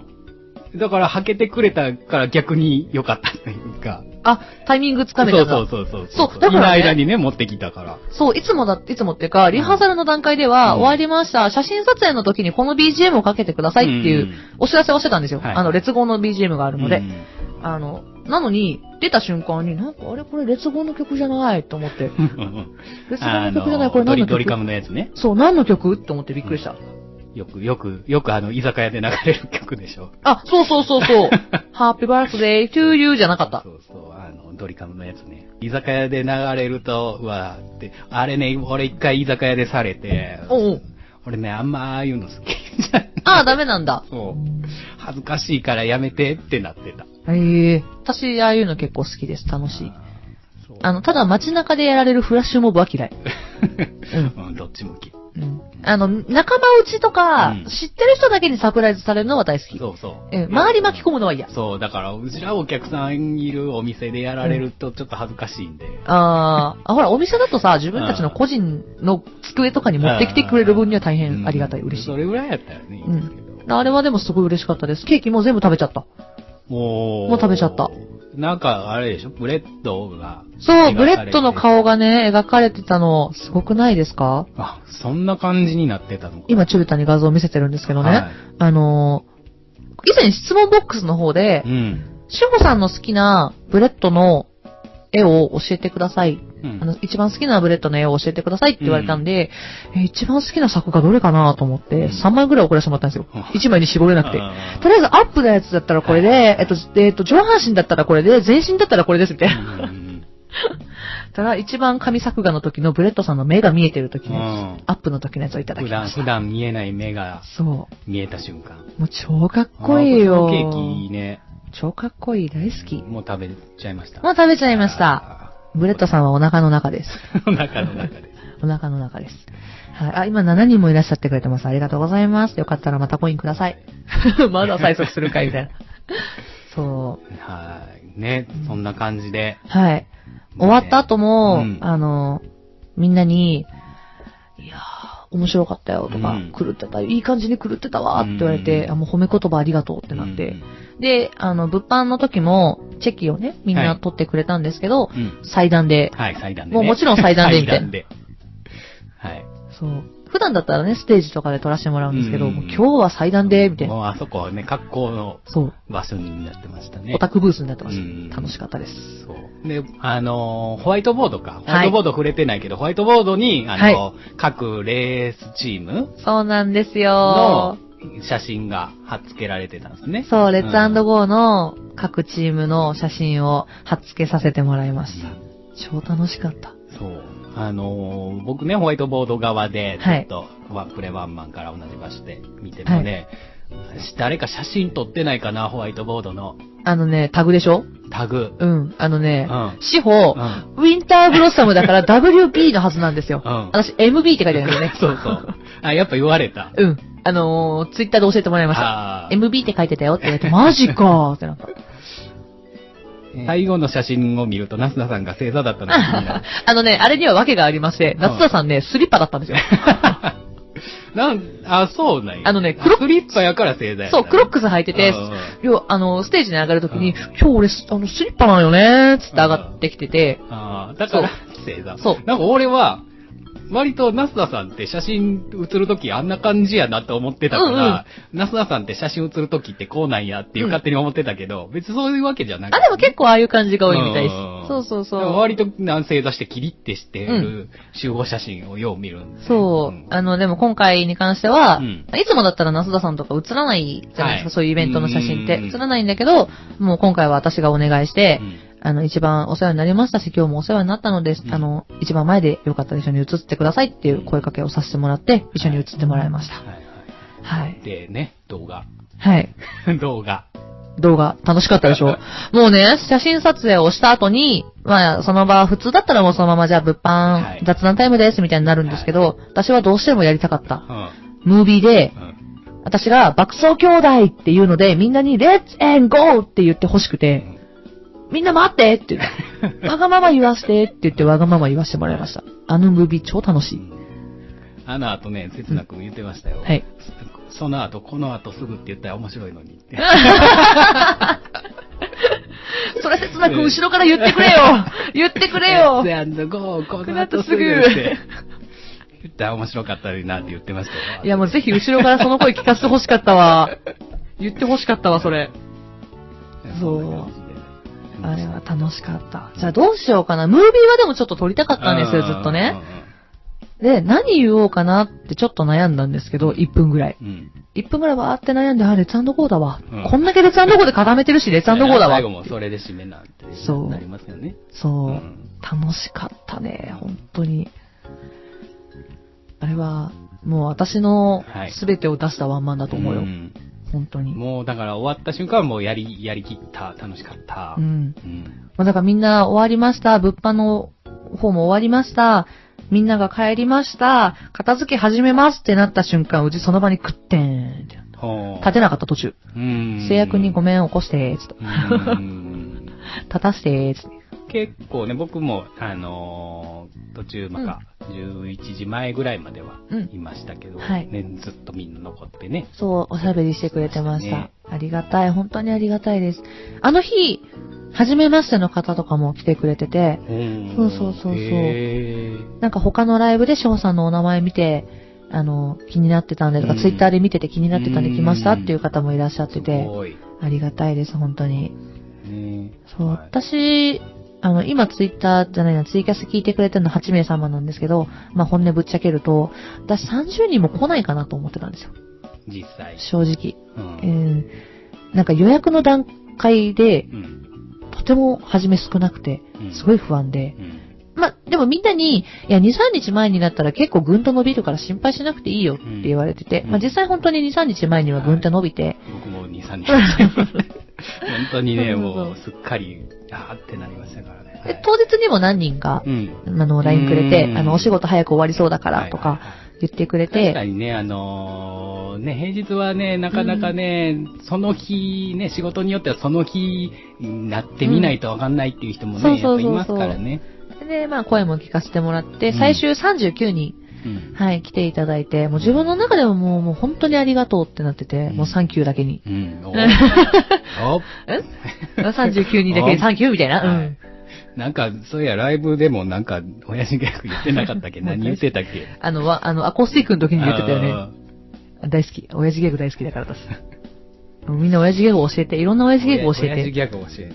Speaker 1: だから、はけてくれたから逆に良かったというか。
Speaker 2: あ、タイミングつかめた
Speaker 1: そ
Speaker 2: な
Speaker 1: うそうそうそう。
Speaker 2: そうだからね
Speaker 1: 今間にね、持ってきたから。
Speaker 2: そう、いつもだって、いつもっていうか、リハーサルの段階では、
Speaker 1: うん
Speaker 2: 終わりました、写真撮影の時にこの BGM をかけてくださいっていううんお知らせをしてたんですよ。
Speaker 1: はい
Speaker 2: あの、列号の BGM があるので。
Speaker 1: うん
Speaker 2: あの、なのに、出た瞬間に、なんか、あれこれ列号の曲じゃないと思って。列号
Speaker 1: あ
Speaker 2: の曲じゃないこれ
Speaker 1: の、ド
Speaker 2: 何
Speaker 1: リ
Speaker 2: の
Speaker 1: ドリカ
Speaker 2: 曲
Speaker 1: ムのやつね。
Speaker 2: そう、何の曲って思ってびっくりした。
Speaker 1: よく、よく、よくあの、居酒屋で流れる曲でしょ。
Speaker 2: あ、そうそうそう そう。ハッピーバースデー to you じゃなかった
Speaker 1: そ。うそう、あの、ドリカムのやつね。居酒屋で流れると、うわーって、あれね、俺一回居酒屋でされて、
Speaker 2: おう
Speaker 1: 俺ね、あんまああいうの好きじゃない。
Speaker 2: ああ、ダメなんだ。
Speaker 1: そう。恥ずかしいからやめてってなってた。
Speaker 2: ええ。私、ああいうの結構好きです。楽しい。
Speaker 1: あーそう
Speaker 2: あの、ただ街中でやられるフラッシュモブは嫌い。うん
Speaker 1: うん、ど っち向き。
Speaker 2: うん。あの、仲間内とか
Speaker 1: うん、
Speaker 2: 知ってる人だけにサプライズされるのは大好き。
Speaker 1: そうそう。
Speaker 2: え、周り巻き込むのは嫌。
Speaker 1: そう、だから、うちらお客さんいるお店でやられるとちょっと恥ずかしいんで。
Speaker 2: あーあ、ほら、お店だとさ、自分たちの個人の机とかに持ってきてくれる分には大変ありがたい、
Speaker 1: うん
Speaker 2: 嬉しい。
Speaker 1: そうれぐらいやったらね、いいんですけど。
Speaker 2: ん。あれはでもすごい嬉しかったです。ケーキも全部食べちゃった。
Speaker 1: もう、
Speaker 2: もう食べちゃった。
Speaker 1: なんか、あれでしょブレッドが。
Speaker 2: そう、ブレッドの顔が
Speaker 1: が。
Speaker 2: ね、描かれてたの、すごくないですか
Speaker 1: あ、そんな感じになってたのか。
Speaker 2: 今、チュルタに画像を見せてるんですけどね。
Speaker 1: はい
Speaker 2: あのー以前質問ボックスの方で
Speaker 1: う、ん。
Speaker 2: 志保さんの好きなブレッドの絵を教えてください。
Speaker 1: うん
Speaker 2: あの、一番好きなブレッドの絵を教えてくださいって言われたんで、え一番好きな作画どれかなと思って、
Speaker 1: うん
Speaker 2: 3枚ぐらい送らせてもらったんですよ
Speaker 1: うん。
Speaker 2: 1枚に絞れなくて。とりあえずアップのやつだったらこれ
Speaker 1: はい
Speaker 2: で、えっと、えっと、上半身だったらこれで、全身だったらこれですみたいな。
Speaker 1: うんうん
Speaker 2: ただ、一番神作画の時のブレッドさんの目が見えてる時
Speaker 1: う
Speaker 2: のや
Speaker 1: ん
Speaker 2: つ、アップの時のやつをいただ
Speaker 1: 普
Speaker 2: きま
Speaker 1: 段、
Speaker 2: した。
Speaker 1: 普段見えない目が
Speaker 2: そう。も
Speaker 1: 見えた瞬間。
Speaker 2: う超かっこいいよ
Speaker 1: あ。ーこのケーキいいね。
Speaker 2: 超かっこいい、大好き。も
Speaker 1: もう食べちゃいました。
Speaker 2: う食べちゃいました。ブレッドさんはお腹の中です。
Speaker 1: あー。お腹 の中です。
Speaker 2: お腹の中です。はい。あ、今7人もいらっしゃってくれてます。ありがとうございます。よかったらまたコインください。 まだ催促するかいみたいな。 そう。
Speaker 1: はい。ね、そんな感じで。
Speaker 2: はい。終わった後も、
Speaker 1: うん
Speaker 2: あの、みんなに、いやー、面白かったよとか、
Speaker 1: うん
Speaker 2: 狂ってた、いい感じに狂ってたわって言われて、
Speaker 1: うん
Speaker 2: あもう褒め言葉ありがとうってなって。で、あの、物販の時も、チェキをね、みんな
Speaker 1: はい
Speaker 2: 取ってくれたんですけど、
Speaker 1: うん。うん。
Speaker 2: 祭壇で、
Speaker 1: はい、祭壇でね。
Speaker 2: もうもちろん祭壇でみたいな
Speaker 1: 祭壇で。はい。
Speaker 2: そう。普段だったらね、ステージとかで撮らせてもらうんですけど、
Speaker 1: うん
Speaker 2: もう今日は祭壇で、みたいな。
Speaker 1: もうあそこはね、格好の
Speaker 2: そう。
Speaker 1: 場所になってましたね。
Speaker 2: オタクブースになってまし
Speaker 1: うん
Speaker 2: た。楽しかったです。
Speaker 1: そう。で、あのーホワイトボードか。ホワイトボード触れてないけど、ホワイトボードに、あのー各レースチーム
Speaker 2: そうなんです
Speaker 1: の
Speaker 2: よ。
Speaker 1: 写真が貼っ付けられてたんですね。
Speaker 2: そう、レッツ
Speaker 1: うん
Speaker 2: ゴーの各チームの写真を貼っ付けさせてもらいました。超楽しかった。
Speaker 1: そう。あのー僕ね、ホワイトボード側で、ず
Speaker 2: はい
Speaker 1: っと、ワンプレワンマンから同じ場所で見てるので、誰か写真撮ってないかな、ホワイトボードの
Speaker 2: あのね、タグでしょ
Speaker 1: タグ。
Speaker 2: うん。あのね
Speaker 1: うん、
Speaker 2: 志保
Speaker 1: う、ん
Speaker 2: ウィンターブロッサムだから WB のはずなんですよ。
Speaker 1: うん。
Speaker 2: 私 MB って書いてあるんですよね
Speaker 1: そうそう。あ、やっぱ言われた。
Speaker 2: うん。あのー、ツイッターで教えてもらいました。
Speaker 1: あー
Speaker 2: MB って書いてたよって言われて、マジかーってな った。
Speaker 1: 最後の写真を見ると、ナスナさんが正座だったのが気 になる。
Speaker 2: あのね、あれには訳がありまして、夏田さんね、スリッパだったんですよ。
Speaker 1: なん、あ、そうなんや。
Speaker 2: あのねクロックス
Speaker 1: スリッパやから正座やな
Speaker 2: そう、クロックス履いてて
Speaker 1: うんうん、
Speaker 2: 要あの、ステージに上がるときに
Speaker 1: うん、
Speaker 2: 今日俺ス、あの、スリッパなんよねーつって上がってきてて、
Speaker 1: ああ、だから、正座。
Speaker 2: そう
Speaker 1: なんか俺は、割とナスダさんって写真写るときあんな感じやなと思ってたから、ナスダさんって写真写るときってこうなんやっていう勝手に思ってたけど、別にそういうわけじゃなくて。
Speaker 2: あ、でも結構ああいう感じが多いみたいです
Speaker 1: うん。
Speaker 2: そうそうそ
Speaker 1: でも
Speaker 2: う。
Speaker 1: 割と男性出してキリってして
Speaker 2: う
Speaker 1: る集合写真をよう見るんで、。
Speaker 2: そううんあの、でも今回に関しては、
Speaker 1: うん
Speaker 2: いつもだったら那須田さんとか映らないじゃないですか、
Speaker 1: はい
Speaker 2: そういうイベントの写真って。
Speaker 1: うん
Speaker 2: 映らないんだけど、もう今回は私がお願いして、
Speaker 1: うん
Speaker 2: あの、一番お世話になりましたし、今日もお世話になったので、
Speaker 1: うん
Speaker 2: あの、一番前でよかったら一緒に写ってくださいっていう声かけをさせてもらって、一緒に写ってもらいました。
Speaker 1: はいは
Speaker 2: はい
Speaker 1: い。。でね、動画。
Speaker 2: はい。
Speaker 1: 動画。
Speaker 2: 動画、楽しかったでしょもうね、写真撮影をした後に、まあ、その場、普通だったらもうそのままじゃあ物販、
Speaker 1: はい
Speaker 2: 雑談タイムですみたいになるんですけど、私はどうしてもやりたかった。
Speaker 1: うん。
Speaker 2: ムービーで
Speaker 1: う、ん。
Speaker 2: 私が爆走兄弟っていうので、みんなに Let's and go! って言って欲しくて、みんな待って って言って、わがまま言わしてって言ってわがまま言わしてもらいました。あのムービー超楽しい。
Speaker 1: あの後ね、せつなくん言ってましたよ。
Speaker 2: はい。
Speaker 1: そその後、この後すぐって言ったら面白いのにって。
Speaker 2: それ切なく後ろから言ってくれよ 言ってくれよ
Speaker 1: Let's and go! この後
Speaker 2: 後
Speaker 1: す
Speaker 2: す
Speaker 1: ぐ
Speaker 2: ぐ
Speaker 1: って。言ったら面白かったのになって言ってましたよ。
Speaker 2: いやもうぜひ後ろからその声聞かせて欲しかったわ。言って欲しかったわ、それ。
Speaker 1: そんな感じで
Speaker 2: あれは楽しかった。じゃあどうしようかな。ムービーはでもちょっと撮りたかったんですよ、ずっとね。。で、何言おうかなってちょっと悩んだんですけど、1分ぐらい。
Speaker 1: うんうんうんうん。
Speaker 2: 1分ぐらいわーって悩んで、あ、レッツゴーだわ。
Speaker 1: うん
Speaker 2: こんだけレッツゴーで固めてるし、レッツゴーだわ
Speaker 1: 最後。もそれで締めなんて
Speaker 2: そう
Speaker 1: なりますよね。
Speaker 2: そう、
Speaker 1: うん
Speaker 2: 楽しかったね、本当に。あれは、もう私の
Speaker 1: はい
Speaker 2: 全てを出したワンマンだと思うよ。
Speaker 1: ん
Speaker 2: 本当に。
Speaker 1: もうだから終わった瞬間はもうやり、やりきった、楽しかった。
Speaker 2: うん。
Speaker 1: うん
Speaker 2: まあ、だからみんな終わりました。物販の方も終わりました。みんなが帰りました。片付け始めますってなった瞬間、うちその場に食ってんって。
Speaker 1: ほう
Speaker 2: 立てなかった途中。
Speaker 1: うん
Speaker 2: 制約にごめん起こして、つって。
Speaker 1: うん
Speaker 2: 立たして、つって。
Speaker 1: 結構ね、僕も、あのー途中まか、11時前ぐらいまでは
Speaker 2: うん
Speaker 1: いましたけど、
Speaker 2: はい
Speaker 1: ね、ずっとみんな残ってね。
Speaker 2: そう、おしゃべりしてくれてました。
Speaker 1: ね
Speaker 2: ありがたい、本当にありがたいです。あの日、初めましての方とかも来てくれてて、そうそうそうそう
Speaker 1: へー
Speaker 2: なんか他のライブで翔さんのお名前見て、あの、気になってたんでとか、
Speaker 1: うん
Speaker 2: ツイッターで見てて気になってたんで来ました
Speaker 1: うん
Speaker 2: っていう方もいらっしゃって
Speaker 1: す
Speaker 2: て、
Speaker 1: ごい。
Speaker 2: ありがたいです、本当に。
Speaker 1: ね
Speaker 2: そう、
Speaker 1: はい
Speaker 2: 私、あの、今ツイッターじゃないな、ツイキャス聞いてくれてるの8名様なんですけど、まあ本音ぶっちゃけると、私30人も来ないかなと思ってたんですよ。
Speaker 1: 実際。
Speaker 2: 正直。
Speaker 1: うん
Speaker 2: うん。なんか予約の段階で、
Speaker 1: うん
Speaker 2: とても初め少なくて、
Speaker 1: うん
Speaker 2: すごい不安で。
Speaker 1: うん
Speaker 2: まあ、でもみんなに、いや、2、3日前になったら結構ぐんと伸びるから心配しなくていいよって言われてて、
Speaker 1: うん
Speaker 2: まあ実際本当に2、3日前にはぐんと伸びて、
Speaker 1: 僕も2、3日。本 当にね、
Speaker 2: そうそうそう
Speaker 1: もうすっかり、あーってなりましたからね。は
Speaker 2: で
Speaker 1: い
Speaker 2: 当日にも何人か、
Speaker 1: うん。
Speaker 2: あの、LINE くれて
Speaker 1: う、ん
Speaker 2: あの、お仕事早く終わりそうだからと
Speaker 1: はい
Speaker 2: か
Speaker 1: はいはい
Speaker 2: 言ってくれ
Speaker 1: 確か
Speaker 2: て、
Speaker 1: にね、あのーね、平日はね、なかなかね、その日、ね、仕事によってはその日になってみないとわかんないっていう人もね、
Speaker 2: うん
Speaker 1: やっぱい
Speaker 2: そうそうそう
Speaker 1: ます
Speaker 2: そう
Speaker 1: からね。
Speaker 2: で、まあ声も聞かせてもらっ
Speaker 1: う
Speaker 2: て、
Speaker 1: ん
Speaker 2: 最終39人、
Speaker 1: うん。
Speaker 2: はい、来ていただいて、もう自分の中ではもう、もう本当にありがとうってなってて、
Speaker 1: うん
Speaker 2: もうサンキューだけに。
Speaker 1: うん。おお
Speaker 2: 39人だけ
Speaker 1: うん
Speaker 2: にサンキューみたいな。うん。
Speaker 1: なんか、そういや、ライブでもなんか、親父ギャグ言ってなかっ たっけ何言ってたっけ
Speaker 2: あの、わあの、アコースティックの時に言ってたよね。
Speaker 1: ね。
Speaker 2: 大好き。親父ギャグ大好きだから私。もうみんな親父ギャグを教えて、いろんな親父ギャグを教え
Speaker 1: 親父
Speaker 2: て。
Speaker 1: ギャグ教える。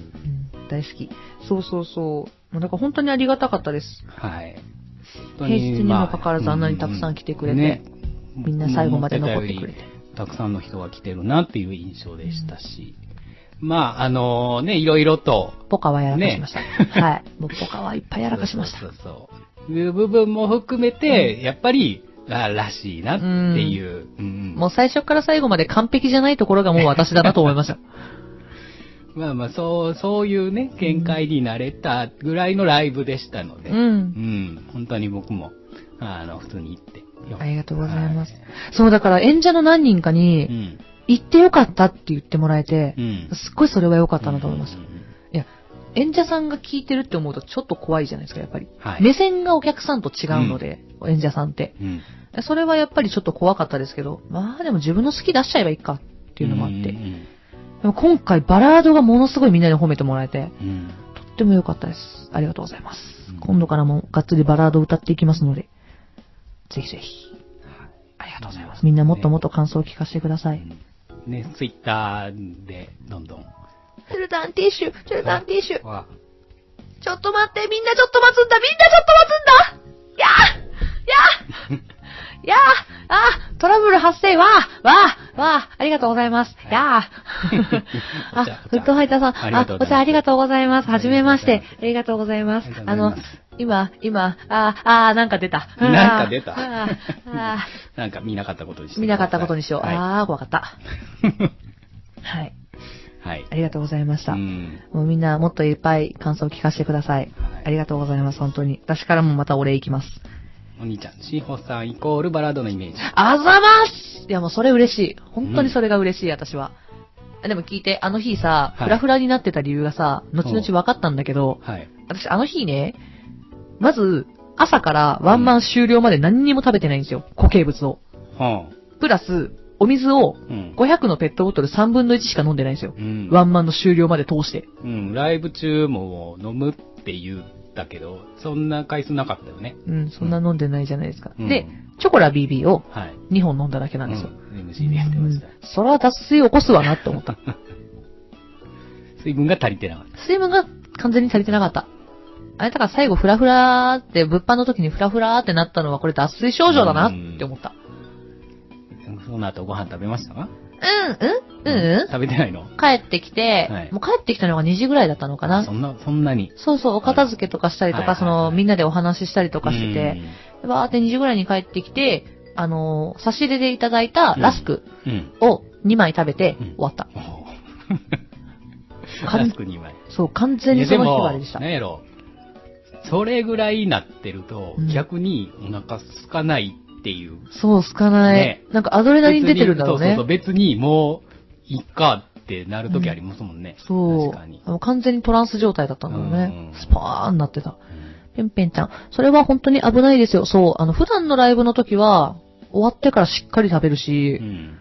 Speaker 2: うん、大好き。そうそうそう。もうなんか本当にありがたかったです。
Speaker 1: はい。
Speaker 2: 平日にもかかわらずあんなにたくさん来てくれてみんな最後まで残ってくれて。
Speaker 1: たくさんの人が来てるなっていう印象でしたし、まあ、あのね、いろいろと、
Speaker 2: ポカはやらかしました。はい。もうポカはいっぱいやらかしました
Speaker 1: そ。うそうそう。いう部分も含めて、やっぱり、あらしいなっていう。うん
Speaker 2: もう最初から最後まで完璧じゃないところがもう私だなと思いました。
Speaker 1: まあまあ、そう、そういうね、見解になれたぐらいのライブでしたので、
Speaker 2: う。
Speaker 1: うんん本当に僕も、あの、普通に行ってよ。
Speaker 2: ありがとうございます
Speaker 1: は。
Speaker 2: そう、だから演者の何人か
Speaker 1: う
Speaker 2: に、
Speaker 1: ん。
Speaker 2: 行ってよかったって言ってもらえて
Speaker 1: う、ん。
Speaker 2: すっごいそれは良かったなと思いました
Speaker 1: う。ん
Speaker 2: いや、演者さんが聞いてるって思うとちょっと怖いじゃないですか、やっぱり。
Speaker 1: はい
Speaker 2: 目線がお客さんと違うので、演者さんって。
Speaker 1: うん。
Speaker 2: それはやっぱりちょっと怖かったですけど、まあでも自分の好き出しちゃえばいいかっていうのもあって。
Speaker 1: う
Speaker 2: で
Speaker 1: ん
Speaker 2: も今回バラードがものすごいみんなに褒めてもらえて、
Speaker 1: うんうん。
Speaker 2: とっても良かったです。ありがとうございます。
Speaker 1: うん
Speaker 2: 今度からもがっつりバラードを歌っていきますので、ぜひぜひ。ありがとうございます。みんなもっともっと感想を聞かせてください。
Speaker 1: うんね、ツイッターでどんどん。
Speaker 2: ジルダンティッシュ、ジルダンティッシュ、
Speaker 1: は
Speaker 2: ちょっと待って、みんなちょっと待つんだ、みんなちょっと待つんだやーや ーやーあートラブル発生わーわーわーありがとうございます、
Speaker 1: はい
Speaker 2: やー
Speaker 1: お茶
Speaker 2: あ、フットファイターさん、
Speaker 1: ありがとうございます
Speaker 2: あ、お茶ありがとうございます。はじめまして、
Speaker 1: あ
Speaker 2: ありがとうございます
Speaker 1: ありがとう。ござ
Speaker 2: あ
Speaker 1: い
Speaker 2: の
Speaker 1: ます、
Speaker 2: 今、今、あー、あー、なんか出た。あー
Speaker 1: なんか出た
Speaker 2: あーあ
Speaker 1: なんか見なかったことにして
Speaker 2: ー見なかったことにしよう。
Speaker 1: は
Speaker 2: あー、怖か った。はい。
Speaker 1: い。はい。
Speaker 2: ありがとうございました。
Speaker 1: うん。
Speaker 2: もうみんなもっといっぱい感想を聞かせてください。
Speaker 1: はい
Speaker 2: ありがとうございます、本当に。私からもまたお礼いきます。
Speaker 1: お兄ちゃん、シホさんイコールバラードのイメージ。
Speaker 2: あざますいやもうそれ嬉しい。本当にそれが嬉しい、私は。でも聞いて、あの日さ、
Speaker 1: はい
Speaker 2: フラフラになってた理由がさ、後々分かったんだけど、
Speaker 1: はい。
Speaker 2: 私あの日ね、まず、朝からワンマン終了まで何にも食べてないんですよ。固形物を。
Speaker 1: は
Speaker 2: プラス、お水を
Speaker 1: あ、うん。
Speaker 2: 500のペットボトル3分の1しか飲んでないんですよ。
Speaker 1: うん。
Speaker 2: ワンマンの終了まで通して。
Speaker 1: うん、ライブ中も飲むって言ったけど、そんな回数なかったよね。
Speaker 2: うん、そんな飲んでないじゃないですか。
Speaker 1: うん
Speaker 2: で、チョコラ BB を
Speaker 1: はい。
Speaker 2: 2本飲んだだけなんですよ。
Speaker 1: うん MC でやってました
Speaker 2: う。んそれは脱水起こすわなって思った。
Speaker 1: 水分が足りてなかっ
Speaker 2: 水分が完全に足りてなかった。あれだから最後フラフラーって、物販の時にフラフラーってなったのはこれ脱水症状だなって思った。
Speaker 1: た。その後ご飯食べましたか
Speaker 2: うん、うん、うん、
Speaker 1: 食べてないの
Speaker 2: うん。帰ってきて、
Speaker 1: はい
Speaker 2: もう帰ってきたのが2時ぐらいだったのかな
Speaker 1: そ。んな、そんなに。
Speaker 2: そうそう、お片付けとかしたりと
Speaker 1: はいは
Speaker 2: か、
Speaker 1: い
Speaker 2: その、みんなでお話ししたりと
Speaker 1: と
Speaker 2: かしてて、でわーって2時ぐらいに帰ってきて、あのー差し入れでいただいたラスク
Speaker 1: うん。うん。
Speaker 2: を2枚食べて
Speaker 1: うん
Speaker 2: 終わった。
Speaker 1: おう
Speaker 2: 完
Speaker 1: ラスク2枚。
Speaker 2: そう、完全に
Speaker 1: いやで
Speaker 2: そ
Speaker 1: も
Speaker 2: の日はあれでした。
Speaker 1: なんやろ。それぐらいになってると、
Speaker 2: うん
Speaker 1: 逆にお腹空かないっていう。
Speaker 2: そう、すかない。
Speaker 1: ね
Speaker 2: なんかアドレナリン出てるんだろうね。
Speaker 1: 別にそうそうそう、別にもう、いっかってなるときありますもんね。
Speaker 2: そう。
Speaker 1: 確かに。
Speaker 2: もう完全にトランス状態だったんだろうね。
Speaker 1: うん
Speaker 2: スパーンなってた。ペンペンちゃん。それは本当に危ないですよ。そう。あの、普段のライブの時は、終わってからしっかり食べる
Speaker 1: う
Speaker 2: し、
Speaker 1: ん。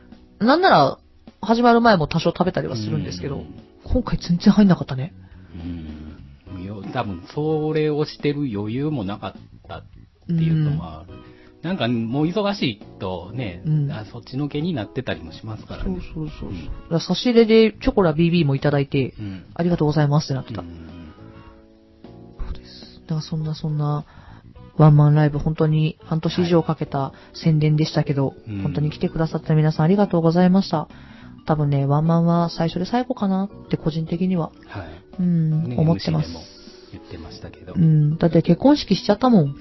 Speaker 2: なんなら、始まる前も多少食べたりはするんですけど、今回全然入んなかったね。
Speaker 1: うん。よ多分、それをしてる余裕もなかったっていうのは、なんかもう忙しいとね、
Speaker 2: うん
Speaker 1: あそっちのけになってたりもしますから
Speaker 2: そう
Speaker 1: ね。
Speaker 2: そうそうそう。
Speaker 1: うん
Speaker 2: だから差し入れでチョコラ BB もいただいて、
Speaker 1: うん。
Speaker 2: ありがとうございますってなってた。
Speaker 1: うん
Speaker 2: そうです。だからそんなそんな、ワンマンライブ、本当に半年以上かけた宣伝でしたけど、
Speaker 1: うん
Speaker 2: 本当に来てくださった皆さんありがとうございました。多分ね、ワンマンは最初で最後かなって個人的には、
Speaker 1: はい。
Speaker 2: うん、
Speaker 1: ね
Speaker 2: 思ってま
Speaker 1: MC
Speaker 2: す
Speaker 1: で。も言ってましたけど
Speaker 2: う。ん、だって結婚式しちゃったもん。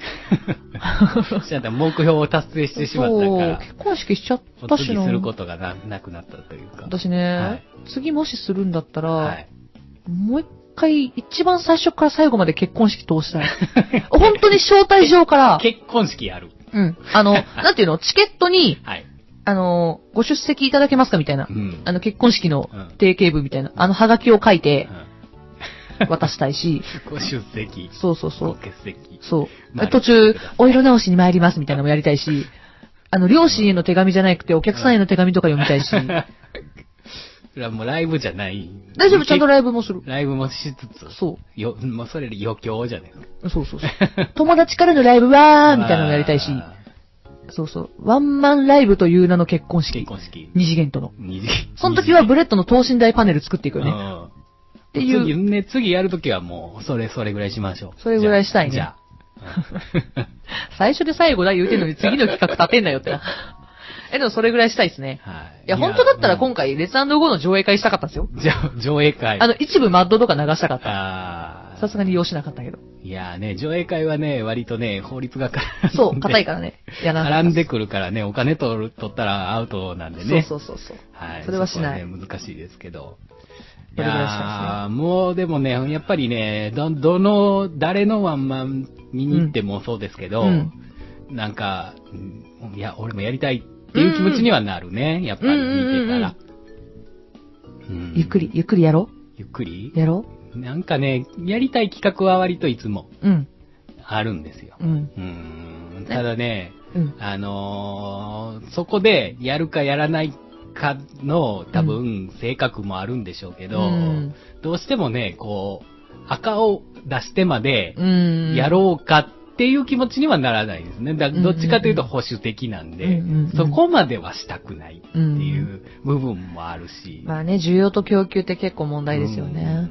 Speaker 1: じゃあ目標を達成してしまったから、
Speaker 2: 結婚式しちゃっ
Speaker 1: お
Speaker 2: たし
Speaker 1: 次
Speaker 2: な
Speaker 1: す。ることがななくなったというか。
Speaker 2: 私ね、
Speaker 1: はい
Speaker 2: 次もしするんだったら、
Speaker 1: はい。
Speaker 2: もう一回、一番最初から最後まで結婚式通したい。 本当に招待状から、
Speaker 1: 結婚式やる。
Speaker 2: うん、あの、なんていうの、チケットに、
Speaker 1: はい。
Speaker 2: あの、ご出席いただけますかみたいな
Speaker 1: う。ん。
Speaker 2: あの、結婚式の
Speaker 1: うん
Speaker 2: 定型文みたいな。あの、ハガキを書いて
Speaker 1: うん
Speaker 2: 渡したいし。
Speaker 1: ご出席。
Speaker 2: そうそうそ
Speaker 1: ご
Speaker 2: う。
Speaker 1: 欠席。
Speaker 2: そう
Speaker 1: まあ。
Speaker 2: 途中、お色直しに参りますみたいなのもやりたいし。あの、両親への手紙じゃなくて、お客さんへの手紙とか読みたいし。
Speaker 1: それはもうライブじゃない。
Speaker 2: 大丈夫、ちゃんとラ
Speaker 1: ライ
Speaker 2: イブもする
Speaker 1: ブ。。ライブもしつつ。
Speaker 2: そ
Speaker 1: よ、もうそれより余興じゃない ですか。
Speaker 2: う。そうそうそう。友達からのライブはーみたいなのもやりたいし。
Speaker 1: あ
Speaker 2: そうそう。ワンマンライブという名の結婚
Speaker 1: ー結
Speaker 2: 式。
Speaker 1: 婚式。
Speaker 2: 二次元との。
Speaker 1: 二次元
Speaker 2: その時はブレッドの等身大パネル作っていくよね。
Speaker 1: うん
Speaker 2: ていう
Speaker 1: 次ね、次やるときはもう、それ、それぐらいしましょう。
Speaker 2: それぐらいしたいね
Speaker 1: じゃあ。
Speaker 2: 最初で最後だ言うてんのに次の企画立てんなよっ てな。え、でもそれぐらいしたいですね。
Speaker 1: じゃあはい。
Speaker 2: いや、本当だったら今
Speaker 1: 回。
Speaker 2: 回、レッツゴーの上映会したかったんですよ。
Speaker 1: じゃあ上映会。
Speaker 2: あの、一部マッドとか流したかった。
Speaker 1: あー
Speaker 2: さすがに用しなかった けど。
Speaker 1: いやーね、上映会はね、割とね、法律が絡んで
Speaker 2: そう、硬いから ね。やら
Speaker 1: 絡ん
Speaker 2: で
Speaker 1: でくるからね、お金取る、取ったらアウトなんでね。
Speaker 2: そうそうそうそう。
Speaker 1: はい。
Speaker 2: それはしない
Speaker 1: そこね、難しいですけど。い
Speaker 2: それぐらいしたいですね
Speaker 1: やーもうでもね、やっぱりね、ど、どの、誰のワンマン見に行ってもそうですけど、
Speaker 2: うん
Speaker 1: なんか、うんいや、俺もやりたいっていう気持ちにはなるね、やっぱり見てたら。うん
Speaker 2: ゆっくり、。ゆっくりやろ
Speaker 1: ゆっくり
Speaker 2: うやろう
Speaker 1: なんかね、やりたい企画は割といつも
Speaker 2: うん。
Speaker 1: あるんですよ。
Speaker 2: うん。
Speaker 1: うーん。ただね、
Speaker 2: うん。
Speaker 1: あのーそこでやるかやらないかの多分性格もあるんでしょうけど、
Speaker 2: うん
Speaker 1: どうしてもね、こう、赤を出してまで
Speaker 2: うん。
Speaker 1: やろうかっていう気持ちにはならないですね。だ
Speaker 2: うん
Speaker 1: どっちかというと保守的なんで、
Speaker 2: うんうんうん
Speaker 1: そこまではしたくないって
Speaker 2: うん
Speaker 1: いう部分もあるし。
Speaker 2: まあね、需要と供給って結構問題ですよね。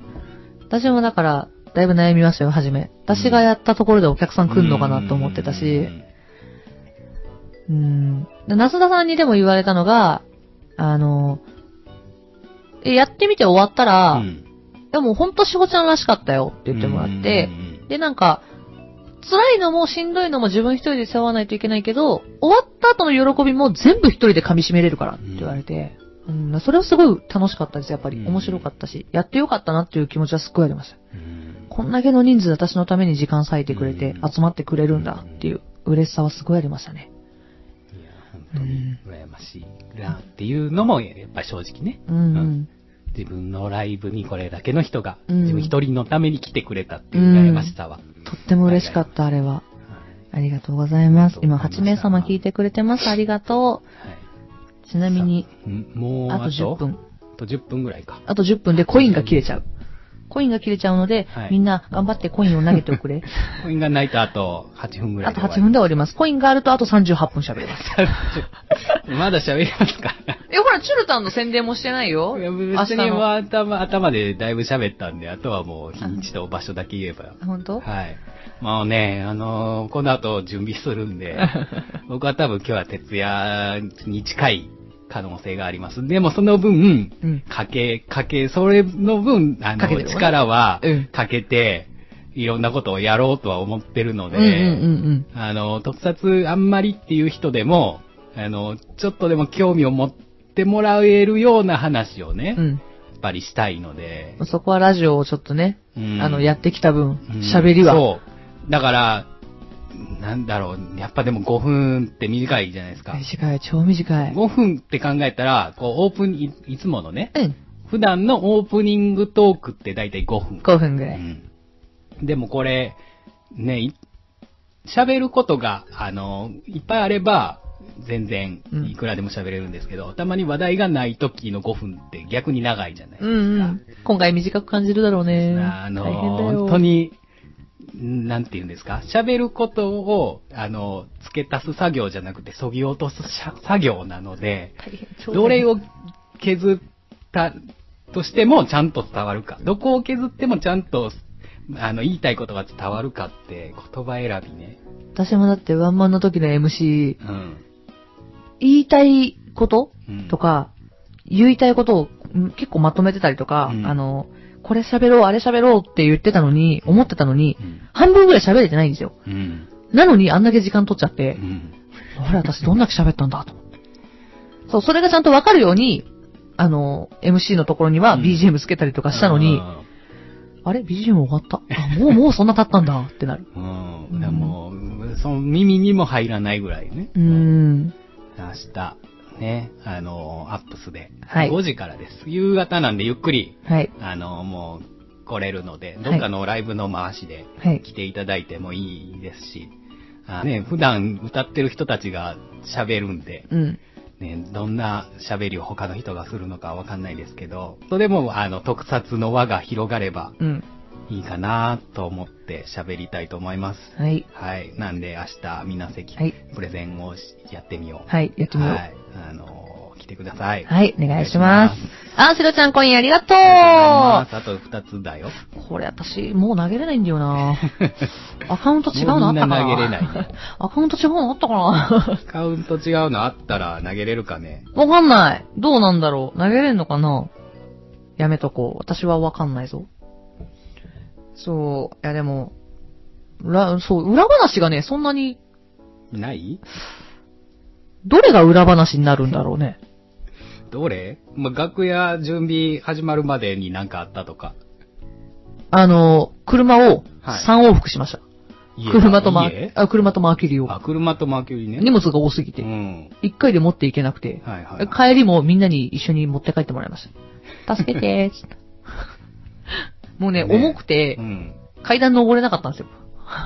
Speaker 2: 私もだから、だいぶ悩みましたよ、初め。私がやったところでお客さ
Speaker 1: うんん。
Speaker 2: 来るのかなと思ってた
Speaker 1: う
Speaker 2: し、
Speaker 1: ん
Speaker 2: うん。で、なすださんにでも言われたのが、あの、えやってみて終わったら、
Speaker 1: うん
Speaker 2: でもほんとしほちゃんらしかったよって言ってもらって、で、なんか、辛いのもしんどいのも自分一人で背負わないといけないけど、終わった後の喜びも全部一人で噛み締めれるからって言われて、うん、それはすごい楽しかったです、やっぱり。
Speaker 1: うん
Speaker 2: 面白かったし、やってよかったなっていう気持ちはすっごいありました。
Speaker 1: うん
Speaker 2: こんだけの人数私のために時間割いてくれて、
Speaker 1: うん
Speaker 2: 集まってくれるんだっていう嬉しさはすごいありましたね。
Speaker 1: いや、本当に羨ましいなっていうのも、やっぱ正直ね。
Speaker 2: うん、うん。
Speaker 1: 自分のライブにこれだけの人が、
Speaker 2: うん
Speaker 1: 自分一人のために来てくれたっていう羨ましさは。
Speaker 2: とっても嬉しかった、あれは。
Speaker 1: は
Speaker 2: ありがとうございます。今、
Speaker 1: ありがと
Speaker 2: 8
Speaker 1: うござい
Speaker 2: 名
Speaker 1: ます
Speaker 2: 様聞いてくれてます。ありがと。
Speaker 1: いはいう
Speaker 2: ちなみに、
Speaker 1: さんもう
Speaker 2: あと10分。
Speaker 1: あと10分ぐらいか。
Speaker 2: あと10分でコインが切れちゃう。コインが切れちゃうので、
Speaker 1: はい
Speaker 2: みんな頑張ってコインを投げておくれ。
Speaker 1: コインがないとあと8分ぐら
Speaker 2: あ
Speaker 1: いで
Speaker 2: と
Speaker 1: 終わ
Speaker 2: 8
Speaker 1: る
Speaker 2: 分で終わります。コインがあるとあと38分喋り ます。
Speaker 1: まだ喋りますか
Speaker 2: え、ほら、チュルタンの宣伝もしてないよ。
Speaker 1: いや
Speaker 2: 明日
Speaker 1: 別にもう
Speaker 2: の。
Speaker 1: 頭頭でだいぶ喋ったんで、あとはもう日にちと場所だけ言えば。
Speaker 2: 本当
Speaker 1: はい。もうね、あのーこの後準備するん で、僕は多分今日は徹夜に近い可能性があります。でもその分、
Speaker 2: うん
Speaker 1: かけ、かけ、それの分、あ
Speaker 2: かけ
Speaker 1: の、
Speaker 2: てるわね
Speaker 1: 力は
Speaker 2: うん
Speaker 1: かけて、いろんなことをやろうとは思ってるの
Speaker 2: うん
Speaker 1: で、
Speaker 2: うんうん
Speaker 1: あの、特撮あんまりっていう人でも、あの、ちょっとでも興味を持ってもらえるような話をね、
Speaker 2: う
Speaker 1: や
Speaker 2: ん。
Speaker 1: っぱりしたいので
Speaker 2: うん。、そこはラジオをちょっとね、
Speaker 1: うん
Speaker 2: あの、やってきた分
Speaker 1: うん、
Speaker 2: 喋りは。
Speaker 1: そう。だから、なんだろう、やっぱでも5分って短いじゃないですか。
Speaker 2: 短い、超短い。
Speaker 1: 5分って考えたら、こう、オープン、いいつものね、
Speaker 2: うん。
Speaker 1: 普段のオープニングトークって大体5分。
Speaker 2: 5分ぐ
Speaker 1: う
Speaker 2: らい。
Speaker 1: ん。でもこれ、ね、い喋ることが、あの、いっぱいあれば、全然
Speaker 2: うん、
Speaker 1: いくらでも喋れるんですけど、たまに話題がない時の5分って逆に長いじゃないです
Speaker 2: う
Speaker 1: か。
Speaker 2: んうん。今回短く感じるだろうね。
Speaker 1: あの、
Speaker 2: 大変だよ
Speaker 1: 本当。に、なんて言うんですか、喋ることを、あの、付け足す作業じゃなくて、そぎ落とす作作業なので、
Speaker 2: 大変超大変
Speaker 1: どれを削ったとしてもちゃんと伝わるか、どこを削ってもちゃんと、あの、言いたいことが伝わるかって、言葉選びね。
Speaker 2: 私もだってワンマンの時の MC、
Speaker 1: うん。
Speaker 2: 言いたいこと
Speaker 1: うん
Speaker 2: とか、言いたいことをん結構まとめてたりとか、
Speaker 1: うん
Speaker 2: あの、これ喋ろう、あれ喋ろうって言ってたのに、思ってたのに、
Speaker 1: うん。
Speaker 2: 半分ぐらい喋れてないんですよ。
Speaker 1: うん。
Speaker 2: なのにあんだけ時間取っちゃっ
Speaker 1: う
Speaker 2: て、
Speaker 1: ん。
Speaker 2: あれ私どんだけ喋ったんだと思って。そう、それがちゃんとわかるように、あの、MC のところには
Speaker 1: うん
Speaker 2: BGM つけたりとかしたのに、あれ ?BGM 終わった。あ、もうもうそんな経ったんだってな る。
Speaker 1: うん。うん。でも、その耳にも入らないぐらいね。
Speaker 2: うーん。
Speaker 1: 明日、ね、あの、アップスで、
Speaker 2: はい
Speaker 1: 5時からです。夕方なんでゆっくり、
Speaker 2: はい。
Speaker 1: あの、もう来れるので、どっかのライブの回しで
Speaker 2: はい。
Speaker 1: 来ていただいてもいいですし、あね、普段歌ってる人たちが喋るんで、
Speaker 2: うん。
Speaker 1: ね、どんな喋りを他の人がするのかわかんないですけど、それでも、あの、特撮の輪が広がれば
Speaker 2: うん。
Speaker 1: いいかなと思って喋りたいと思います。
Speaker 2: はい。
Speaker 1: はい。なんで明日、みなせき、
Speaker 2: はい
Speaker 1: プレゼンをしやってみよう。
Speaker 2: はい。やってみよう。
Speaker 1: はい。あのー来てください。い。
Speaker 2: はい、お願いします。あ、シロちゃん、コインありがと
Speaker 1: あ
Speaker 2: う
Speaker 1: りがとうございます。あと二つだよ。
Speaker 2: これ私、もう投げれないんだよなアカウント違うのあったかな
Speaker 1: もうみんな投げれない。
Speaker 2: アカウント違うのあったかな
Speaker 1: カウント違うのあったら投げれるかね。
Speaker 2: わかんない。どうなんだろう投げれんのかなやめとこう。私はわかんないぞ。そう、いやでも、裏、そう、裏話がね、そんなに、
Speaker 1: ない
Speaker 2: どれが裏話になるんだろうね。
Speaker 1: どれまあ、楽屋準備始まるまでになんかあったとか。
Speaker 2: あの、車を
Speaker 1: はい
Speaker 2: 3往復しました。
Speaker 1: 家
Speaker 2: 車とま
Speaker 1: 家、
Speaker 2: あ、車とマーキュリーを
Speaker 1: あ、。車とマーキュリーね。
Speaker 2: 荷物が多すぎ
Speaker 1: う
Speaker 2: て。
Speaker 1: ん。
Speaker 2: 一回で持っていけなくて、
Speaker 1: はいはい。
Speaker 2: 帰りもみんなに一緒に持って帰ってもらいました。助けてーっつって。 もうね、
Speaker 1: ね
Speaker 2: 重くて
Speaker 1: う、ん。
Speaker 2: 階段登れなかったんですよ。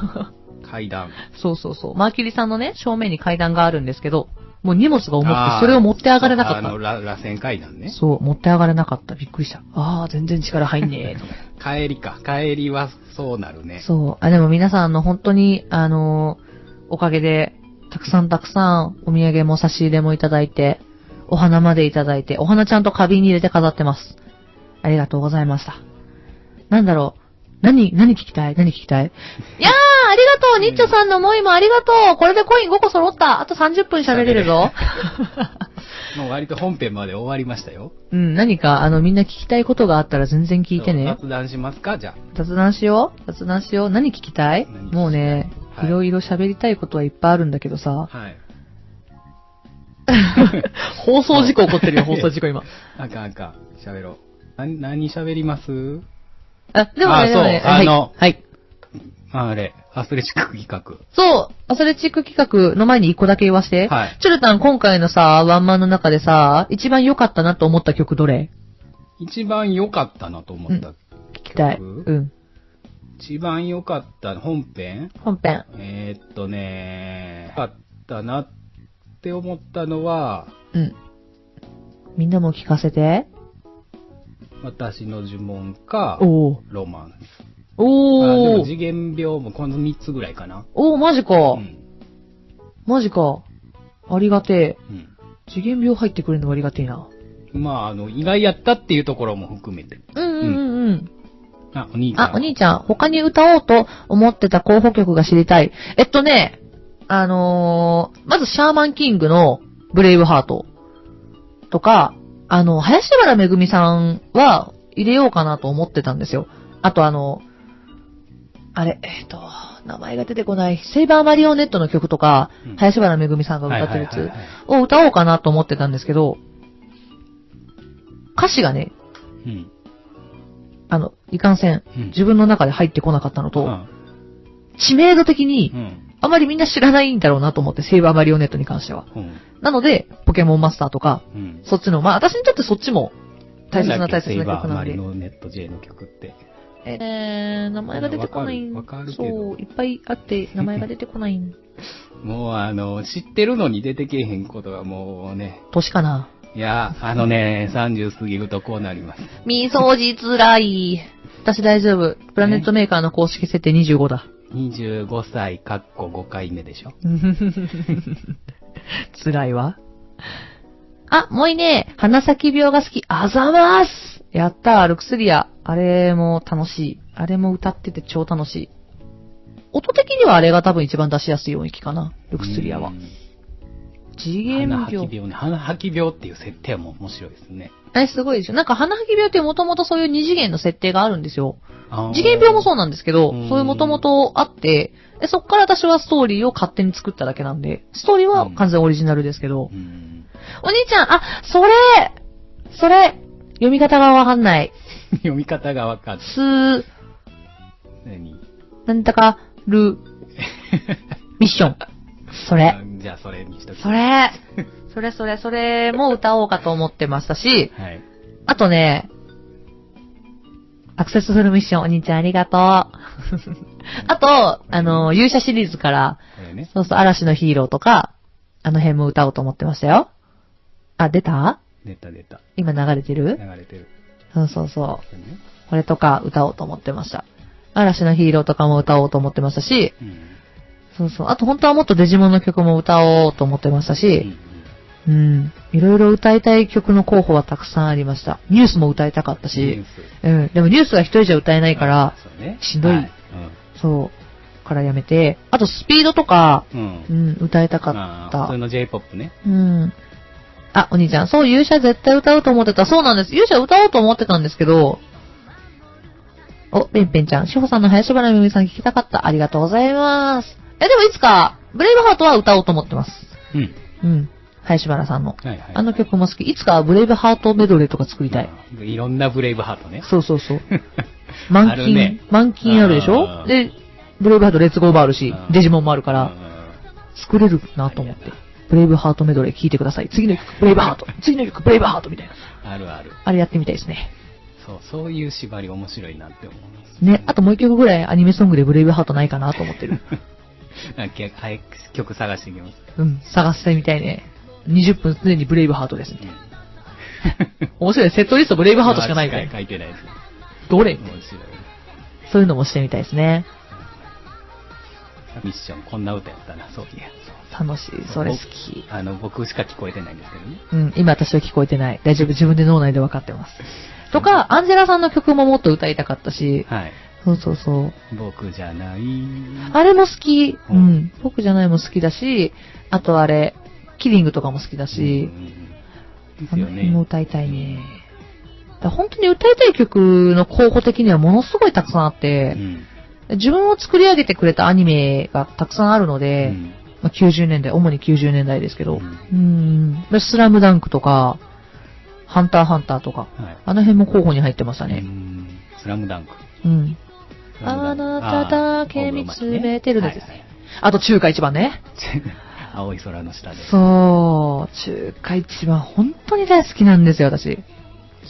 Speaker 1: 階段。
Speaker 2: そうそうそう。マーキュリーさんのね、正面に階段があるんですけど、もう荷物が重く
Speaker 1: あ
Speaker 2: て、
Speaker 1: ー
Speaker 2: それを持って上がれなかっ
Speaker 1: そうあの、
Speaker 2: た。
Speaker 1: ら螺旋階段ね。
Speaker 2: そう、持って上がれなかった。びっくりした。ああ、全然力入んねえと思って。
Speaker 1: 帰りか。帰りはそうなるね。
Speaker 2: そう。あ、でも皆さん、あの、本当に、あの、おかげで、たくさんたくさんお土産も差し入れもいただいて、お花までいただいて、お花ちゃんと花瓶に入れて飾ってます。ありがとうございました。なんだろう。何、何聞きたい何聞きたいいやー、ありがとうニッチョさんの思いもありがとうこれでコイン5個揃ったあと30分喋れるぞ
Speaker 1: もう割と本編まで終わりましたよ。
Speaker 2: うん、何か、あの、みんな聞きたいことがあったら全然聞いてね。
Speaker 1: 雑談しますかじゃあ。
Speaker 2: 雑談しよう雑談しよう何聞きたい
Speaker 1: 何聞きたい
Speaker 2: もうね、
Speaker 1: はい
Speaker 2: いろいろ喋りたいことはいっぱいあるんだけどさ、
Speaker 1: はい。
Speaker 2: 放送事故起こってるよ、
Speaker 1: はい
Speaker 2: 放送事故今。
Speaker 1: あかんあかん。喋ろう。な、何喋ります
Speaker 2: あ、でも
Speaker 1: あ
Speaker 2: ね、でもね、
Speaker 1: そうあの
Speaker 2: はい、はい。
Speaker 1: ああれ、アスレチック企画。
Speaker 2: そう、アスレチック企画の前に一個だけ言わして。
Speaker 1: はい
Speaker 2: チュルタン、今回のさ、ワンマンの中でさ、一番良かったなと思った曲どれ
Speaker 1: 一番良かったなと思った
Speaker 2: 聞きたい。
Speaker 1: 曲
Speaker 2: うん。
Speaker 1: 一番良かった本編
Speaker 2: 本編。
Speaker 1: えー、っとね、良かったなって思ったのは、
Speaker 2: うん。みんなも聞かせて。
Speaker 1: 私の呪文か、
Speaker 2: おー。
Speaker 1: ロマンス。あで
Speaker 2: お
Speaker 1: も
Speaker 2: ー。
Speaker 1: 次元病もこの3つぐらいかな。
Speaker 2: おー、マジか。
Speaker 1: うん。
Speaker 2: マジか。ありがてえ。
Speaker 1: うん。
Speaker 2: 次元病入ってくれるのはありがてえな。
Speaker 1: まあ、あの、意外やったっていうところも含めて。
Speaker 2: うんうんうんうん。
Speaker 1: あ、お兄ちゃん。
Speaker 2: あ、お兄ちゃん、他に歌おうと思ってた候補曲が知りたい。えっとね、あのー、まずシャーマンキングのブレイブハートとか、あの、林原めぐみさんは入れようかなと思ってたんですよ。あとあの、あれ、えっと、名前が出てこない、セイバーマリオネットの曲とか、
Speaker 1: うん
Speaker 2: 林原めぐみさんが歌ってるや
Speaker 1: はい
Speaker 2: つ
Speaker 1: はいはいはい
Speaker 2: を歌おうかなと思ってたんですけど、歌詞がね、
Speaker 1: うん。
Speaker 2: あの、いかんせん、
Speaker 1: うん
Speaker 2: 自分の中で入ってこなかったのと、
Speaker 1: うん
Speaker 2: 知名度的に
Speaker 1: う、ん。
Speaker 2: あまりみんな知らないんだろうなと思って、セイバーマリオネットに関しては。
Speaker 1: うん。
Speaker 2: なので、ポケモンマスターとか、
Speaker 1: うん。
Speaker 2: そっちの、まあ私にとってそっちも大切な大切な
Speaker 1: だっけ
Speaker 2: 曲
Speaker 1: セイバー
Speaker 2: な
Speaker 1: マ
Speaker 2: ん
Speaker 1: リ
Speaker 2: で。
Speaker 1: ノネット J の曲って。
Speaker 2: えー、名前が出てこないん
Speaker 1: わかるわかるけど
Speaker 2: そう、いっぱいあ って、名前が出てこないん。
Speaker 1: もうあの、知ってるのに出てけえへんことがもうね、
Speaker 2: 年かな。
Speaker 1: いや、あのね、30過ぎるとこうなります。
Speaker 2: みそじつらい。私大丈夫。プラネットメーカーの公式設定25だ。
Speaker 1: 25歳、かっこ5回目でしょ。
Speaker 2: 辛いわ。あ、もういいね。鼻先病が好き。あざますやったー、ルクスリア。あれも楽しい。あれも歌ってて超楽しい。音的にはあれが多分一番出しやすい音域かな。ルクスリアは
Speaker 1: うん。。
Speaker 2: 次元
Speaker 1: 鼻吐き
Speaker 2: 病。
Speaker 1: 病ね。鼻吐き病っていう設定も面白いですね。
Speaker 2: あれすごいでしょ。なんか鼻吐き病ってもともとそういう二次元の設定があるんですよ。
Speaker 1: あー
Speaker 2: 次元病もそうなんですけど
Speaker 1: うん、
Speaker 2: そういうもともとあって、でそっから私はストーリーを勝手に作っただけなんで、ストーリーは完全オリジナルですけど、
Speaker 1: うん。
Speaker 2: お兄ちゃん、あ、それそれ読み方がわかんない。
Speaker 1: 読み方がわかんない。
Speaker 2: すー、
Speaker 1: 何
Speaker 2: なんだか、る、ミッション。それ。
Speaker 1: あじゃあそれにしとき
Speaker 2: それ。それそれそれも歌おうかと思ってましたし、
Speaker 1: はい。
Speaker 2: あとね、アクセスフルミッション、お兄ちゃんありがとう。あと、あの、勇者シリーズから、
Speaker 1: これね。
Speaker 2: そうそう、嵐のヒーローとか、あの辺も歌おうと思ってましたよ。あ、出た
Speaker 1: 出た出た。
Speaker 2: 今流れて
Speaker 1: 流
Speaker 2: る
Speaker 1: れてる。
Speaker 2: そうそうそう。
Speaker 1: これね
Speaker 2: これとか歌おうと思ってました。嵐のヒーローとかも歌おうと思ってましたし、
Speaker 1: うん。
Speaker 2: そうそう。あと本当はもっとデジモンの曲も歌おうと思ってました
Speaker 1: うんう
Speaker 2: し、う
Speaker 1: ん
Speaker 2: ん。いろいろ歌いたい曲の候補はたくさんありました。ニュースも歌いたかった
Speaker 1: ニュ
Speaker 2: し
Speaker 1: ー、ス
Speaker 2: うん。でもニュースは一人じゃ歌えないから、
Speaker 1: そうね
Speaker 2: しんどい
Speaker 1: は
Speaker 2: そう。からやめて、あとスピードとか、
Speaker 1: うん。うん
Speaker 2: うん、歌いたか
Speaker 1: ま
Speaker 2: っ
Speaker 1: あ
Speaker 2: た
Speaker 1: 普通。の J-POP ね。
Speaker 2: うん。あ、お兄ちゃん、そう、勇者絶対歌うと思ってた。そうなんです。勇者歌おうと思ってたんですけど、お、ペンペンちゃん、志保さんの林原めぐみさん聞きたかった。ありがとうございます。え、でもいつか、ブレイブハートは歌おうと思ってます。
Speaker 1: うん。
Speaker 2: うん。林原さんの。
Speaker 1: はいはい。
Speaker 2: あの曲も好き。いつかブレイブハートメドレーとか作りたい。
Speaker 1: まあいろんなブレイブハートね。
Speaker 2: そうそうそう。満
Speaker 1: ある
Speaker 2: 金、
Speaker 1: ね
Speaker 2: 満金あるでし
Speaker 1: あ
Speaker 2: ょ
Speaker 1: ー
Speaker 2: で、ブレイブハートレッツゴーもあるし
Speaker 1: あ、ー
Speaker 2: デジモンもあるから、
Speaker 1: う
Speaker 2: 作れるなと思って。ブレイブハートメドレー聴いてください。次の曲、ブレイブハート。次の曲、ブレイブハートみたいな。
Speaker 1: んあるある。
Speaker 2: あれやってみたいですね。
Speaker 1: そう、そういう縛り面白いなって思います。
Speaker 2: ね、あともう一曲ぐらいアニメソングでブレイブハートないかなと思って る。
Speaker 1: あけはい、曲探していきます。
Speaker 2: うん、探してみたいね。20分すでにブレイブハートですね。面白い。セットリストブレイブハートしかないか
Speaker 1: から。書
Speaker 2: ら。
Speaker 1: いてないです。
Speaker 2: どれ
Speaker 1: 面白い。
Speaker 2: そういうのもしてみたいですね。
Speaker 1: ミッション、こんな歌やったな、そういや。
Speaker 2: 楽しい。それ好き。
Speaker 1: 僕あの、僕しか聞こえてないんですけどね。
Speaker 2: うん、今私は聞こえてない。大丈夫。自分で脳内で分かってます。とか、アンジェラさんの曲ももっと歌いたかったし、
Speaker 1: はい。
Speaker 2: そうそうそう。
Speaker 1: 僕じゃない。
Speaker 2: あれも好き。う
Speaker 1: うん
Speaker 2: ん。僕じゃないも好きだし、あとあれ、キリングとかも好きだし
Speaker 1: う、んで
Speaker 2: あ
Speaker 1: す
Speaker 2: の
Speaker 1: よ
Speaker 2: 辺も
Speaker 1: ね。
Speaker 2: 歌いたいね。だから本当に歌いたい曲の候補的にはものすごいたくさんあっ
Speaker 1: う
Speaker 2: て、
Speaker 1: ん。
Speaker 2: 自分を作り上げてくれたアニメがたくさんあるの
Speaker 1: う
Speaker 2: で、
Speaker 1: ん
Speaker 2: まあ、90年代、主に90年代ですけど、
Speaker 1: う
Speaker 2: うんーん、でスラムダンクとか、ハンターハンターとか、
Speaker 1: はい。
Speaker 2: あの辺も候補に入ってました
Speaker 1: う
Speaker 2: ね。
Speaker 1: んスラムダンク。
Speaker 2: うん。
Speaker 1: スラムダンク
Speaker 2: あなただけ見つめてる
Speaker 1: あー
Speaker 2: ですあと中華一番ね。
Speaker 1: 青い空の下で。
Speaker 2: そう、中華一番本当に大好きなんですよ、私。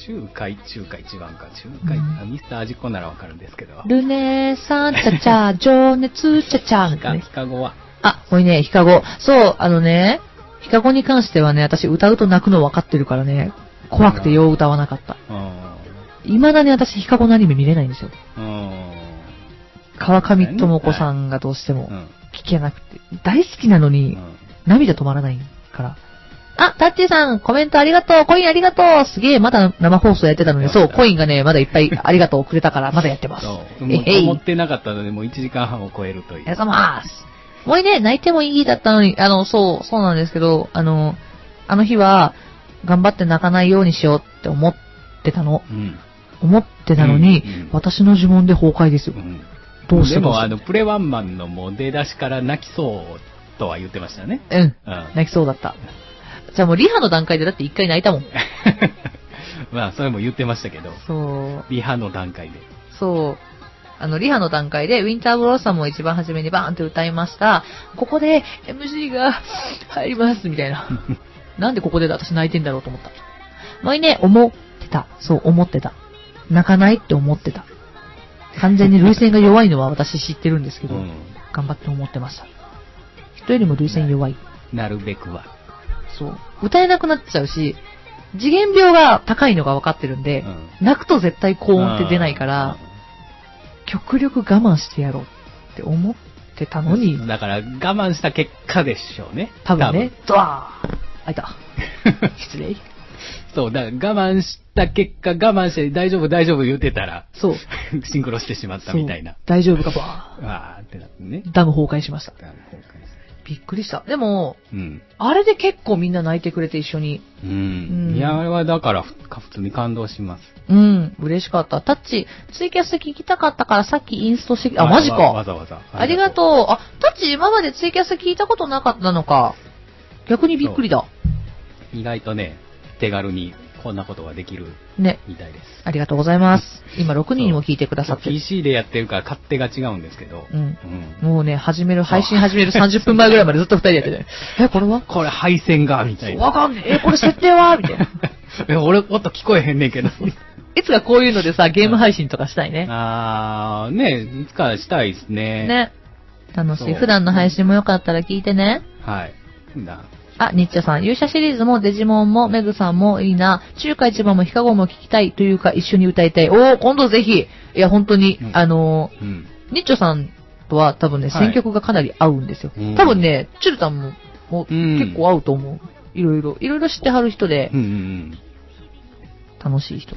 Speaker 1: 中華、中華一番か。中華、
Speaker 2: うん
Speaker 1: あミスター味っ子ならわかるんですけど。
Speaker 2: ルネサンチャチ ャ、情熱チャチャ、み
Speaker 1: ヒ
Speaker 2: た
Speaker 1: カ
Speaker 2: いなね
Speaker 1: ヒ。カゴは。
Speaker 2: あ、これね、ヒカゴ。そう、あのね、ヒカゴに関してはね、私歌うと泣くの分かってるからね、怖くてよう歌わなかった。
Speaker 1: うん。
Speaker 2: 未だに私ヒカゴのアニメ見れないんですよ。
Speaker 1: うん。
Speaker 2: 川上智子さんがどうしても
Speaker 1: うん。
Speaker 2: 聞けなくて、大好きなの
Speaker 1: う
Speaker 2: に
Speaker 1: ん
Speaker 2: 涙止まらないから。あ、タッチーさん、コメントありがとう、コインありがとう、すげえ、まだ生放送やってたのに、
Speaker 1: やってた
Speaker 2: そう、コインがね、まだいっぱいありがとうくれたから、まだやってます。
Speaker 1: そう。
Speaker 2: え
Speaker 1: もう
Speaker 2: へい
Speaker 1: 思ってなかったので、もう1時間半を超えるとい
Speaker 2: ありが
Speaker 1: う。
Speaker 2: とうございます。もうね、泣いてもいいだったのに、あの、そう、そうなんですけど、あの、あの日は、頑張って泣かないようにしようって思ってたの。
Speaker 1: うん。
Speaker 2: 思ってたのに、
Speaker 1: うんうん
Speaker 2: 私の呪文で崩壊ですよ
Speaker 1: う。ん。
Speaker 2: どうして
Speaker 1: でも、あ
Speaker 2: どう
Speaker 1: の、プレワンマンのもう出だしから泣きそうとは言ってましたね。
Speaker 2: してうん。
Speaker 1: うん。
Speaker 2: 泣きそうだった。じゃあもうリハの段階でだって一回泣い たもん。
Speaker 1: まあ、それも言ってましたけど、
Speaker 2: そう。
Speaker 1: リハの段階で。
Speaker 2: そう。あの、リハの段階で、ウィンターブロッサムを一番初めにバーンって歌いました。ここで、MC が入ります、みたい な。なんでここで私泣いてんだろうと思った。もうね、思ってた。そう、思ってた。泣かないって思ってた。完全に涙腺が弱いのは私知ってるんですけ
Speaker 1: う
Speaker 2: ど、
Speaker 1: ん。
Speaker 2: 頑張って思ってました。人よりも涙腺弱い。
Speaker 1: なるべくは。
Speaker 2: そう。歌えなくなっちゃうし、次元病が高いのが分かってるん
Speaker 1: う
Speaker 2: で、
Speaker 1: ん。
Speaker 2: 泣くと絶対高音って出ないから、極力我慢してやろうって思ってた
Speaker 1: うん、
Speaker 2: のに、
Speaker 1: だから、我慢した結果でしょうね。
Speaker 2: 多分ね、ドワー開いた。
Speaker 1: 多分。
Speaker 2: 失礼。
Speaker 1: そう、だから我慢した結果、我慢して大丈夫大丈夫言ってたら、
Speaker 2: そう。
Speaker 1: シンクロしてしまったみたいな
Speaker 2: そう。大丈夫か、バ
Speaker 1: あーってなってね。
Speaker 2: ーンダム崩壊しました。
Speaker 1: あの今回
Speaker 2: びっくりした。でも、
Speaker 1: うん。
Speaker 2: あれで結構みんな泣いてくれて一緒に。
Speaker 1: うん。いや、あれはだから、ふ普通に感動します。
Speaker 2: うん、嬉しかった。タッチ、ツイキャス聞きたかったからさっきインストしてき、あ、マジ
Speaker 1: わ
Speaker 2: か。
Speaker 1: ざわざ。
Speaker 2: ありがとう。あ、タッチ今までツイキャス聞いたことなかったのか。逆にびっくりだ。
Speaker 1: う。意外とね、手軽にこんなことができる
Speaker 2: ね。
Speaker 1: みたいです。
Speaker 2: ありがとうございます。今6人も聞いてくださってる。
Speaker 1: PC でやってるから勝手が違うんですけど。
Speaker 2: うん。
Speaker 1: うん。
Speaker 2: もうね、始める、配信始める30分前ぐらいまでずっと二人でや ってて。え、これは
Speaker 1: これ配線が、みたい
Speaker 2: わ
Speaker 1: な。
Speaker 2: かんねえ。え、これ設定 はみたいな。
Speaker 1: え、俺、音聞こえへんねんけど。
Speaker 2: いつかこういうのでさ、ゲーム配信とかしたいね。
Speaker 1: あー、ねいつかしたいですね。。
Speaker 2: ね。楽し
Speaker 1: そ
Speaker 2: い。
Speaker 1: う
Speaker 2: 普段の配信もよかったら聞いてね。
Speaker 1: はい。な
Speaker 2: あ、ニッチャさん。勇者シリーズもデジモンもメグさんもいいな。中華一番もヒカゴも聞きたいというか一緒に歌いたい。おー、今度ぜひ。いや、本当に、
Speaker 1: うん
Speaker 2: あの
Speaker 1: うん。
Speaker 2: ー、ニッチャさんとは多分ね、
Speaker 1: はい
Speaker 2: 選曲がかなり合うんですよ。
Speaker 1: うん
Speaker 2: 多分ね、チュルタンももう
Speaker 1: うん
Speaker 2: 結構合うと思う。いろいろ。いろいろ知ってはる人で
Speaker 1: うん、うん
Speaker 2: 楽しい人。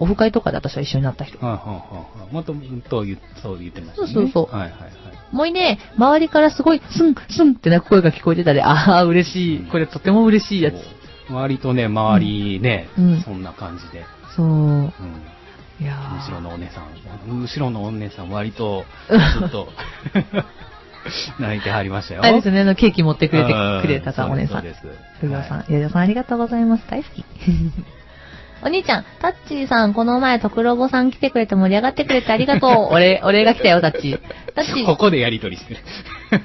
Speaker 2: オフ会とかで私は一緒になった人
Speaker 1: うん。。はいはいはいはい。もっと、うんと言そう言ってましたね。
Speaker 2: そうそうそう
Speaker 1: はいはいはい。
Speaker 2: もうね、周りからすごい、スン、スンって泣く声が聞こえてたで、ああ、嬉しい。これとても嬉しいやつ。
Speaker 1: そう。割とね、周りね、
Speaker 2: うん
Speaker 1: そんな感じで。
Speaker 2: そう。
Speaker 1: うん。
Speaker 2: いや
Speaker 1: 後ろ
Speaker 2: ー
Speaker 1: のお姉さん。後ろのお姉さん、割と、ずっと、 泣いてはりましたよ。
Speaker 2: あれですね、あの、ケーキ持ってくれて
Speaker 1: うん
Speaker 2: くれたさ、お姉さん。
Speaker 1: そうです。そ
Speaker 2: ヨ
Speaker 1: うで
Speaker 2: ヨ
Speaker 1: す
Speaker 2: さ
Speaker 1: は
Speaker 2: ん、ヨヨさんありがとうございます。大好 き。お兄ちゃん、タッチーさん、この前、徳ロボさん来てくれて盛り上がってくれてあり がとう。俺、俺が来たよ、タッチー。タッチ
Speaker 1: いここでやりとりしてる。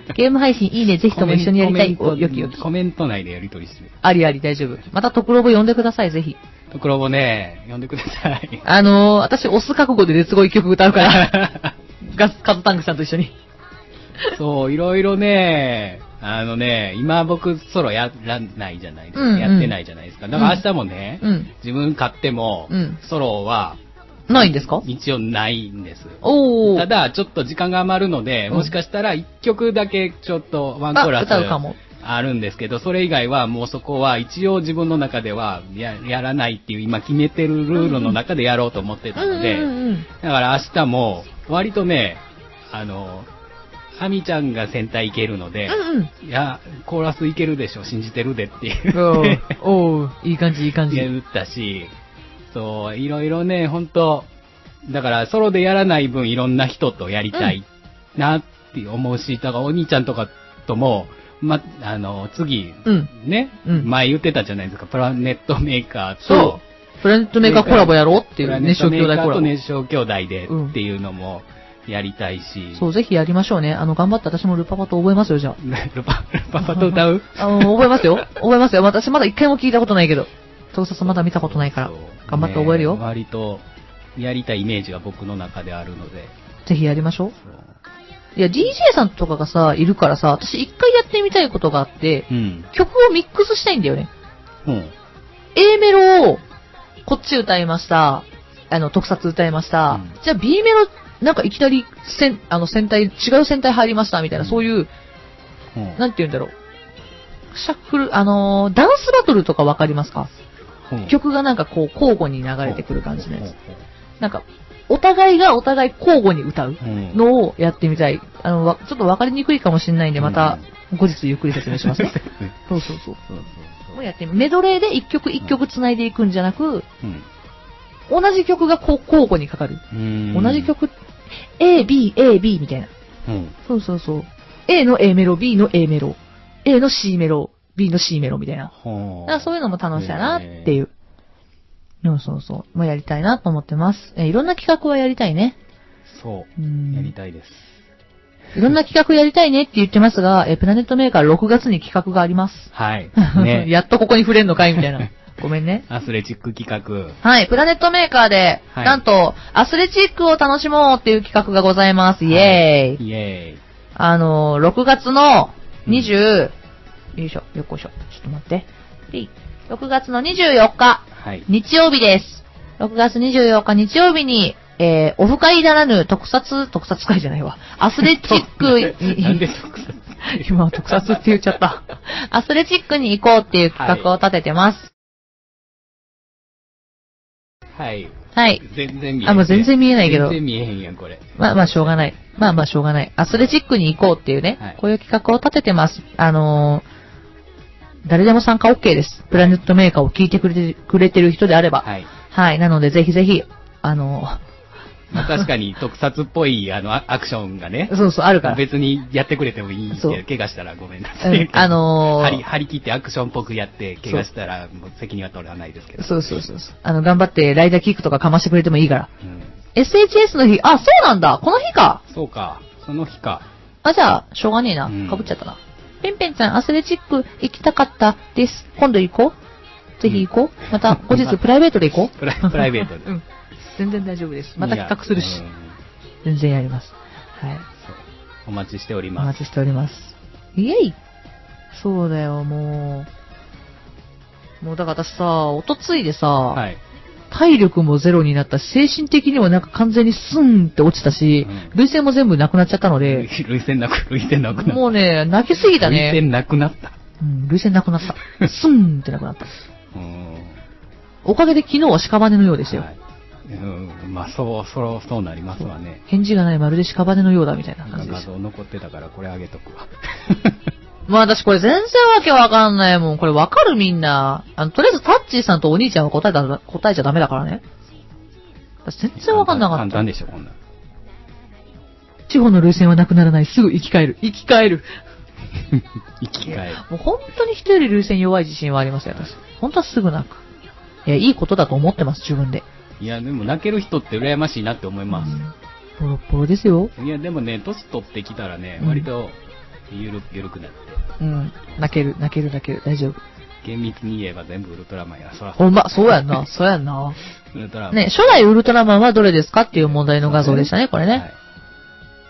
Speaker 2: ー、ゲーム配信いいね、ぜひとも一緒にやりたい。
Speaker 1: コメ
Speaker 2: お
Speaker 1: ント
Speaker 2: よきよき。
Speaker 1: コメント内でやりとりしてる。
Speaker 2: ありあり、大丈夫。また徳ロボ呼んでください、ぜひ。
Speaker 1: ところもね、呼んでください。
Speaker 2: あのー、私、オス覚悟でレッツゴー一曲歌う から、ガスカズタンクさんと一緒に。
Speaker 1: そう、いろいろね、あのね、今僕ソロやらないじゃないですか、
Speaker 2: うんうん
Speaker 1: やってないじゃないですか。だから明日もね、
Speaker 2: うん。
Speaker 1: 自分買っても、
Speaker 2: うん
Speaker 1: ソロは
Speaker 2: ないんですか
Speaker 1: 一応ないんです。
Speaker 2: おー。
Speaker 1: ただ、ちょっと時間が余るので、
Speaker 2: うん
Speaker 1: もしかしたら一曲だけちょっとワンコー
Speaker 2: あ、
Speaker 1: ラス
Speaker 2: 歌うかも。
Speaker 1: あるんですけど、それ以外はもうそこは一応自分の中ではややらないっていう今決めてるルールの中でやろうと思ってたの
Speaker 2: う
Speaker 1: で、
Speaker 2: んうんうん
Speaker 1: だから明日も割とね、あの、ハミちゃんが先隊行けるので、
Speaker 2: うん うん。
Speaker 1: いや、コーラスいけるでしょ、信じてるでっていう。
Speaker 2: お ーおーいい感じ、いい感じ。
Speaker 1: 打ったし、そう、いろいろね、本当だからソロでやらない分いろんな人とやりたいなって思うし、だからお兄ちゃんとかとも、ま、あの、次、
Speaker 2: うん。
Speaker 1: ね、
Speaker 2: うん
Speaker 1: 前言ってたじゃないですか、プラネットメーカー
Speaker 2: そう
Speaker 1: と、。
Speaker 2: プラネットメーカーコラボやろうってい
Speaker 1: プラ
Speaker 2: う、
Speaker 1: ネ
Speaker 2: 熱
Speaker 1: ッ
Speaker 2: 唱
Speaker 1: トメ
Speaker 2: 兄
Speaker 1: ー
Speaker 2: 弟
Speaker 1: カ
Speaker 2: コ
Speaker 1: ー
Speaker 2: ラ
Speaker 1: と
Speaker 2: ボ。
Speaker 1: 熱唱兄弟でっていうのもやりたいし、
Speaker 2: そう、ぜひやりましょうね。あの、頑張って私もルパパと覚えますよ、じゃあ。
Speaker 1: ルパ、ルパパと歌う
Speaker 2: あの、覚えますよ。覚えますよ。私まだ一回も聞いたことないけど。特撮まだ見たことないから
Speaker 1: そう。
Speaker 2: 頑張って覚えるよ
Speaker 1: ね割と、やりたいイメージが僕の中であるので。
Speaker 2: ぜひやりましょう。
Speaker 1: そう
Speaker 2: いや、DJ さんとかがさ、いるからさ、私一回やってみたいことがあって、
Speaker 1: うん。
Speaker 2: 曲をミックスしたいんだよね。
Speaker 1: うん。
Speaker 2: A メロを、こっち歌いました。あの、特撮歌いました。
Speaker 1: うん
Speaker 2: じゃあ B メロ、なんかいきなり、せん、あの、戦隊、違う戦隊入りました、みたいな、
Speaker 1: うん
Speaker 2: そういう、
Speaker 1: うん
Speaker 2: なんて言うんだろう。シャッフル、あのーダンスバトルとかわかりますか、
Speaker 1: うん
Speaker 2: 曲がなんかこう、交互に流れてくる感じのやつ。
Speaker 1: つ。
Speaker 2: なんか、お互いがお互い交互に歌う
Speaker 1: うん
Speaker 2: のをやってみたい。あの、わちょっとわかりにくいかもしれないんで、また、後日ゆっくり説明します ね。そうそうそう。
Speaker 1: そうそう
Speaker 2: も
Speaker 1: そうう。
Speaker 2: やってみメドレーで一曲一曲繋いでいくんじゃなく、
Speaker 1: うん
Speaker 2: 同じ曲がこう交互にかかる。
Speaker 1: う ん
Speaker 2: 同じ。曲、A, B, A, B みたいな。
Speaker 1: うん。
Speaker 2: そうそうそう。A の A メロ、B の A メロ、A の C メロ、B の C メロみたいな。
Speaker 1: ほ
Speaker 2: だからそういううのも楽しいなっていう。そうそうそう。もうやりたいなと思ってます。えーいろんな企画はやりたいね。
Speaker 1: そうう。
Speaker 2: ん
Speaker 1: やりたいです。
Speaker 2: いろんな企画やりたいねって言ってますが、えープラネットメーカー6月に企画があります。
Speaker 1: はい。ね。
Speaker 2: やっとここに触れんのかいみたいな。ごめんね。
Speaker 1: アスレチック企画。
Speaker 2: はい、プラネットメーカーで、
Speaker 1: はい
Speaker 2: なんと、アスレチックを楽しもうっていう企画がございます。イエーイ。
Speaker 1: イエーイ。
Speaker 2: あのー、6月の
Speaker 1: うん
Speaker 2: 20、よいしょ、よっこいしょ、ちょっと待って。ピッ6月の24日、
Speaker 1: はい。
Speaker 2: 日曜日です。6月24日日曜日に、えー、オフ会ならぬ特撮、特撮会じゃないわ。アスレチックに、
Speaker 1: なんで 特撮
Speaker 2: 今、特撮って言っちゃ った。アスレチックに行こうっていう企画を立ててます。
Speaker 1: はい。
Speaker 2: はい。
Speaker 1: 全然見えへん。
Speaker 2: あもう全然見えないけど
Speaker 1: 全然見えへんやん、これ。
Speaker 2: まあまあしょうがない。まあまあしょうがない。アスレチックに行こうっていうね、
Speaker 1: はい
Speaker 2: こういう企画を立ててます。あのー誰でも参加 OK です。プラネットメーカーを聞いてくれてくれてる人であれば。はい。
Speaker 1: はい。
Speaker 2: なのでぜひぜひ、あのー
Speaker 1: まあ確かに特撮っぽい、あの、アアクションがね。
Speaker 2: そうそう、あるから。
Speaker 1: 別にやってくれてもいいん
Speaker 2: そう
Speaker 1: で、怪我したらごめんな
Speaker 2: う
Speaker 1: さい。
Speaker 2: ん、あのー
Speaker 1: 張り、張り切ってアクションっぽくやって、怪我したらもう責任は取らないですけど。
Speaker 2: そうそうそうそう。あの、頑張ってライダーキックとかかましてくれてもいいから。
Speaker 1: うん。
Speaker 2: SHS の日、あ、そうなんだこの日か
Speaker 1: そうか、その日か。
Speaker 2: あ、じゃあ、しょうがねえな
Speaker 1: うん。
Speaker 2: かぶっちゃったな。ペンペンちゃん、アスレチック行きたかったです。今度行こうぜひ行こう、ま た、後日プライベートで行こう
Speaker 1: プライプライベートで。
Speaker 2: うん。全然大丈夫です。また企画する
Speaker 1: い
Speaker 2: し
Speaker 1: やうん。
Speaker 2: 全然やります。はい。
Speaker 1: そうお待ちしており
Speaker 2: お
Speaker 1: ま
Speaker 2: 待
Speaker 1: す。
Speaker 2: ちしております。イエイそうだよ、もう。もうだから私さ、おとついでさ、
Speaker 1: はい。
Speaker 2: 体力もゼロになったし、精神的にもなんか完全にスンって落ちたし、
Speaker 1: うん
Speaker 2: 涙腺も全部なくなっちゃったので、
Speaker 1: 涙腺なく、涙腺なくなった。
Speaker 2: もうね、泣きすぎた
Speaker 1: 涙
Speaker 2: ね。
Speaker 1: 腺なくなった。
Speaker 2: うん、涙腺なくなった。スンってなくなった。
Speaker 1: うん。
Speaker 2: おかげで昨日は屍のようでしたよ。
Speaker 1: はいうん、まあ、そう、そう、そうなりますわね。
Speaker 2: 返事がないまるで屍のようだみたいな
Speaker 1: な
Speaker 2: 感
Speaker 1: ん
Speaker 2: じで
Speaker 1: か画
Speaker 2: した。
Speaker 1: 像残ってたから、これあげとくわ。
Speaker 2: まあ私これ全然わけわかんないもん。これわかるみんな。あの、とりあえずタッチーさんとお兄ちゃんは答えた、答えちゃダメだからね。私全然わかんなか
Speaker 1: 簡
Speaker 2: っ
Speaker 1: 単
Speaker 2: た。
Speaker 1: でしょ、こん なん。
Speaker 2: 地方の類線はなくならない。すぐ生き返る。生き返る。
Speaker 1: 生き返る。
Speaker 2: もう本当に人より類線弱い自信はありますよ、私。本当はすぐ泣く。いや、いいことだと思ってます、自分で。
Speaker 1: いや、でも泣ける人って羨ましいなって思います。
Speaker 2: うんボロッボロですよ。
Speaker 1: いや、でもね、年取ってきたらね、
Speaker 2: うん
Speaker 1: 割と、ゆる、ゆるくなって。
Speaker 2: うん。泣ける、泣ける、泣ける。大丈夫。
Speaker 1: 厳密に言えば全部ウルトラマンや。そらそう
Speaker 2: ほんま、そうやん な、そうやんな。
Speaker 1: ウルトラマン。
Speaker 2: ね、初代ウルトラマンはどれですかっていう問題の画像でしたね、これね。
Speaker 1: はい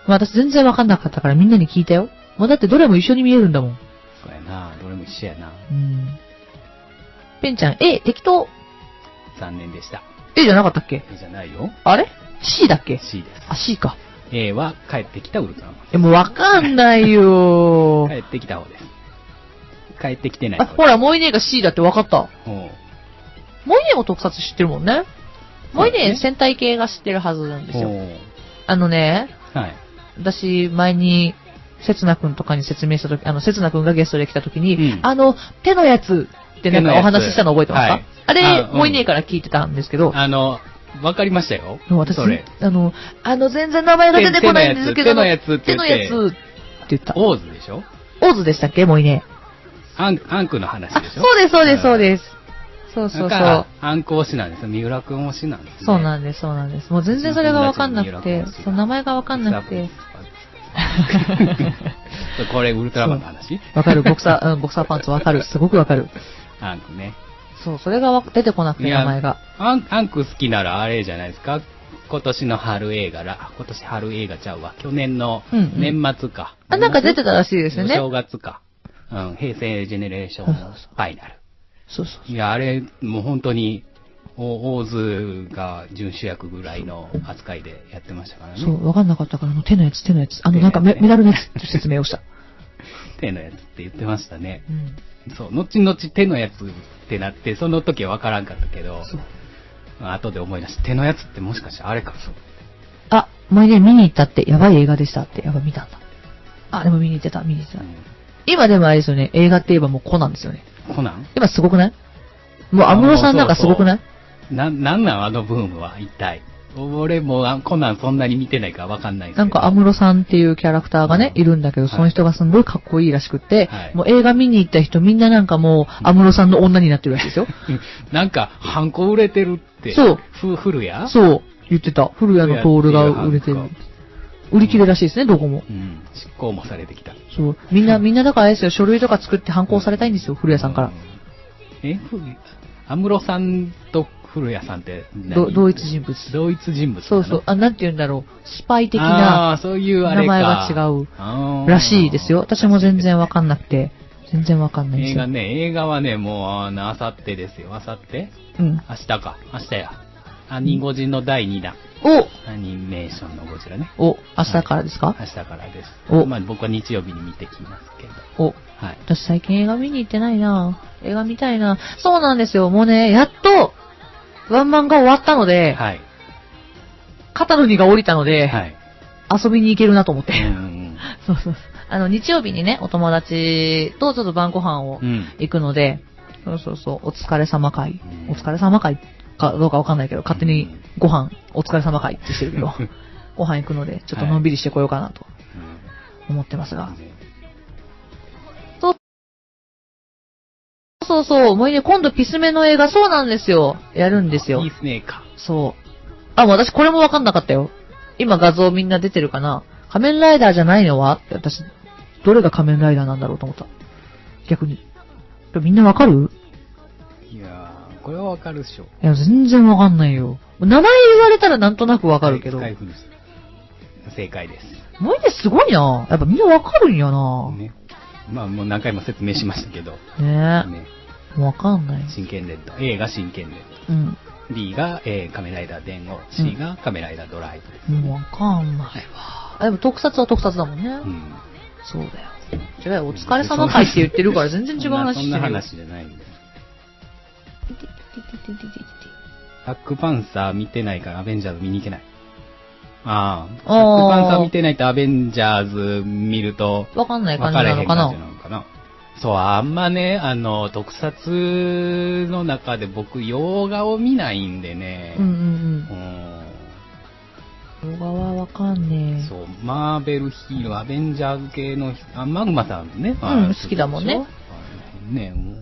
Speaker 2: まあ私全然わかんなかったからみんなに聞いたよ。もうだってどれも一緒に見えるんだもん。
Speaker 1: そうやな。どれも一緒やな。
Speaker 2: うん。ペンちゃん、A、適当。
Speaker 1: 残念でした。
Speaker 2: A じゃなかったっけ
Speaker 1: じゃないよ。
Speaker 2: あれ ?C だっけ
Speaker 1: C です。
Speaker 2: あ、C か。
Speaker 1: A は帰ってきたウルトラマン。
Speaker 2: え、もうわかんないよ
Speaker 1: 帰ってきた方です。帰ってきてない
Speaker 2: あ、
Speaker 1: 方です。
Speaker 2: ほら、モイネーが C だってわかった。
Speaker 1: おう
Speaker 2: モイネーも特撮知ってるもんね。モイ
Speaker 1: そう
Speaker 2: ネ
Speaker 1: で
Speaker 2: ー
Speaker 1: す
Speaker 2: 戦隊系が知ってるはずなんですよ。
Speaker 1: おう
Speaker 2: あのね、
Speaker 1: はい。
Speaker 2: 私、前に、せつなくんとかに説明したとき、あの、せつなくんがゲストで来たときに、
Speaker 1: うん
Speaker 2: あの、手のやつってなん
Speaker 1: 手の
Speaker 2: か
Speaker 1: や
Speaker 2: お
Speaker 1: つ
Speaker 2: 話ししたの覚えてますか、
Speaker 1: はい
Speaker 2: あれ、
Speaker 1: あうん
Speaker 2: モイネーから聞いてたんですけど、
Speaker 1: あの、わかりましたよ。
Speaker 2: もう私
Speaker 1: それ。、
Speaker 2: あの、あの、全然名前が出てこないんですけど、
Speaker 1: 手のやつ
Speaker 2: 手
Speaker 1: 手
Speaker 2: の
Speaker 1: の
Speaker 2: やつ
Speaker 1: やつ
Speaker 2: って言った。
Speaker 1: オーズでしょ
Speaker 2: オーズでしたっけモイネー。
Speaker 1: アンアンクの話
Speaker 2: あ、
Speaker 1: でしょ
Speaker 2: そうです、そうです、そうです。そう
Speaker 1: す
Speaker 2: そうそ
Speaker 1: だ
Speaker 2: う
Speaker 1: か。ら、アンク推しなんですよ。三浦くん推しなんです、ね。
Speaker 2: そう
Speaker 1: で
Speaker 2: なんです、そうなんです。もう全然それがわかんなくて
Speaker 1: 三浦君の知、ら
Speaker 2: そう、名前がわ
Speaker 1: す
Speaker 2: かんなくて。。
Speaker 1: これ、ウルトラマン の話
Speaker 2: わかる、ボクサー、うん、ボクサーパンツわかる、すごくわかる。
Speaker 1: アンクね。
Speaker 2: そう、それがわ出てこなくて、
Speaker 1: いや
Speaker 2: 名前が。
Speaker 1: アンアンク好きならあれじゃないですか今年の春映画ら、今年春映画ちゃうわ。去年の
Speaker 2: うんうん
Speaker 1: 年末か。
Speaker 2: あ、なんか出てたらしいですよね。
Speaker 1: お正月か。うん、平成ジェネレーションファイナル。
Speaker 2: そうそう。
Speaker 1: いや、あれ、もう本当に、おオーズが準主役ぐらいの扱いでやってましたからね。
Speaker 2: そう、わかんなかったから、もう手のやつ、手のやつ。あの、
Speaker 1: 手
Speaker 2: な
Speaker 1: の
Speaker 2: ん
Speaker 1: やつ
Speaker 2: かメメダルのやつって説明をした。
Speaker 1: 手のやつって言ってましたね。
Speaker 2: うん。
Speaker 1: そう、後々手のやつってなって、その時は分からんかったけど、
Speaker 2: そう。
Speaker 1: まあ後で思い出して、手のやつってもしかしてあれか、そう。
Speaker 2: あ、前ね、見に行ったって、やばい映画でしたって、やばい見たんだ。あ、でも見に行ってた、見に行ってた。今でもあれですよね、映画って言えばもうコナンですよね。
Speaker 1: うんコナン
Speaker 2: 今すごくないもう安室さんなんかすごくない
Speaker 1: な、なんなんあのブームは、一体。俺もあコナンそんなに見てないから分かんないですけ
Speaker 2: な
Speaker 1: ど。
Speaker 2: んか、安室さんっていうキャラクターがね、
Speaker 1: うん
Speaker 2: いるんだけど、
Speaker 1: はい
Speaker 2: その人がすんごいかっこいいらしくって、
Speaker 1: はい
Speaker 2: もう映画見に行った人みんななんかもう、安室さんの女になってるらしいですよ。
Speaker 1: なんか、ハンコ売れてるって。
Speaker 2: そう
Speaker 1: ふ。古谷
Speaker 2: そう、言ってた。古谷のトールが売れてる
Speaker 1: 古谷っていうハン。
Speaker 2: 売り切れらしいですね、どこも。
Speaker 1: うん。執行もされてきた。
Speaker 2: そう。みんな、みんなだからあれですよ、書類とか作って反抗されたいんですよ、古谷さんから。
Speaker 1: えふ安室さんと古谷さんって何
Speaker 2: ど同一人物
Speaker 1: 同一人物なの
Speaker 2: そうそう、あ、なんて言うんだろう、スパイ的
Speaker 1: あ
Speaker 2: な
Speaker 1: ーそういうあれ
Speaker 2: 名
Speaker 1: か
Speaker 2: 前が違う
Speaker 1: あー
Speaker 2: らしいですよ。私も全然わかんなくて、全然わかんないんで
Speaker 1: 映
Speaker 2: すよ
Speaker 1: 画。ね、映画はね、もう、あの、あさってですよ。あさって
Speaker 2: うん。
Speaker 1: 明日か。明日や。アニゴジの第2弾。アニメーションのゴジラね。
Speaker 2: お、お、明日からですか
Speaker 1: 明日からです。
Speaker 2: お
Speaker 1: まあ僕は日曜日に見てきますけど。
Speaker 2: お、
Speaker 1: はい。
Speaker 2: 私最近映画見に行ってないな映画見たいなそうなんですよ。もうね、やっと、ワンマンが終わったので、
Speaker 1: はい。
Speaker 2: 肩の荷が降りたので、
Speaker 1: はい。
Speaker 2: 遊びに行けるなと思って。
Speaker 1: うんうん
Speaker 2: そうそうそう。あの、日曜日にね、お友達とちょっと晩ご飯を
Speaker 1: うん。うん。
Speaker 2: 行くので、そうそうそう、お疲れ様会
Speaker 1: う。ん
Speaker 2: お疲れ様会かどうかわかんないけど、勝手にご飯、お疲れ様会ってしてるけ ど、ご飯行くので、ちょっとのんびりしてこようかなと思ってますが。そうそう、もうね、今度ピスメの映画、そうなんですよ。やるんですよ
Speaker 1: いい。っすね、か。
Speaker 2: そう。あ、もう私これもわかんなかったよ。今画像みんな出てるかな。仮面ライダーじゃないのはって私、どれが仮面ライダーなんだろうと思った。逆に。みんなわかる
Speaker 1: いやー、これはわかるっしょ。
Speaker 2: いや、全然わかんないよ。名前言われたらなんとなくわかるけど。
Speaker 1: はい
Speaker 2: も
Speaker 1: 使い古し正解です。
Speaker 2: うね、すごいな。やっぱみんなわかるんやな。ね
Speaker 1: ね。まあもう何回も説明しましたけど、
Speaker 2: え。
Speaker 1: ね、
Speaker 2: わかんない。
Speaker 1: 真剣レッド。A が真剣レッ
Speaker 2: うん。
Speaker 1: ド。B が、えー、カメライダー伝言。C がカメライダードライブです。
Speaker 2: もうわかんないわ。あでも特撮は特撮だもんね。
Speaker 1: うん。
Speaker 2: そうだよ。違うよ、お疲れ様会って言ってるから全然違う話
Speaker 1: そ
Speaker 2: して
Speaker 1: んな
Speaker 2: るよ。
Speaker 1: 話じゃないんです。バックパンサー見てないからアベンジャーズ見に行けない。ああ。バッ
Speaker 2: あー
Speaker 1: クパンサー見てないとアベンジャーズ見ると、
Speaker 2: わかんない感じ
Speaker 1: 分かれ
Speaker 2: な
Speaker 1: へ
Speaker 2: の
Speaker 1: ん
Speaker 2: か
Speaker 1: 感じ
Speaker 2: な
Speaker 1: なのかな。そう、あんまね、あの、特撮の中で僕、洋画を見ないんでね。
Speaker 2: うん
Speaker 1: う
Speaker 2: うんうん。動画はわかん
Speaker 1: ん
Speaker 2: ねえ。
Speaker 1: そう、マーベルヒーロー、アベンジャーズ系の人、あ、マグマさんね。
Speaker 2: うん
Speaker 1: あの
Speaker 2: 好きだもんね。
Speaker 1: ね、もう、こ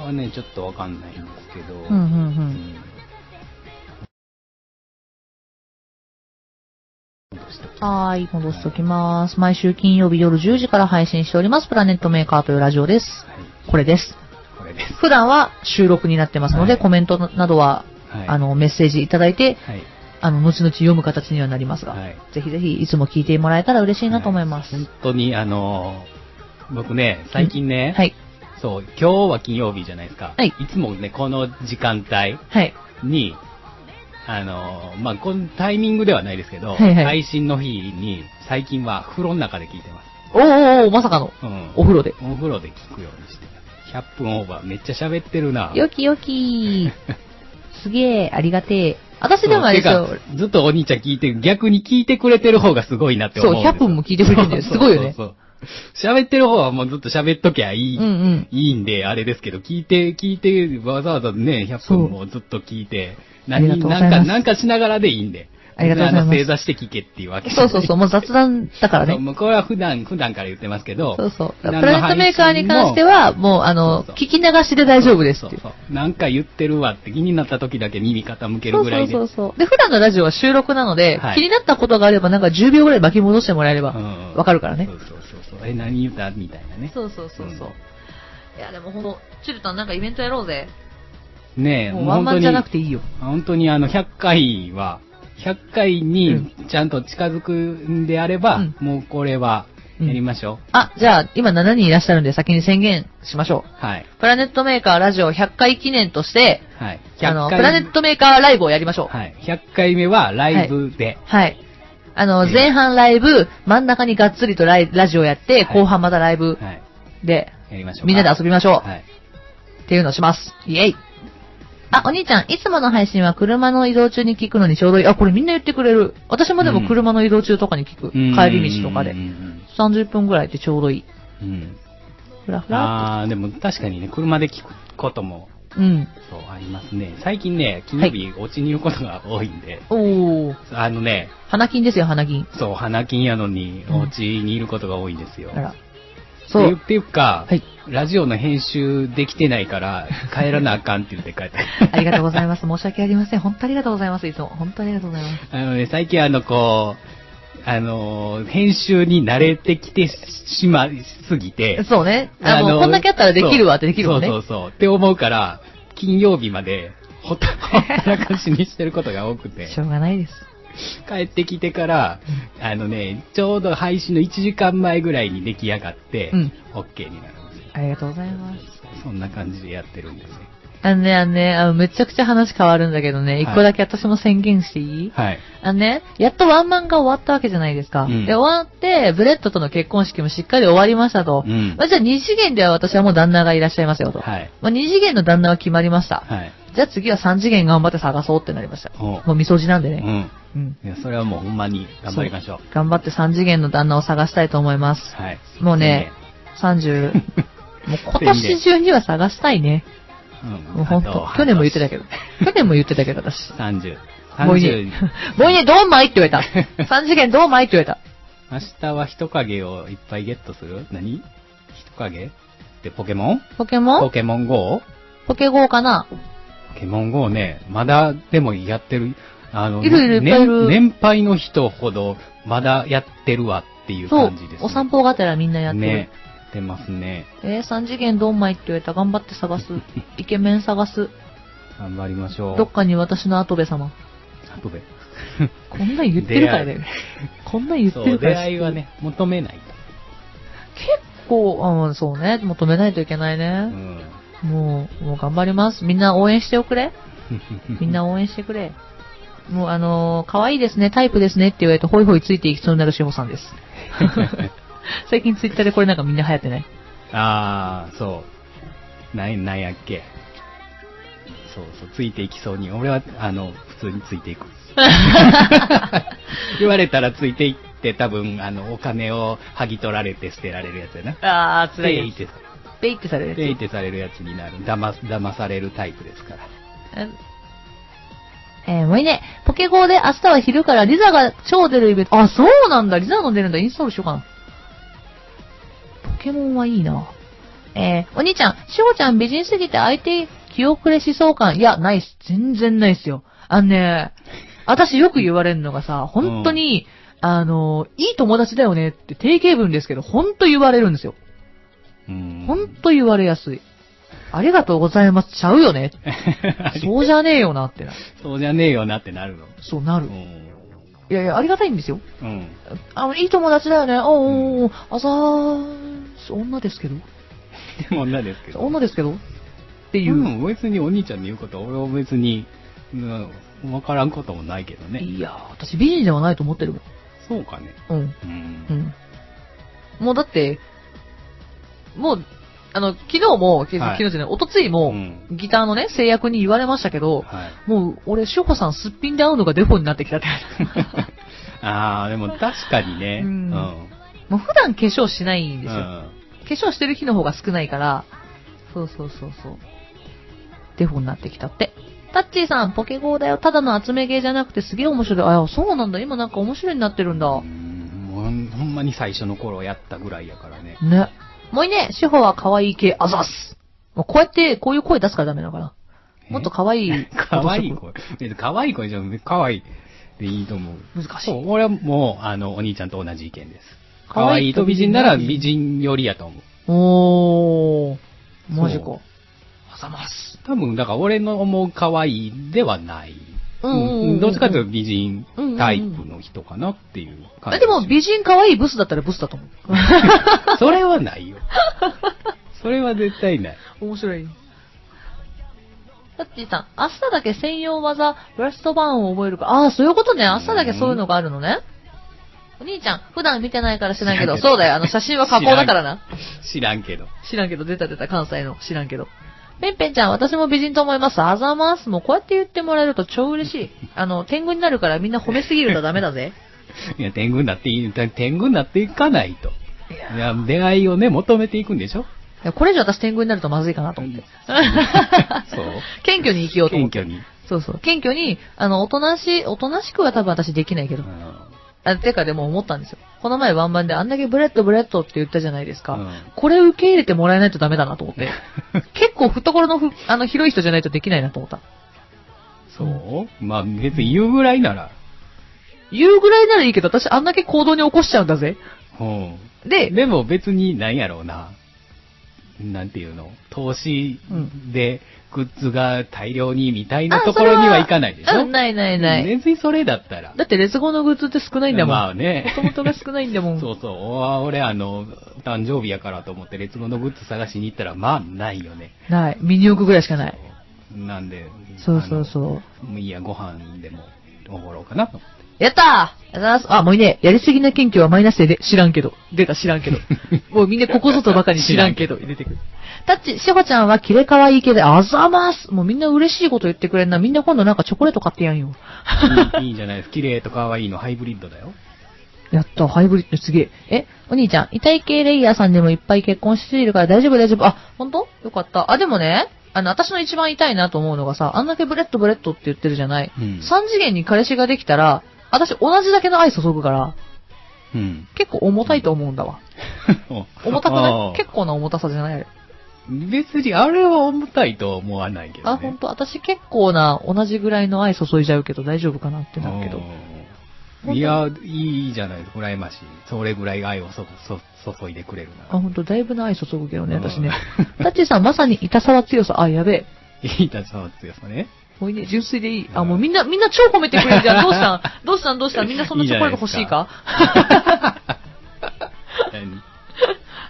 Speaker 1: れはね、ちょっとわかんないんですけど。
Speaker 2: うんうんう。
Speaker 1: うんん
Speaker 2: はーい、戻しておきます。毎週金曜日夜10時から配信しております、プラネットメーカーというラジオです。
Speaker 1: はい
Speaker 2: これです。
Speaker 1: これです。
Speaker 2: 普段は収録になってますので、
Speaker 1: はい
Speaker 2: コメントなどは、
Speaker 1: はい。
Speaker 2: あ、の、メッセージいただいて、
Speaker 1: はい。
Speaker 2: あの、後々読む形にはなりますが、
Speaker 1: はい
Speaker 2: ぜひぜひ、いつも聞いてもらえたら嬉しいなと思います。
Speaker 1: 本当に、あの、僕ね、最近ね、
Speaker 2: はい。
Speaker 1: そう、今日は金曜日じゃないですか。
Speaker 2: はい
Speaker 1: つもね、この時間帯
Speaker 2: はい。
Speaker 1: に、あの、まあ、このタイミングではないですけど、
Speaker 2: はいはい
Speaker 1: 配信の日に、最近は風呂の中で聞いてます。
Speaker 2: おーおーおーまさかの、
Speaker 1: うん。
Speaker 2: お風呂で。
Speaker 1: お風呂で聞くようにしてます。100分オーバー、めっちゃ喋ってるな。
Speaker 2: よきよき すげえ、ありがてえ。私でもあれですよ
Speaker 1: そう。てかずっとお兄ちゃん聞いてる、逆に聞いてくれてる方がすごいなって思う。
Speaker 2: そう100分も聞いてくれてるんだよすごいよね
Speaker 1: そうそうそう喋ってる方はもうずっと喋っときゃいい、
Speaker 2: うんうん。
Speaker 1: いいんで、あれですけど、聞いて、聞いて、わざわざね、100分もずっと聞いて、
Speaker 2: ありがとうござい
Speaker 1: なん
Speaker 2: ます
Speaker 1: か、なんかしながらでいいんで。
Speaker 2: ありがとうございます
Speaker 1: あの正座して聞けっていうわけ
Speaker 2: そうそうそう、
Speaker 1: う。
Speaker 2: もう雑談だから
Speaker 1: そう
Speaker 2: ね。
Speaker 1: もうこれは普段、普段から言ってますけど。
Speaker 2: そうそう。プ
Speaker 1: 何の
Speaker 2: ラネットメーカーに関しては、もう、あの、
Speaker 1: そうそう
Speaker 2: 聞き流しで大丈夫です
Speaker 1: そ
Speaker 2: って
Speaker 1: う
Speaker 2: いう。
Speaker 1: そう。なんか言ってるわって気になった時だけ耳傾けるぐらいで。
Speaker 2: そうそうそうそう。で、普段のラジオは収録なので、
Speaker 1: はい
Speaker 2: 気になったことがあれば、なんか10秒ぐらい巻き戻してもらえれば、
Speaker 1: うん
Speaker 2: わかるからね
Speaker 1: そ。うそうそうそう。え、何言ったみたいなね。
Speaker 2: そうそうそうそう。
Speaker 1: う
Speaker 2: いや、でもほんと、チルタンなんかイベントやろうぜ。
Speaker 1: ねえ、
Speaker 2: もうワンマンじゃなくていいよ。
Speaker 1: 本当にあの、100回は、100回にちゃんと近づくんであれば、
Speaker 2: うん
Speaker 1: もうこれはやりましょう。
Speaker 2: あ、じゃあ、今7人いらっしゃるんで先に宣言しましょ
Speaker 1: はい。
Speaker 2: う。プラネットメーカーラジオ100回記念として、
Speaker 1: はい。
Speaker 2: あの、プラネットメーカーライブをやりましょう。
Speaker 1: はい。100回目はライブで。
Speaker 2: はい。あの、
Speaker 1: ええ
Speaker 2: 前半ライブ、真ん中にがっつりとライラジオやって、
Speaker 1: はい
Speaker 2: 後半またライブ
Speaker 1: はい。
Speaker 2: で、
Speaker 1: やりましょうか。
Speaker 2: みんなで遊びましょう。
Speaker 1: はい。
Speaker 2: っていうのをします。イエイ。あ、お兄ちゃん、いつもの配信は車の移動中に聞くのにちょうどいい。あ、これみんな言ってくれる。私もでも車の移動中とかに聞く。帰り道とかで
Speaker 1: う。ん
Speaker 2: 30分ぐらいでちょうどいい。
Speaker 1: うんうん。
Speaker 2: ふらふら
Speaker 1: あー、でも確かにね、車で聞くことも、
Speaker 2: っと。うん。
Speaker 1: そう、ありますね。最近ね、金曜日、お家にいることが多いんで、
Speaker 2: おー。
Speaker 1: あのね、
Speaker 2: 花金ですよ、花金。
Speaker 1: そう、花金やのに、
Speaker 2: うん
Speaker 1: お家にいることが多いんですよ。
Speaker 2: あら。
Speaker 1: そ。
Speaker 2: そうう。
Speaker 1: っていうか、
Speaker 2: はい
Speaker 1: ラジオの編集できてないから、帰らなあかんって言って帰った。
Speaker 2: ありがとうございます。申し訳ありません。本当ありがとうございます。いつも。本当ありがとうございます。
Speaker 1: あのね、最近あの、こう、あのー、編集に慣れてきてしまいすぎて、
Speaker 2: そうね。あの、
Speaker 1: のー
Speaker 2: こんだけあったらできるわってできるもんね。
Speaker 1: そうそうそう。って思うから、金曜日まで、ほったほったらかしにしてることが多 くて
Speaker 2: し、ょうがないです。
Speaker 1: 帰ってきてから、あのね、ちょうど配信の1時間前ぐらいに出来上がって、
Speaker 2: うん
Speaker 1: OK になるんですよ。
Speaker 2: ありがとうございます。
Speaker 1: そんな感じでやってるんですよ。
Speaker 2: あのね、あのね、あの、めちゃくちゃ話変わるんだけどね、一個だけ私も宣言していい、
Speaker 1: はい。
Speaker 2: あのね、やっとワンマンが終わったわけじゃないですか。
Speaker 1: うん
Speaker 2: で、終わって、ブレッドとの結婚式もしっかり終わりましたと。
Speaker 1: うん
Speaker 2: まあ、じゃあ二次元では私はもう旦那がいらっしゃいますよと。
Speaker 1: はい。
Speaker 2: まあ、二次元の旦那は決まりました。
Speaker 1: はい。
Speaker 2: じゃあ次は三次元頑張って探そうってなりました。
Speaker 1: おう
Speaker 2: もうみそじなんで
Speaker 1: う
Speaker 2: ね。
Speaker 1: ん。
Speaker 2: うん。
Speaker 1: いや、それはもうほんまに頑張りましょう。
Speaker 2: 頑張って三次元の旦那を探したいと思います。
Speaker 1: はい。
Speaker 2: もうね、30、もう 今年中には探したいね。
Speaker 1: うん。
Speaker 2: もうほんと。去年も言ってたけど。去年も言ってたけど、私。
Speaker 1: ど。30。
Speaker 2: もういいね
Speaker 1: 30。
Speaker 2: もういいね、ドンマイって言 われた。三次元ドンマイって言われた。
Speaker 1: 明日は人影をいっぱいゲットする何人影ってポケモン
Speaker 2: ポケモ
Speaker 1: ポ
Speaker 2: ン
Speaker 1: ケモン GO?
Speaker 2: ポケゴーかな
Speaker 1: ポケモン GO ね、まだでもやってる。あの、
Speaker 2: いるいる
Speaker 1: ね
Speaker 2: いっぱいいる
Speaker 1: 年配の人ほどまだやってるわっていう
Speaker 2: そう
Speaker 1: 感じです、ね。。
Speaker 2: お散歩がてらみんなやってる
Speaker 1: ね。。やってますね。
Speaker 2: えー、三次元ドンマイって言われた。頑張って探 す。イケメン探す。
Speaker 1: 頑張りましょう。
Speaker 2: どっかに私の後部様。
Speaker 1: あとで。
Speaker 2: こんなん言ってるからだよ。こんなん言って
Speaker 1: そう、
Speaker 2: るから
Speaker 1: 出会いは。ね、求めない
Speaker 2: 結構、うん、そうね。求めないといけない
Speaker 1: と。う
Speaker 2: ね。
Speaker 1: ん。
Speaker 2: もう、もう頑張ります。みんな応援しておくれ。みんな応援してくれ。もうあのー、可愛いですね、タイプですねって言われて、ホイホイついていきそうになる志保さ んです。最近ツイッターでこれなんかみんな流行ってない。
Speaker 1: あー、そう。ない、なんやっけ。そうそう、ついていきそうに。俺は、あの、普通についてい く。言われたらついていって、多分、あの、お金を剥ぎ取られて捨てられるやつやな。
Speaker 2: あー、
Speaker 1: ペイって、
Speaker 2: ペイってされ
Speaker 1: ペイ
Speaker 2: る。
Speaker 1: ってされるやつになる。騙す、騙されるタイプですから。
Speaker 2: えー、もういいね。ポケゴーで明日は昼からリザが超出るイベント。あ、そうなんだ。リザの出るんだ。インストールしようかな。ポケモンはいいな。えー、お兄ちゃん、しほちゃん美人すぎて相手気遅れしそう感。いや、ないっす。全然ないっすよ。あのね、私よく言われるのがさ、本当に、あの、いい友達だよねって定型文ですけど、本当言われるんですよ。
Speaker 1: うん。
Speaker 2: 本当言われやすい。ありがとうございますちゃうよね。そうじゃねえよなってな。
Speaker 1: そうじゃねえよなってなるの。
Speaker 2: そうな
Speaker 1: う
Speaker 2: る。
Speaker 1: ん。
Speaker 2: いやいや、ありがたいんですよ。
Speaker 1: うん。
Speaker 2: あの、いい友達だよね。おーおーおー、あざー、女ですけど
Speaker 1: でも女ですけど。
Speaker 2: 女ですけどっていうう。
Speaker 1: ん、別にお兄ちゃんの言うことは俺は別に、うん、わからんこともないけどね。
Speaker 2: いやー、私美人ではないと思ってるもん。
Speaker 1: そうかね。
Speaker 2: うん。
Speaker 1: う。
Speaker 2: うんん。もうだって、もう、あの、昨日も、昨
Speaker 1: はい
Speaker 2: 昨日じゃない、おとついも、
Speaker 1: ん
Speaker 2: ギターのね、制約に言われましたけど、
Speaker 1: はい。
Speaker 2: もう、俺、しおこさんすっぴんで会うのがデフォになってき たって。
Speaker 1: ああ、でも確かにね。
Speaker 2: う
Speaker 1: うんん。
Speaker 2: もう普段化粧しないん
Speaker 1: う
Speaker 2: ですよ。
Speaker 1: ん。
Speaker 2: 化粧してる日の方が少ないから、そうそうそうそう。デフォになってきたって。タッチーさん、ポケゴーだよ。ただの集めゲーじゃなくてすげえ面白い。あ、そうなんだ。今なんか面白いになってるんだ。
Speaker 1: うんほんほんまに最初の頃やったぐらいやからね。
Speaker 2: ね。もういいね、志保は可愛い系、あざっす。まあこうやって、こういう声出すからダメなのかな。もっと可愛い。
Speaker 1: 可愛い声。別に可愛い声じゃん。可愛いでいいと思う。
Speaker 2: 難し
Speaker 1: そう
Speaker 2: い。、
Speaker 1: 俺はもう、あの、お兄ちゃんと同じ意見です。
Speaker 2: 可
Speaker 1: 可
Speaker 2: 愛
Speaker 1: 愛
Speaker 2: い
Speaker 1: い
Speaker 2: と
Speaker 1: と
Speaker 2: 美
Speaker 1: 美
Speaker 2: 人
Speaker 1: 人
Speaker 2: な
Speaker 1: な
Speaker 2: ら
Speaker 1: ら美人よりやと思う。
Speaker 2: おー。マジか
Speaker 1: そう。
Speaker 2: あざます。
Speaker 1: 多分、だから俺の思う可愛いではない。
Speaker 2: うんうんうんうん
Speaker 1: どっちかというと美人タイプの人かなっていう感
Speaker 2: え、
Speaker 1: じ。
Speaker 2: で も美人可愛いブスだったらブスだと思う。
Speaker 1: それはないよ。それは絶対ない。
Speaker 2: 面白い。タッチーさん、明日だけ専用技、ブラストバーンを覚えるか。ああ、そういうことね。明日だけそういうのがあるのね。お兄ちゃん、普段見てないから知らんけど、
Speaker 1: 知らんけど
Speaker 2: そうだよ。あの写真は加工だからな。
Speaker 1: 知らんけど。
Speaker 2: 知らんけど、出た出た、関西の。知らんけど。ペンペンちゃん、私も美人と思います。あざます。もうこうやって言ってもらえると超嬉しい。あの、天狗になるからみんな褒めすぎるとダメだ ぜ。
Speaker 1: いや、天狗になっていい、天狗になっていかないと。
Speaker 2: いや
Speaker 1: いや、出会いをね、求めていくんでしょ
Speaker 2: いやこれ以上私天狗になるとまずいかなと思って。
Speaker 1: そう
Speaker 2: 謙虚に生きようと思
Speaker 1: 謙
Speaker 2: って。
Speaker 1: 虚に。
Speaker 2: そうそう。謙虚に、あの、おとなしい、おとなしくは多分私できないけど
Speaker 1: う。ん
Speaker 2: あてかでも思ったんですよ。この前ワンバンであんだけブレッドブレッドって言ったじゃないですか。
Speaker 1: うん
Speaker 2: これ受け入れてもらえないとダメだなと思 って。結構懐のふあの広い人じゃないとできないなと思った。
Speaker 1: そうまあ、別に言うぐらいなら。
Speaker 2: 言うぐらいならいいけど、私あんだけ行動に起こしちゃうんだぜ。
Speaker 1: うん。
Speaker 2: で、
Speaker 1: でも別になんやろうな。なんていうの投資でグッズが大量にみたいなところにはいかないでし
Speaker 2: あう
Speaker 1: ょ
Speaker 2: んないないない。
Speaker 1: 別にそれだったら。
Speaker 2: だってレスゴのグッズって少ないんだもん。
Speaker 1: まあね
Speaker 2: 元々が少ないんだもん。
Speaker 1: そうそう。お俺、あの、誕生日やからと思って、列語のグッズ探しに行ったら、まあ、ないよね。
Speaker 2: ない。ミニオクぐらいしかない。
Speaker 1: なんで、
Speaker 2: そうそうそう。
Speaker 1: う。もういいや、ご飯でも、おごろうかなと。
Speaker 2: やったーあざーすあ、もういいね。やりすぎな謙虚はマイナスでで知らんけど。出た、知らんけ ど。もうみんなここぞとばかり知らんけど、出てくる。タッチ、しほちゃんはキレかわいい系で、あざますもうみんな嬉しいこと言ってくれんな。みんな今度なんかチョコレート買ってやんよ。
Speaker 1: いいいいんじゃないですか。綺麗と可愛いのハイブリッドだよ。
Speaker 2: やった、ハイブリッドすげえ。え、お兄ちゃん、遺体系レイヤーさんでもいっぱい結婚しているから大丈夫大丈夫。あ、ほんとよかった。あ、でもね、あの、私の一番痛いなと思うのがさ、あんだけブレッドブレッドって言ってるじゃない。
Speaker 1: うん
Speaker 2: 三次元に彼氏ができたら、私同じだけの愛注ぐから、
Speaker 1: うん。
Speaker 2: 結構重たいと思うんだ わ。重たく
Speaker 1: あ
Speaker 2: な
Speaker 1: あ
Speaker 2: い結構な重たさじゃないあれ。
Speaker 1: 別に、あれは重たいとは思わないけどね。
Speaker 2: あ、ほんと、私結構な同じぐらいの愛注いじゃうけど大丈夫かなってなるけど。
Speaker 1: うんいや、いいじゃないですか、羨ましい。それぐらい愛をそそ注いでくれる
Speaker 2: あ、
Speaker 1: な。
Speaker 2: ほんと、だいぶな愛注ぐけどね、私ね
Speaker 1: う。
Speaker 2: タッチーさん、まさに痛さは強さ。あ、やべえ。
Speaker 1: いいたちさです よね。
Speaker 2: もういいね、純粋でいい。あ、
Speaker 1: うん
Speaker 2: もうみんな、みんな超褒めてくれるじ ゃん。どうしたんどうしたんどうしたんみんなそんなチョコレート欲しいかありがとう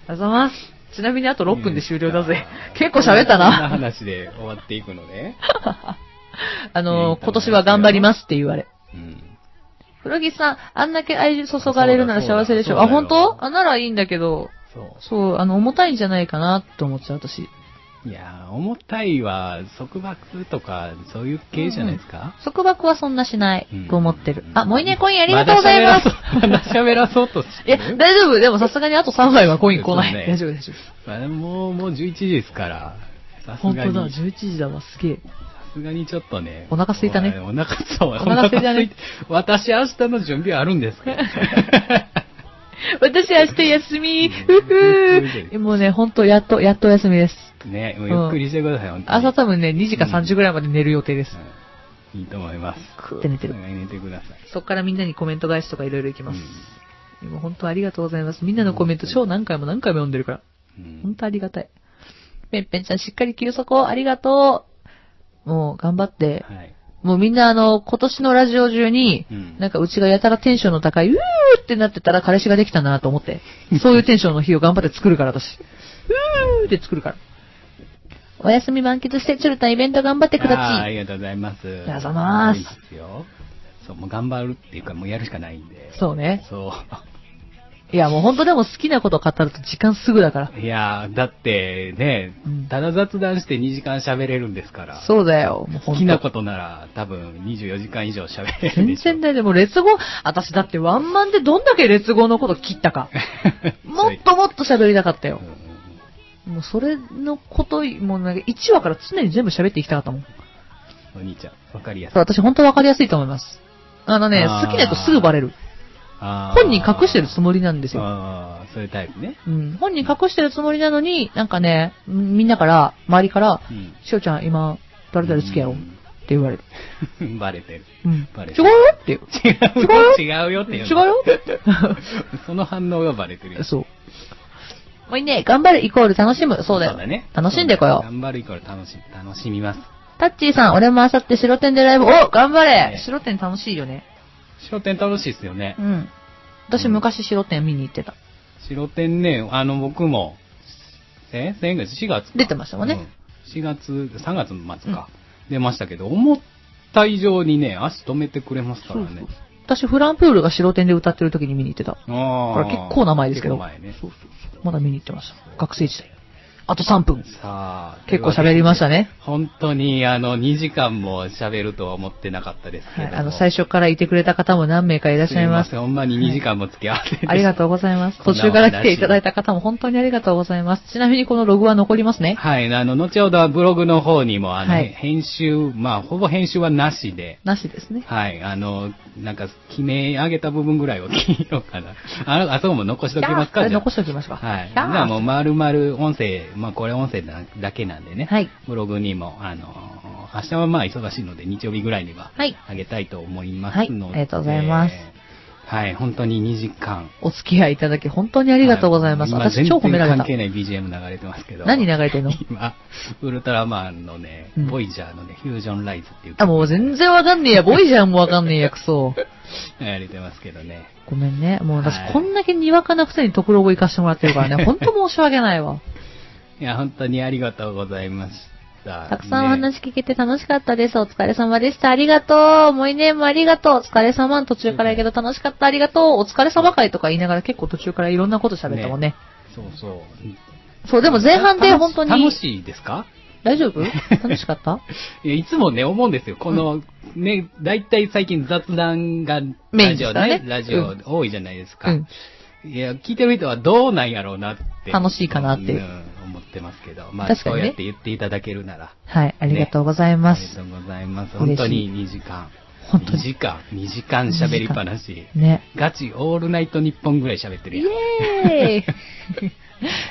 Speaker 2: ございます。ちなみにあと6分で終了だぜ。結構喋った
Speaker 1: こんな
Speaker 2: な。
Speaker 1: 話で終わっていくのね。
Speaker 2: あの
Speaker 1: い
Speaker 2: ー、
Speaker 1: い
Speaker 2: 今年は頑張りますって言われ。
Speaker 1: うん。
Speaker 2: 古着さん、あんだけ愛注がれるなら幸せでしょ。あ、
Speaker 1: そう
Speaker 2: 本
Speaker 1: だそうだそうだよ
Speaker 2: 当あ、ならいいんだけど、
Speaker 1: そ
Speaker 2: そう、あの、重たいんじゃないかなって思っちゃう、私。
Speaker 1: う。いやー、重たいは束縛とか、そういう系じゃないですか。
Speaker 2: 束縛はそんなしない
Speaker 1: うん、
Speaker 2: と思ってる。あ、もういいね、コインありがとうございます。
Speaker 1: まだ喋らそうまだ喋らそうとし
Speaker 2: いや、
Speaker 1: てる。
Speaker 2: 大丈夫。でもさすがにあと3枚はコイン来ない。
Speaker 1: そうね
Speaker 2: 大丈夫、大丈夫。
Speaker 1: まあもう、もう11時ですから。さす
Speaker 2: 本
Speaker 1: が
Speaker 2: 当
Speaker 1: に。
Speaker 2: だ、
Speaker 1: さ
Speaker 2: 11時だわ、すげえ。
Speaker 1: すがにちょっとね。
Speaker 2: お腹空いたね
Speaker 1: お腹そう。
Speaker 2: お腹空いたね
Speaker 1: お腹空いて私明日の準備あるんですけど。
Speaker 2: 私明日休み、
Speaker 1: う
Speaker 2: ふ
Speaker 1: ん
Speaker 2: ふ ーもうね、ほんと、やっと、やっとお休みです。
Speaker 1: ね、もうゆっくりしてください、本当に。
Speaker 2: 朝多分ね、2時か3時ぐらいまで寝る予定です。
Speaker 1: うんいいと思います。
Speaker 2: くーって寝てる
Speaker 1: お願い寝てください。
Speaker 2: そっからみんなにコメント返しとかいろいろ行きます。
Speaker 1: う
Speaker 2: でも本当ありがとうございます。みんなのコメント超何回も何回も読んでるから。
Speaker 1: んう
Speaker 2: 本
Speaker 1: ん
Speaker 2: 当ありがたい。ぺんぺんちゃんしっかり休息をありがとう。もう頑張って。
Speaker 1: はい。
Speaker 2: もうみんなあの、今年のラジオ中に
Speaker 1: う、ん
Speaker 2: なんかうちがやたらテンションの高い、うーってなってたら彼氏ができたなと思って。そういうテンションの日を頑張って作るから私。うーって作るから。お休み満喫して、チュルタンイベント頑張ってく
Speaker 1: あー
Speaker 2: だ
Speaker 1: あ
Speaker 2: ち。
Speaker 1: りがとうございます。あ
Speaker 2: が
Speaker 1: り
Speaker 2: とうございます
Speaker 1: すよ。そう、もう頑張るっていうか、もうやるしかないんで。
Speaker 2: そうね。
Speaker 1: そ
Speaker 2: いやもう本当でも好きなことを語ると時間すぐだから。
Speaker 1: う。いやー、だってね
Speaker 2: うん、
Speaker 1: ただ雑談して2時間喋れるんですから。
Speaker 2: そうだよ。もう本当
Speaker 1: 好きなことなら多分24時間以上喋れる
Speaker 2: 全
Speaker 1: でしょ。
Speaker 2: 然だよ。でも劣語、私だってワンマンでどんだけ劣語のこと切ったか。 もっともっと喋りたかったよ
Speaker 1: うん。うんうん
Speaker 2: もうそれのこと、もうなんか1話から常に全部喋っていきたかったもん。
Speaker 1: お兄ちゃん、わかりやす
Speaker 2: そ、。
Speaker 1: いう
Speaker 2: 私本当わかりやすいと思います。あのね、
Speaker 1: あー
Speaker 2: 好きなやつすぐバレる。本
Speaker 1: 本
Speaker 2: 人隠してるつもりなんですよ。
Speaker 1: ああ、そういうタイプね。
Speaker 2: うん。本人隠してるつもりなのに、なんかね、みんなから、周りから、
Speaker 1: うん。
Speaker 2: しおちゃん今、誰々好きやろって言われる。
Speaker 1: うん。 バレてる。
Speaker 2: うん。
Speaker 1: バレ
Speaker 2: 違
Speaker 1: て
Speaker 2: う
Speaker 1: る
Speaker 2: よっていう。
Speaker 1: 違うよ、違うよって
Speaker 2: 違
Speaker 1: 言
Speaker 2: う
Speaker 1: の
Speaker 2: よ って。
Speaker 1: その反応がバレてるよ。
Speaker 2: そう。もういいね、頑張るイコール楽しむ。そうだよ。
Speaker 1: ね。
Speaker 2: 楽しんでこよう。
Speaker 1: 頑張るイコール楽し、楽しみます。
Speaker 2: タッチーさん、俺もあさって白点でライブ、お頑張れ
Speaker 1: ね
Speaker 2: 白点楽しいよね。
Speaker 1: 白点楽しいですよね
Speaker 2: う。ん。私昔白点見に行ってた。
Speaker 1: 白点ね、あの、僕も、え先月、4月か
Speaker 2: 出てましたもんね。
Speaker 1: うん4月、3月の末か。出ましたけど、思った以上にね、足止めてくれますからね。
Speaker 2: 私フランプールが白点で歌ってる時に見に行ってた。
Speaker 1: あ
Speaker 2: これ
Speaker 1: ー
Speaker 2: 結構な前ですけど
Speaker 1: 結構前ね。
Speaker 2: そうそうそうまだ見に行ってました。学生時代。あと3分。
Speaker 1: さあ、
Speaker 2: 結構喋りましたね。
Speaker 1: 本当に、あの、2時間も喋るとは思ってなかったですけ
Speaker 2: は
Speaker 1: ど
Speaker 2: い。
Speaker 1: も。
Speaker 2: あの、最初からいてくれた方も何名かいらっしゃいます
Speaker 1: す。ませんほんまに2時間も付き合わせて。
Speaker 2: ありがとうございます。
Speaker 1: こ
Speaker 2: 途
Speaker 1: んなお話
Speaker 2: 中から来ていただいた方も本当にありがとうございます。ちなみにこのログは残りますね。
Speaker 1: はい、あの、後ほどはブログの方にも、あの、
Speaker 2: はい
Speaker 1: 編集、まあ、ほぼ編集はなしで、
Speaker 2: なしですね。
Speaker 1: はい、あの、なんか、決め上げた部分ぐらいを聞ようかな。あの、あそこも残しときます
Speaker 2: じゃあ
Speaker 1: か、
Speaker 2: これ
Speaker 1: じゃ
Speaker 2: 残しておきましょう
Speaker 1: あ
Speaker 2: か。
Speaker 1: はい。じ
Speaker 2: じゃあ
Speaker 1: ゃあもう、丸々音声、まあ、これ音声だだけなんでね、
Speaker 2: はい。
Speaker 1: ブログにも、あの、明日はまあ、忙しいので、日曜日ぐらいには、
Speaker 2: はい。
Speaker 1: あげたいと思いますの
Speaker 2: はい
Speaker 1: で、
Speaker 2: ありがとうございます。
Speaker 1: はい、本当に2時間。
Speaker 2: お付き合いいただき本当にありがとうございます。
Speaker 1: は
Speaker 2: 私超褒められ
Speaker 1: 今
Speaker 2: た
Speaker 1: 全。然関係ない BGM 流れてますけど。
Speaker 2: 何流れてんの
Speaker 1: 今、ウルトラマンのね、
Speaker 2: うん
Speaker 1: ボイジャーのね、フュージョンライズっていう
Speaker 2: あ、もう全然わかんねえや。ボイジャーもわかんねえや、クソ。
Speaker 1: やれてますけどね。
Speaker 2: ごめんね。もう私
Speaker 1: はい
Speaker 2: こんだけにわかなくせにところを行かしてもらってる からね。ほんと申し訳ないわ。
Speaker 1: いや、本当にありがとうございました。
Speaker 2: たくさんお
Speaker 1: ね
Speaker 2: 話聞けて楽しかったです。お疲れ様でした。ありがとう。もういねもありがとう。お疲れ様。途中からやけど楽しかった。ありがとう。お疲れ様会とか言いながら結構途中からいろんなこと喋ったもんね。
Speaker 1: そうそう。
Speaker 2: そう、でも前半で本当に。
Speaker 1: 楽しいですか
Speaker 2: 大 丈夫楽しかった
Speaker 1: いや、いつもね、思うんですよ。この、ね、だいたい最近雑談が、
Speaker 2: メイ
Speaker 1: ラ
Speaker 2: ンで
Speaker 1: ジ
Speaker 2: す
Speaker 1: オ
Speaker 2: からね
Speaker 1: ね、ラジオ多いじゃないですか。
Speaker 2: うん。
Speaker 1: いや、聞いてる人はどうなんやろうなって。
Speaker 2: 楽しいかなっていう
Speaker 1: うん思ってますけど。まあ、
Speaker 2: 確か
Speaker 1: そ
Speaker 2: にね
Speaker 1: うやって言っていただけるなら。
Speaker 2: はい、ありがとうござい
Speaker 1: あ
Speaker 2: ます。
Speaker 1: りがとうございます。
Speaker 2: 嬉しい
Speaker 1: 本当に2時間。
Speaker 2: 本当
Speaker 1: 2
Speaker 2: に。
Speaker 1: 時間、2時間喋りっぱなし。
Speaker 2: ね。
Speaker 1: ガチオールナイトニッポンぐらい喋ってる
Speaker 2: イ
Speaker 1: やん。
Speaker 2: エーイあ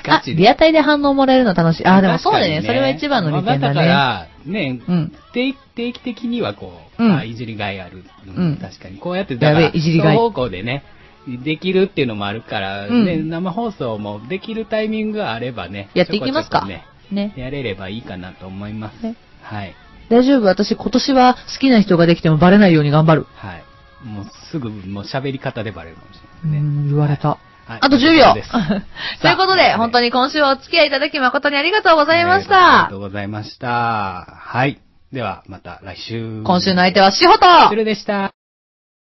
Speaker 1: ガ、チで
Speaker 2: リアタイで反応もらえるの楽しい。あ、でもそうだよね。
Speaker 1: 確
Speaker 2: そ
Speaker 1: かに
Speaker 2: れは一番の利点だ
Speaker 1: ま
Speaker 2: ね。
Speaker 1: あだから、ね、
Speaker 2: うん。
Speaker 1: 定期定期的にはこう、
Speaker 2: うん
Speaker 1: あいじりがいある、うん
Speaker 2: うん
Speaker 1: 確かに。こうやって、だか
Speaker 2: や
Speaker 1: ら、
Speaker 2: べえいじりがい
Speaker 1: 双方向でね、できるっていうのもあるから、
Speaker 2: うん
Speaker 1: ね、生放送もできるタイミングがあればね、
Speaker 2: やっていきますか
Speaker 1: ちょこちょこ
Speaker 2: ね。
Speaker 1: ね、やれればいいかなと思います。
Speaker 2: ね
Speaker 1: はい。
Speaker 2: 大丈夫私今年は好きな人ができてもバレないように頑張る。
Speaker 1: はい。もうすぐ、もう喋り方でバレるかもし
Speaker 2: う
Speaker 1: れないですね。
Speaker 2: ん、言われた。
Speaker 1: はい
Speaker 2: あと10秒
Speaker 1: そう です
Speaker 2: ということ
Speaker 1: さ
Speaker 2: で、
Speaker 1: あ
Speaker 2: 本当に今週はお付き合いいただき誠にありがとうご
Speaker 1: ご
Speaker 2: ざいまし
Speaker 1: ありが
Speaker 2: た
Speaker 1: と。うございました。はい。では、また来週。
Speaker 2: 今週の相手はしほと
Speaker 1: するでした。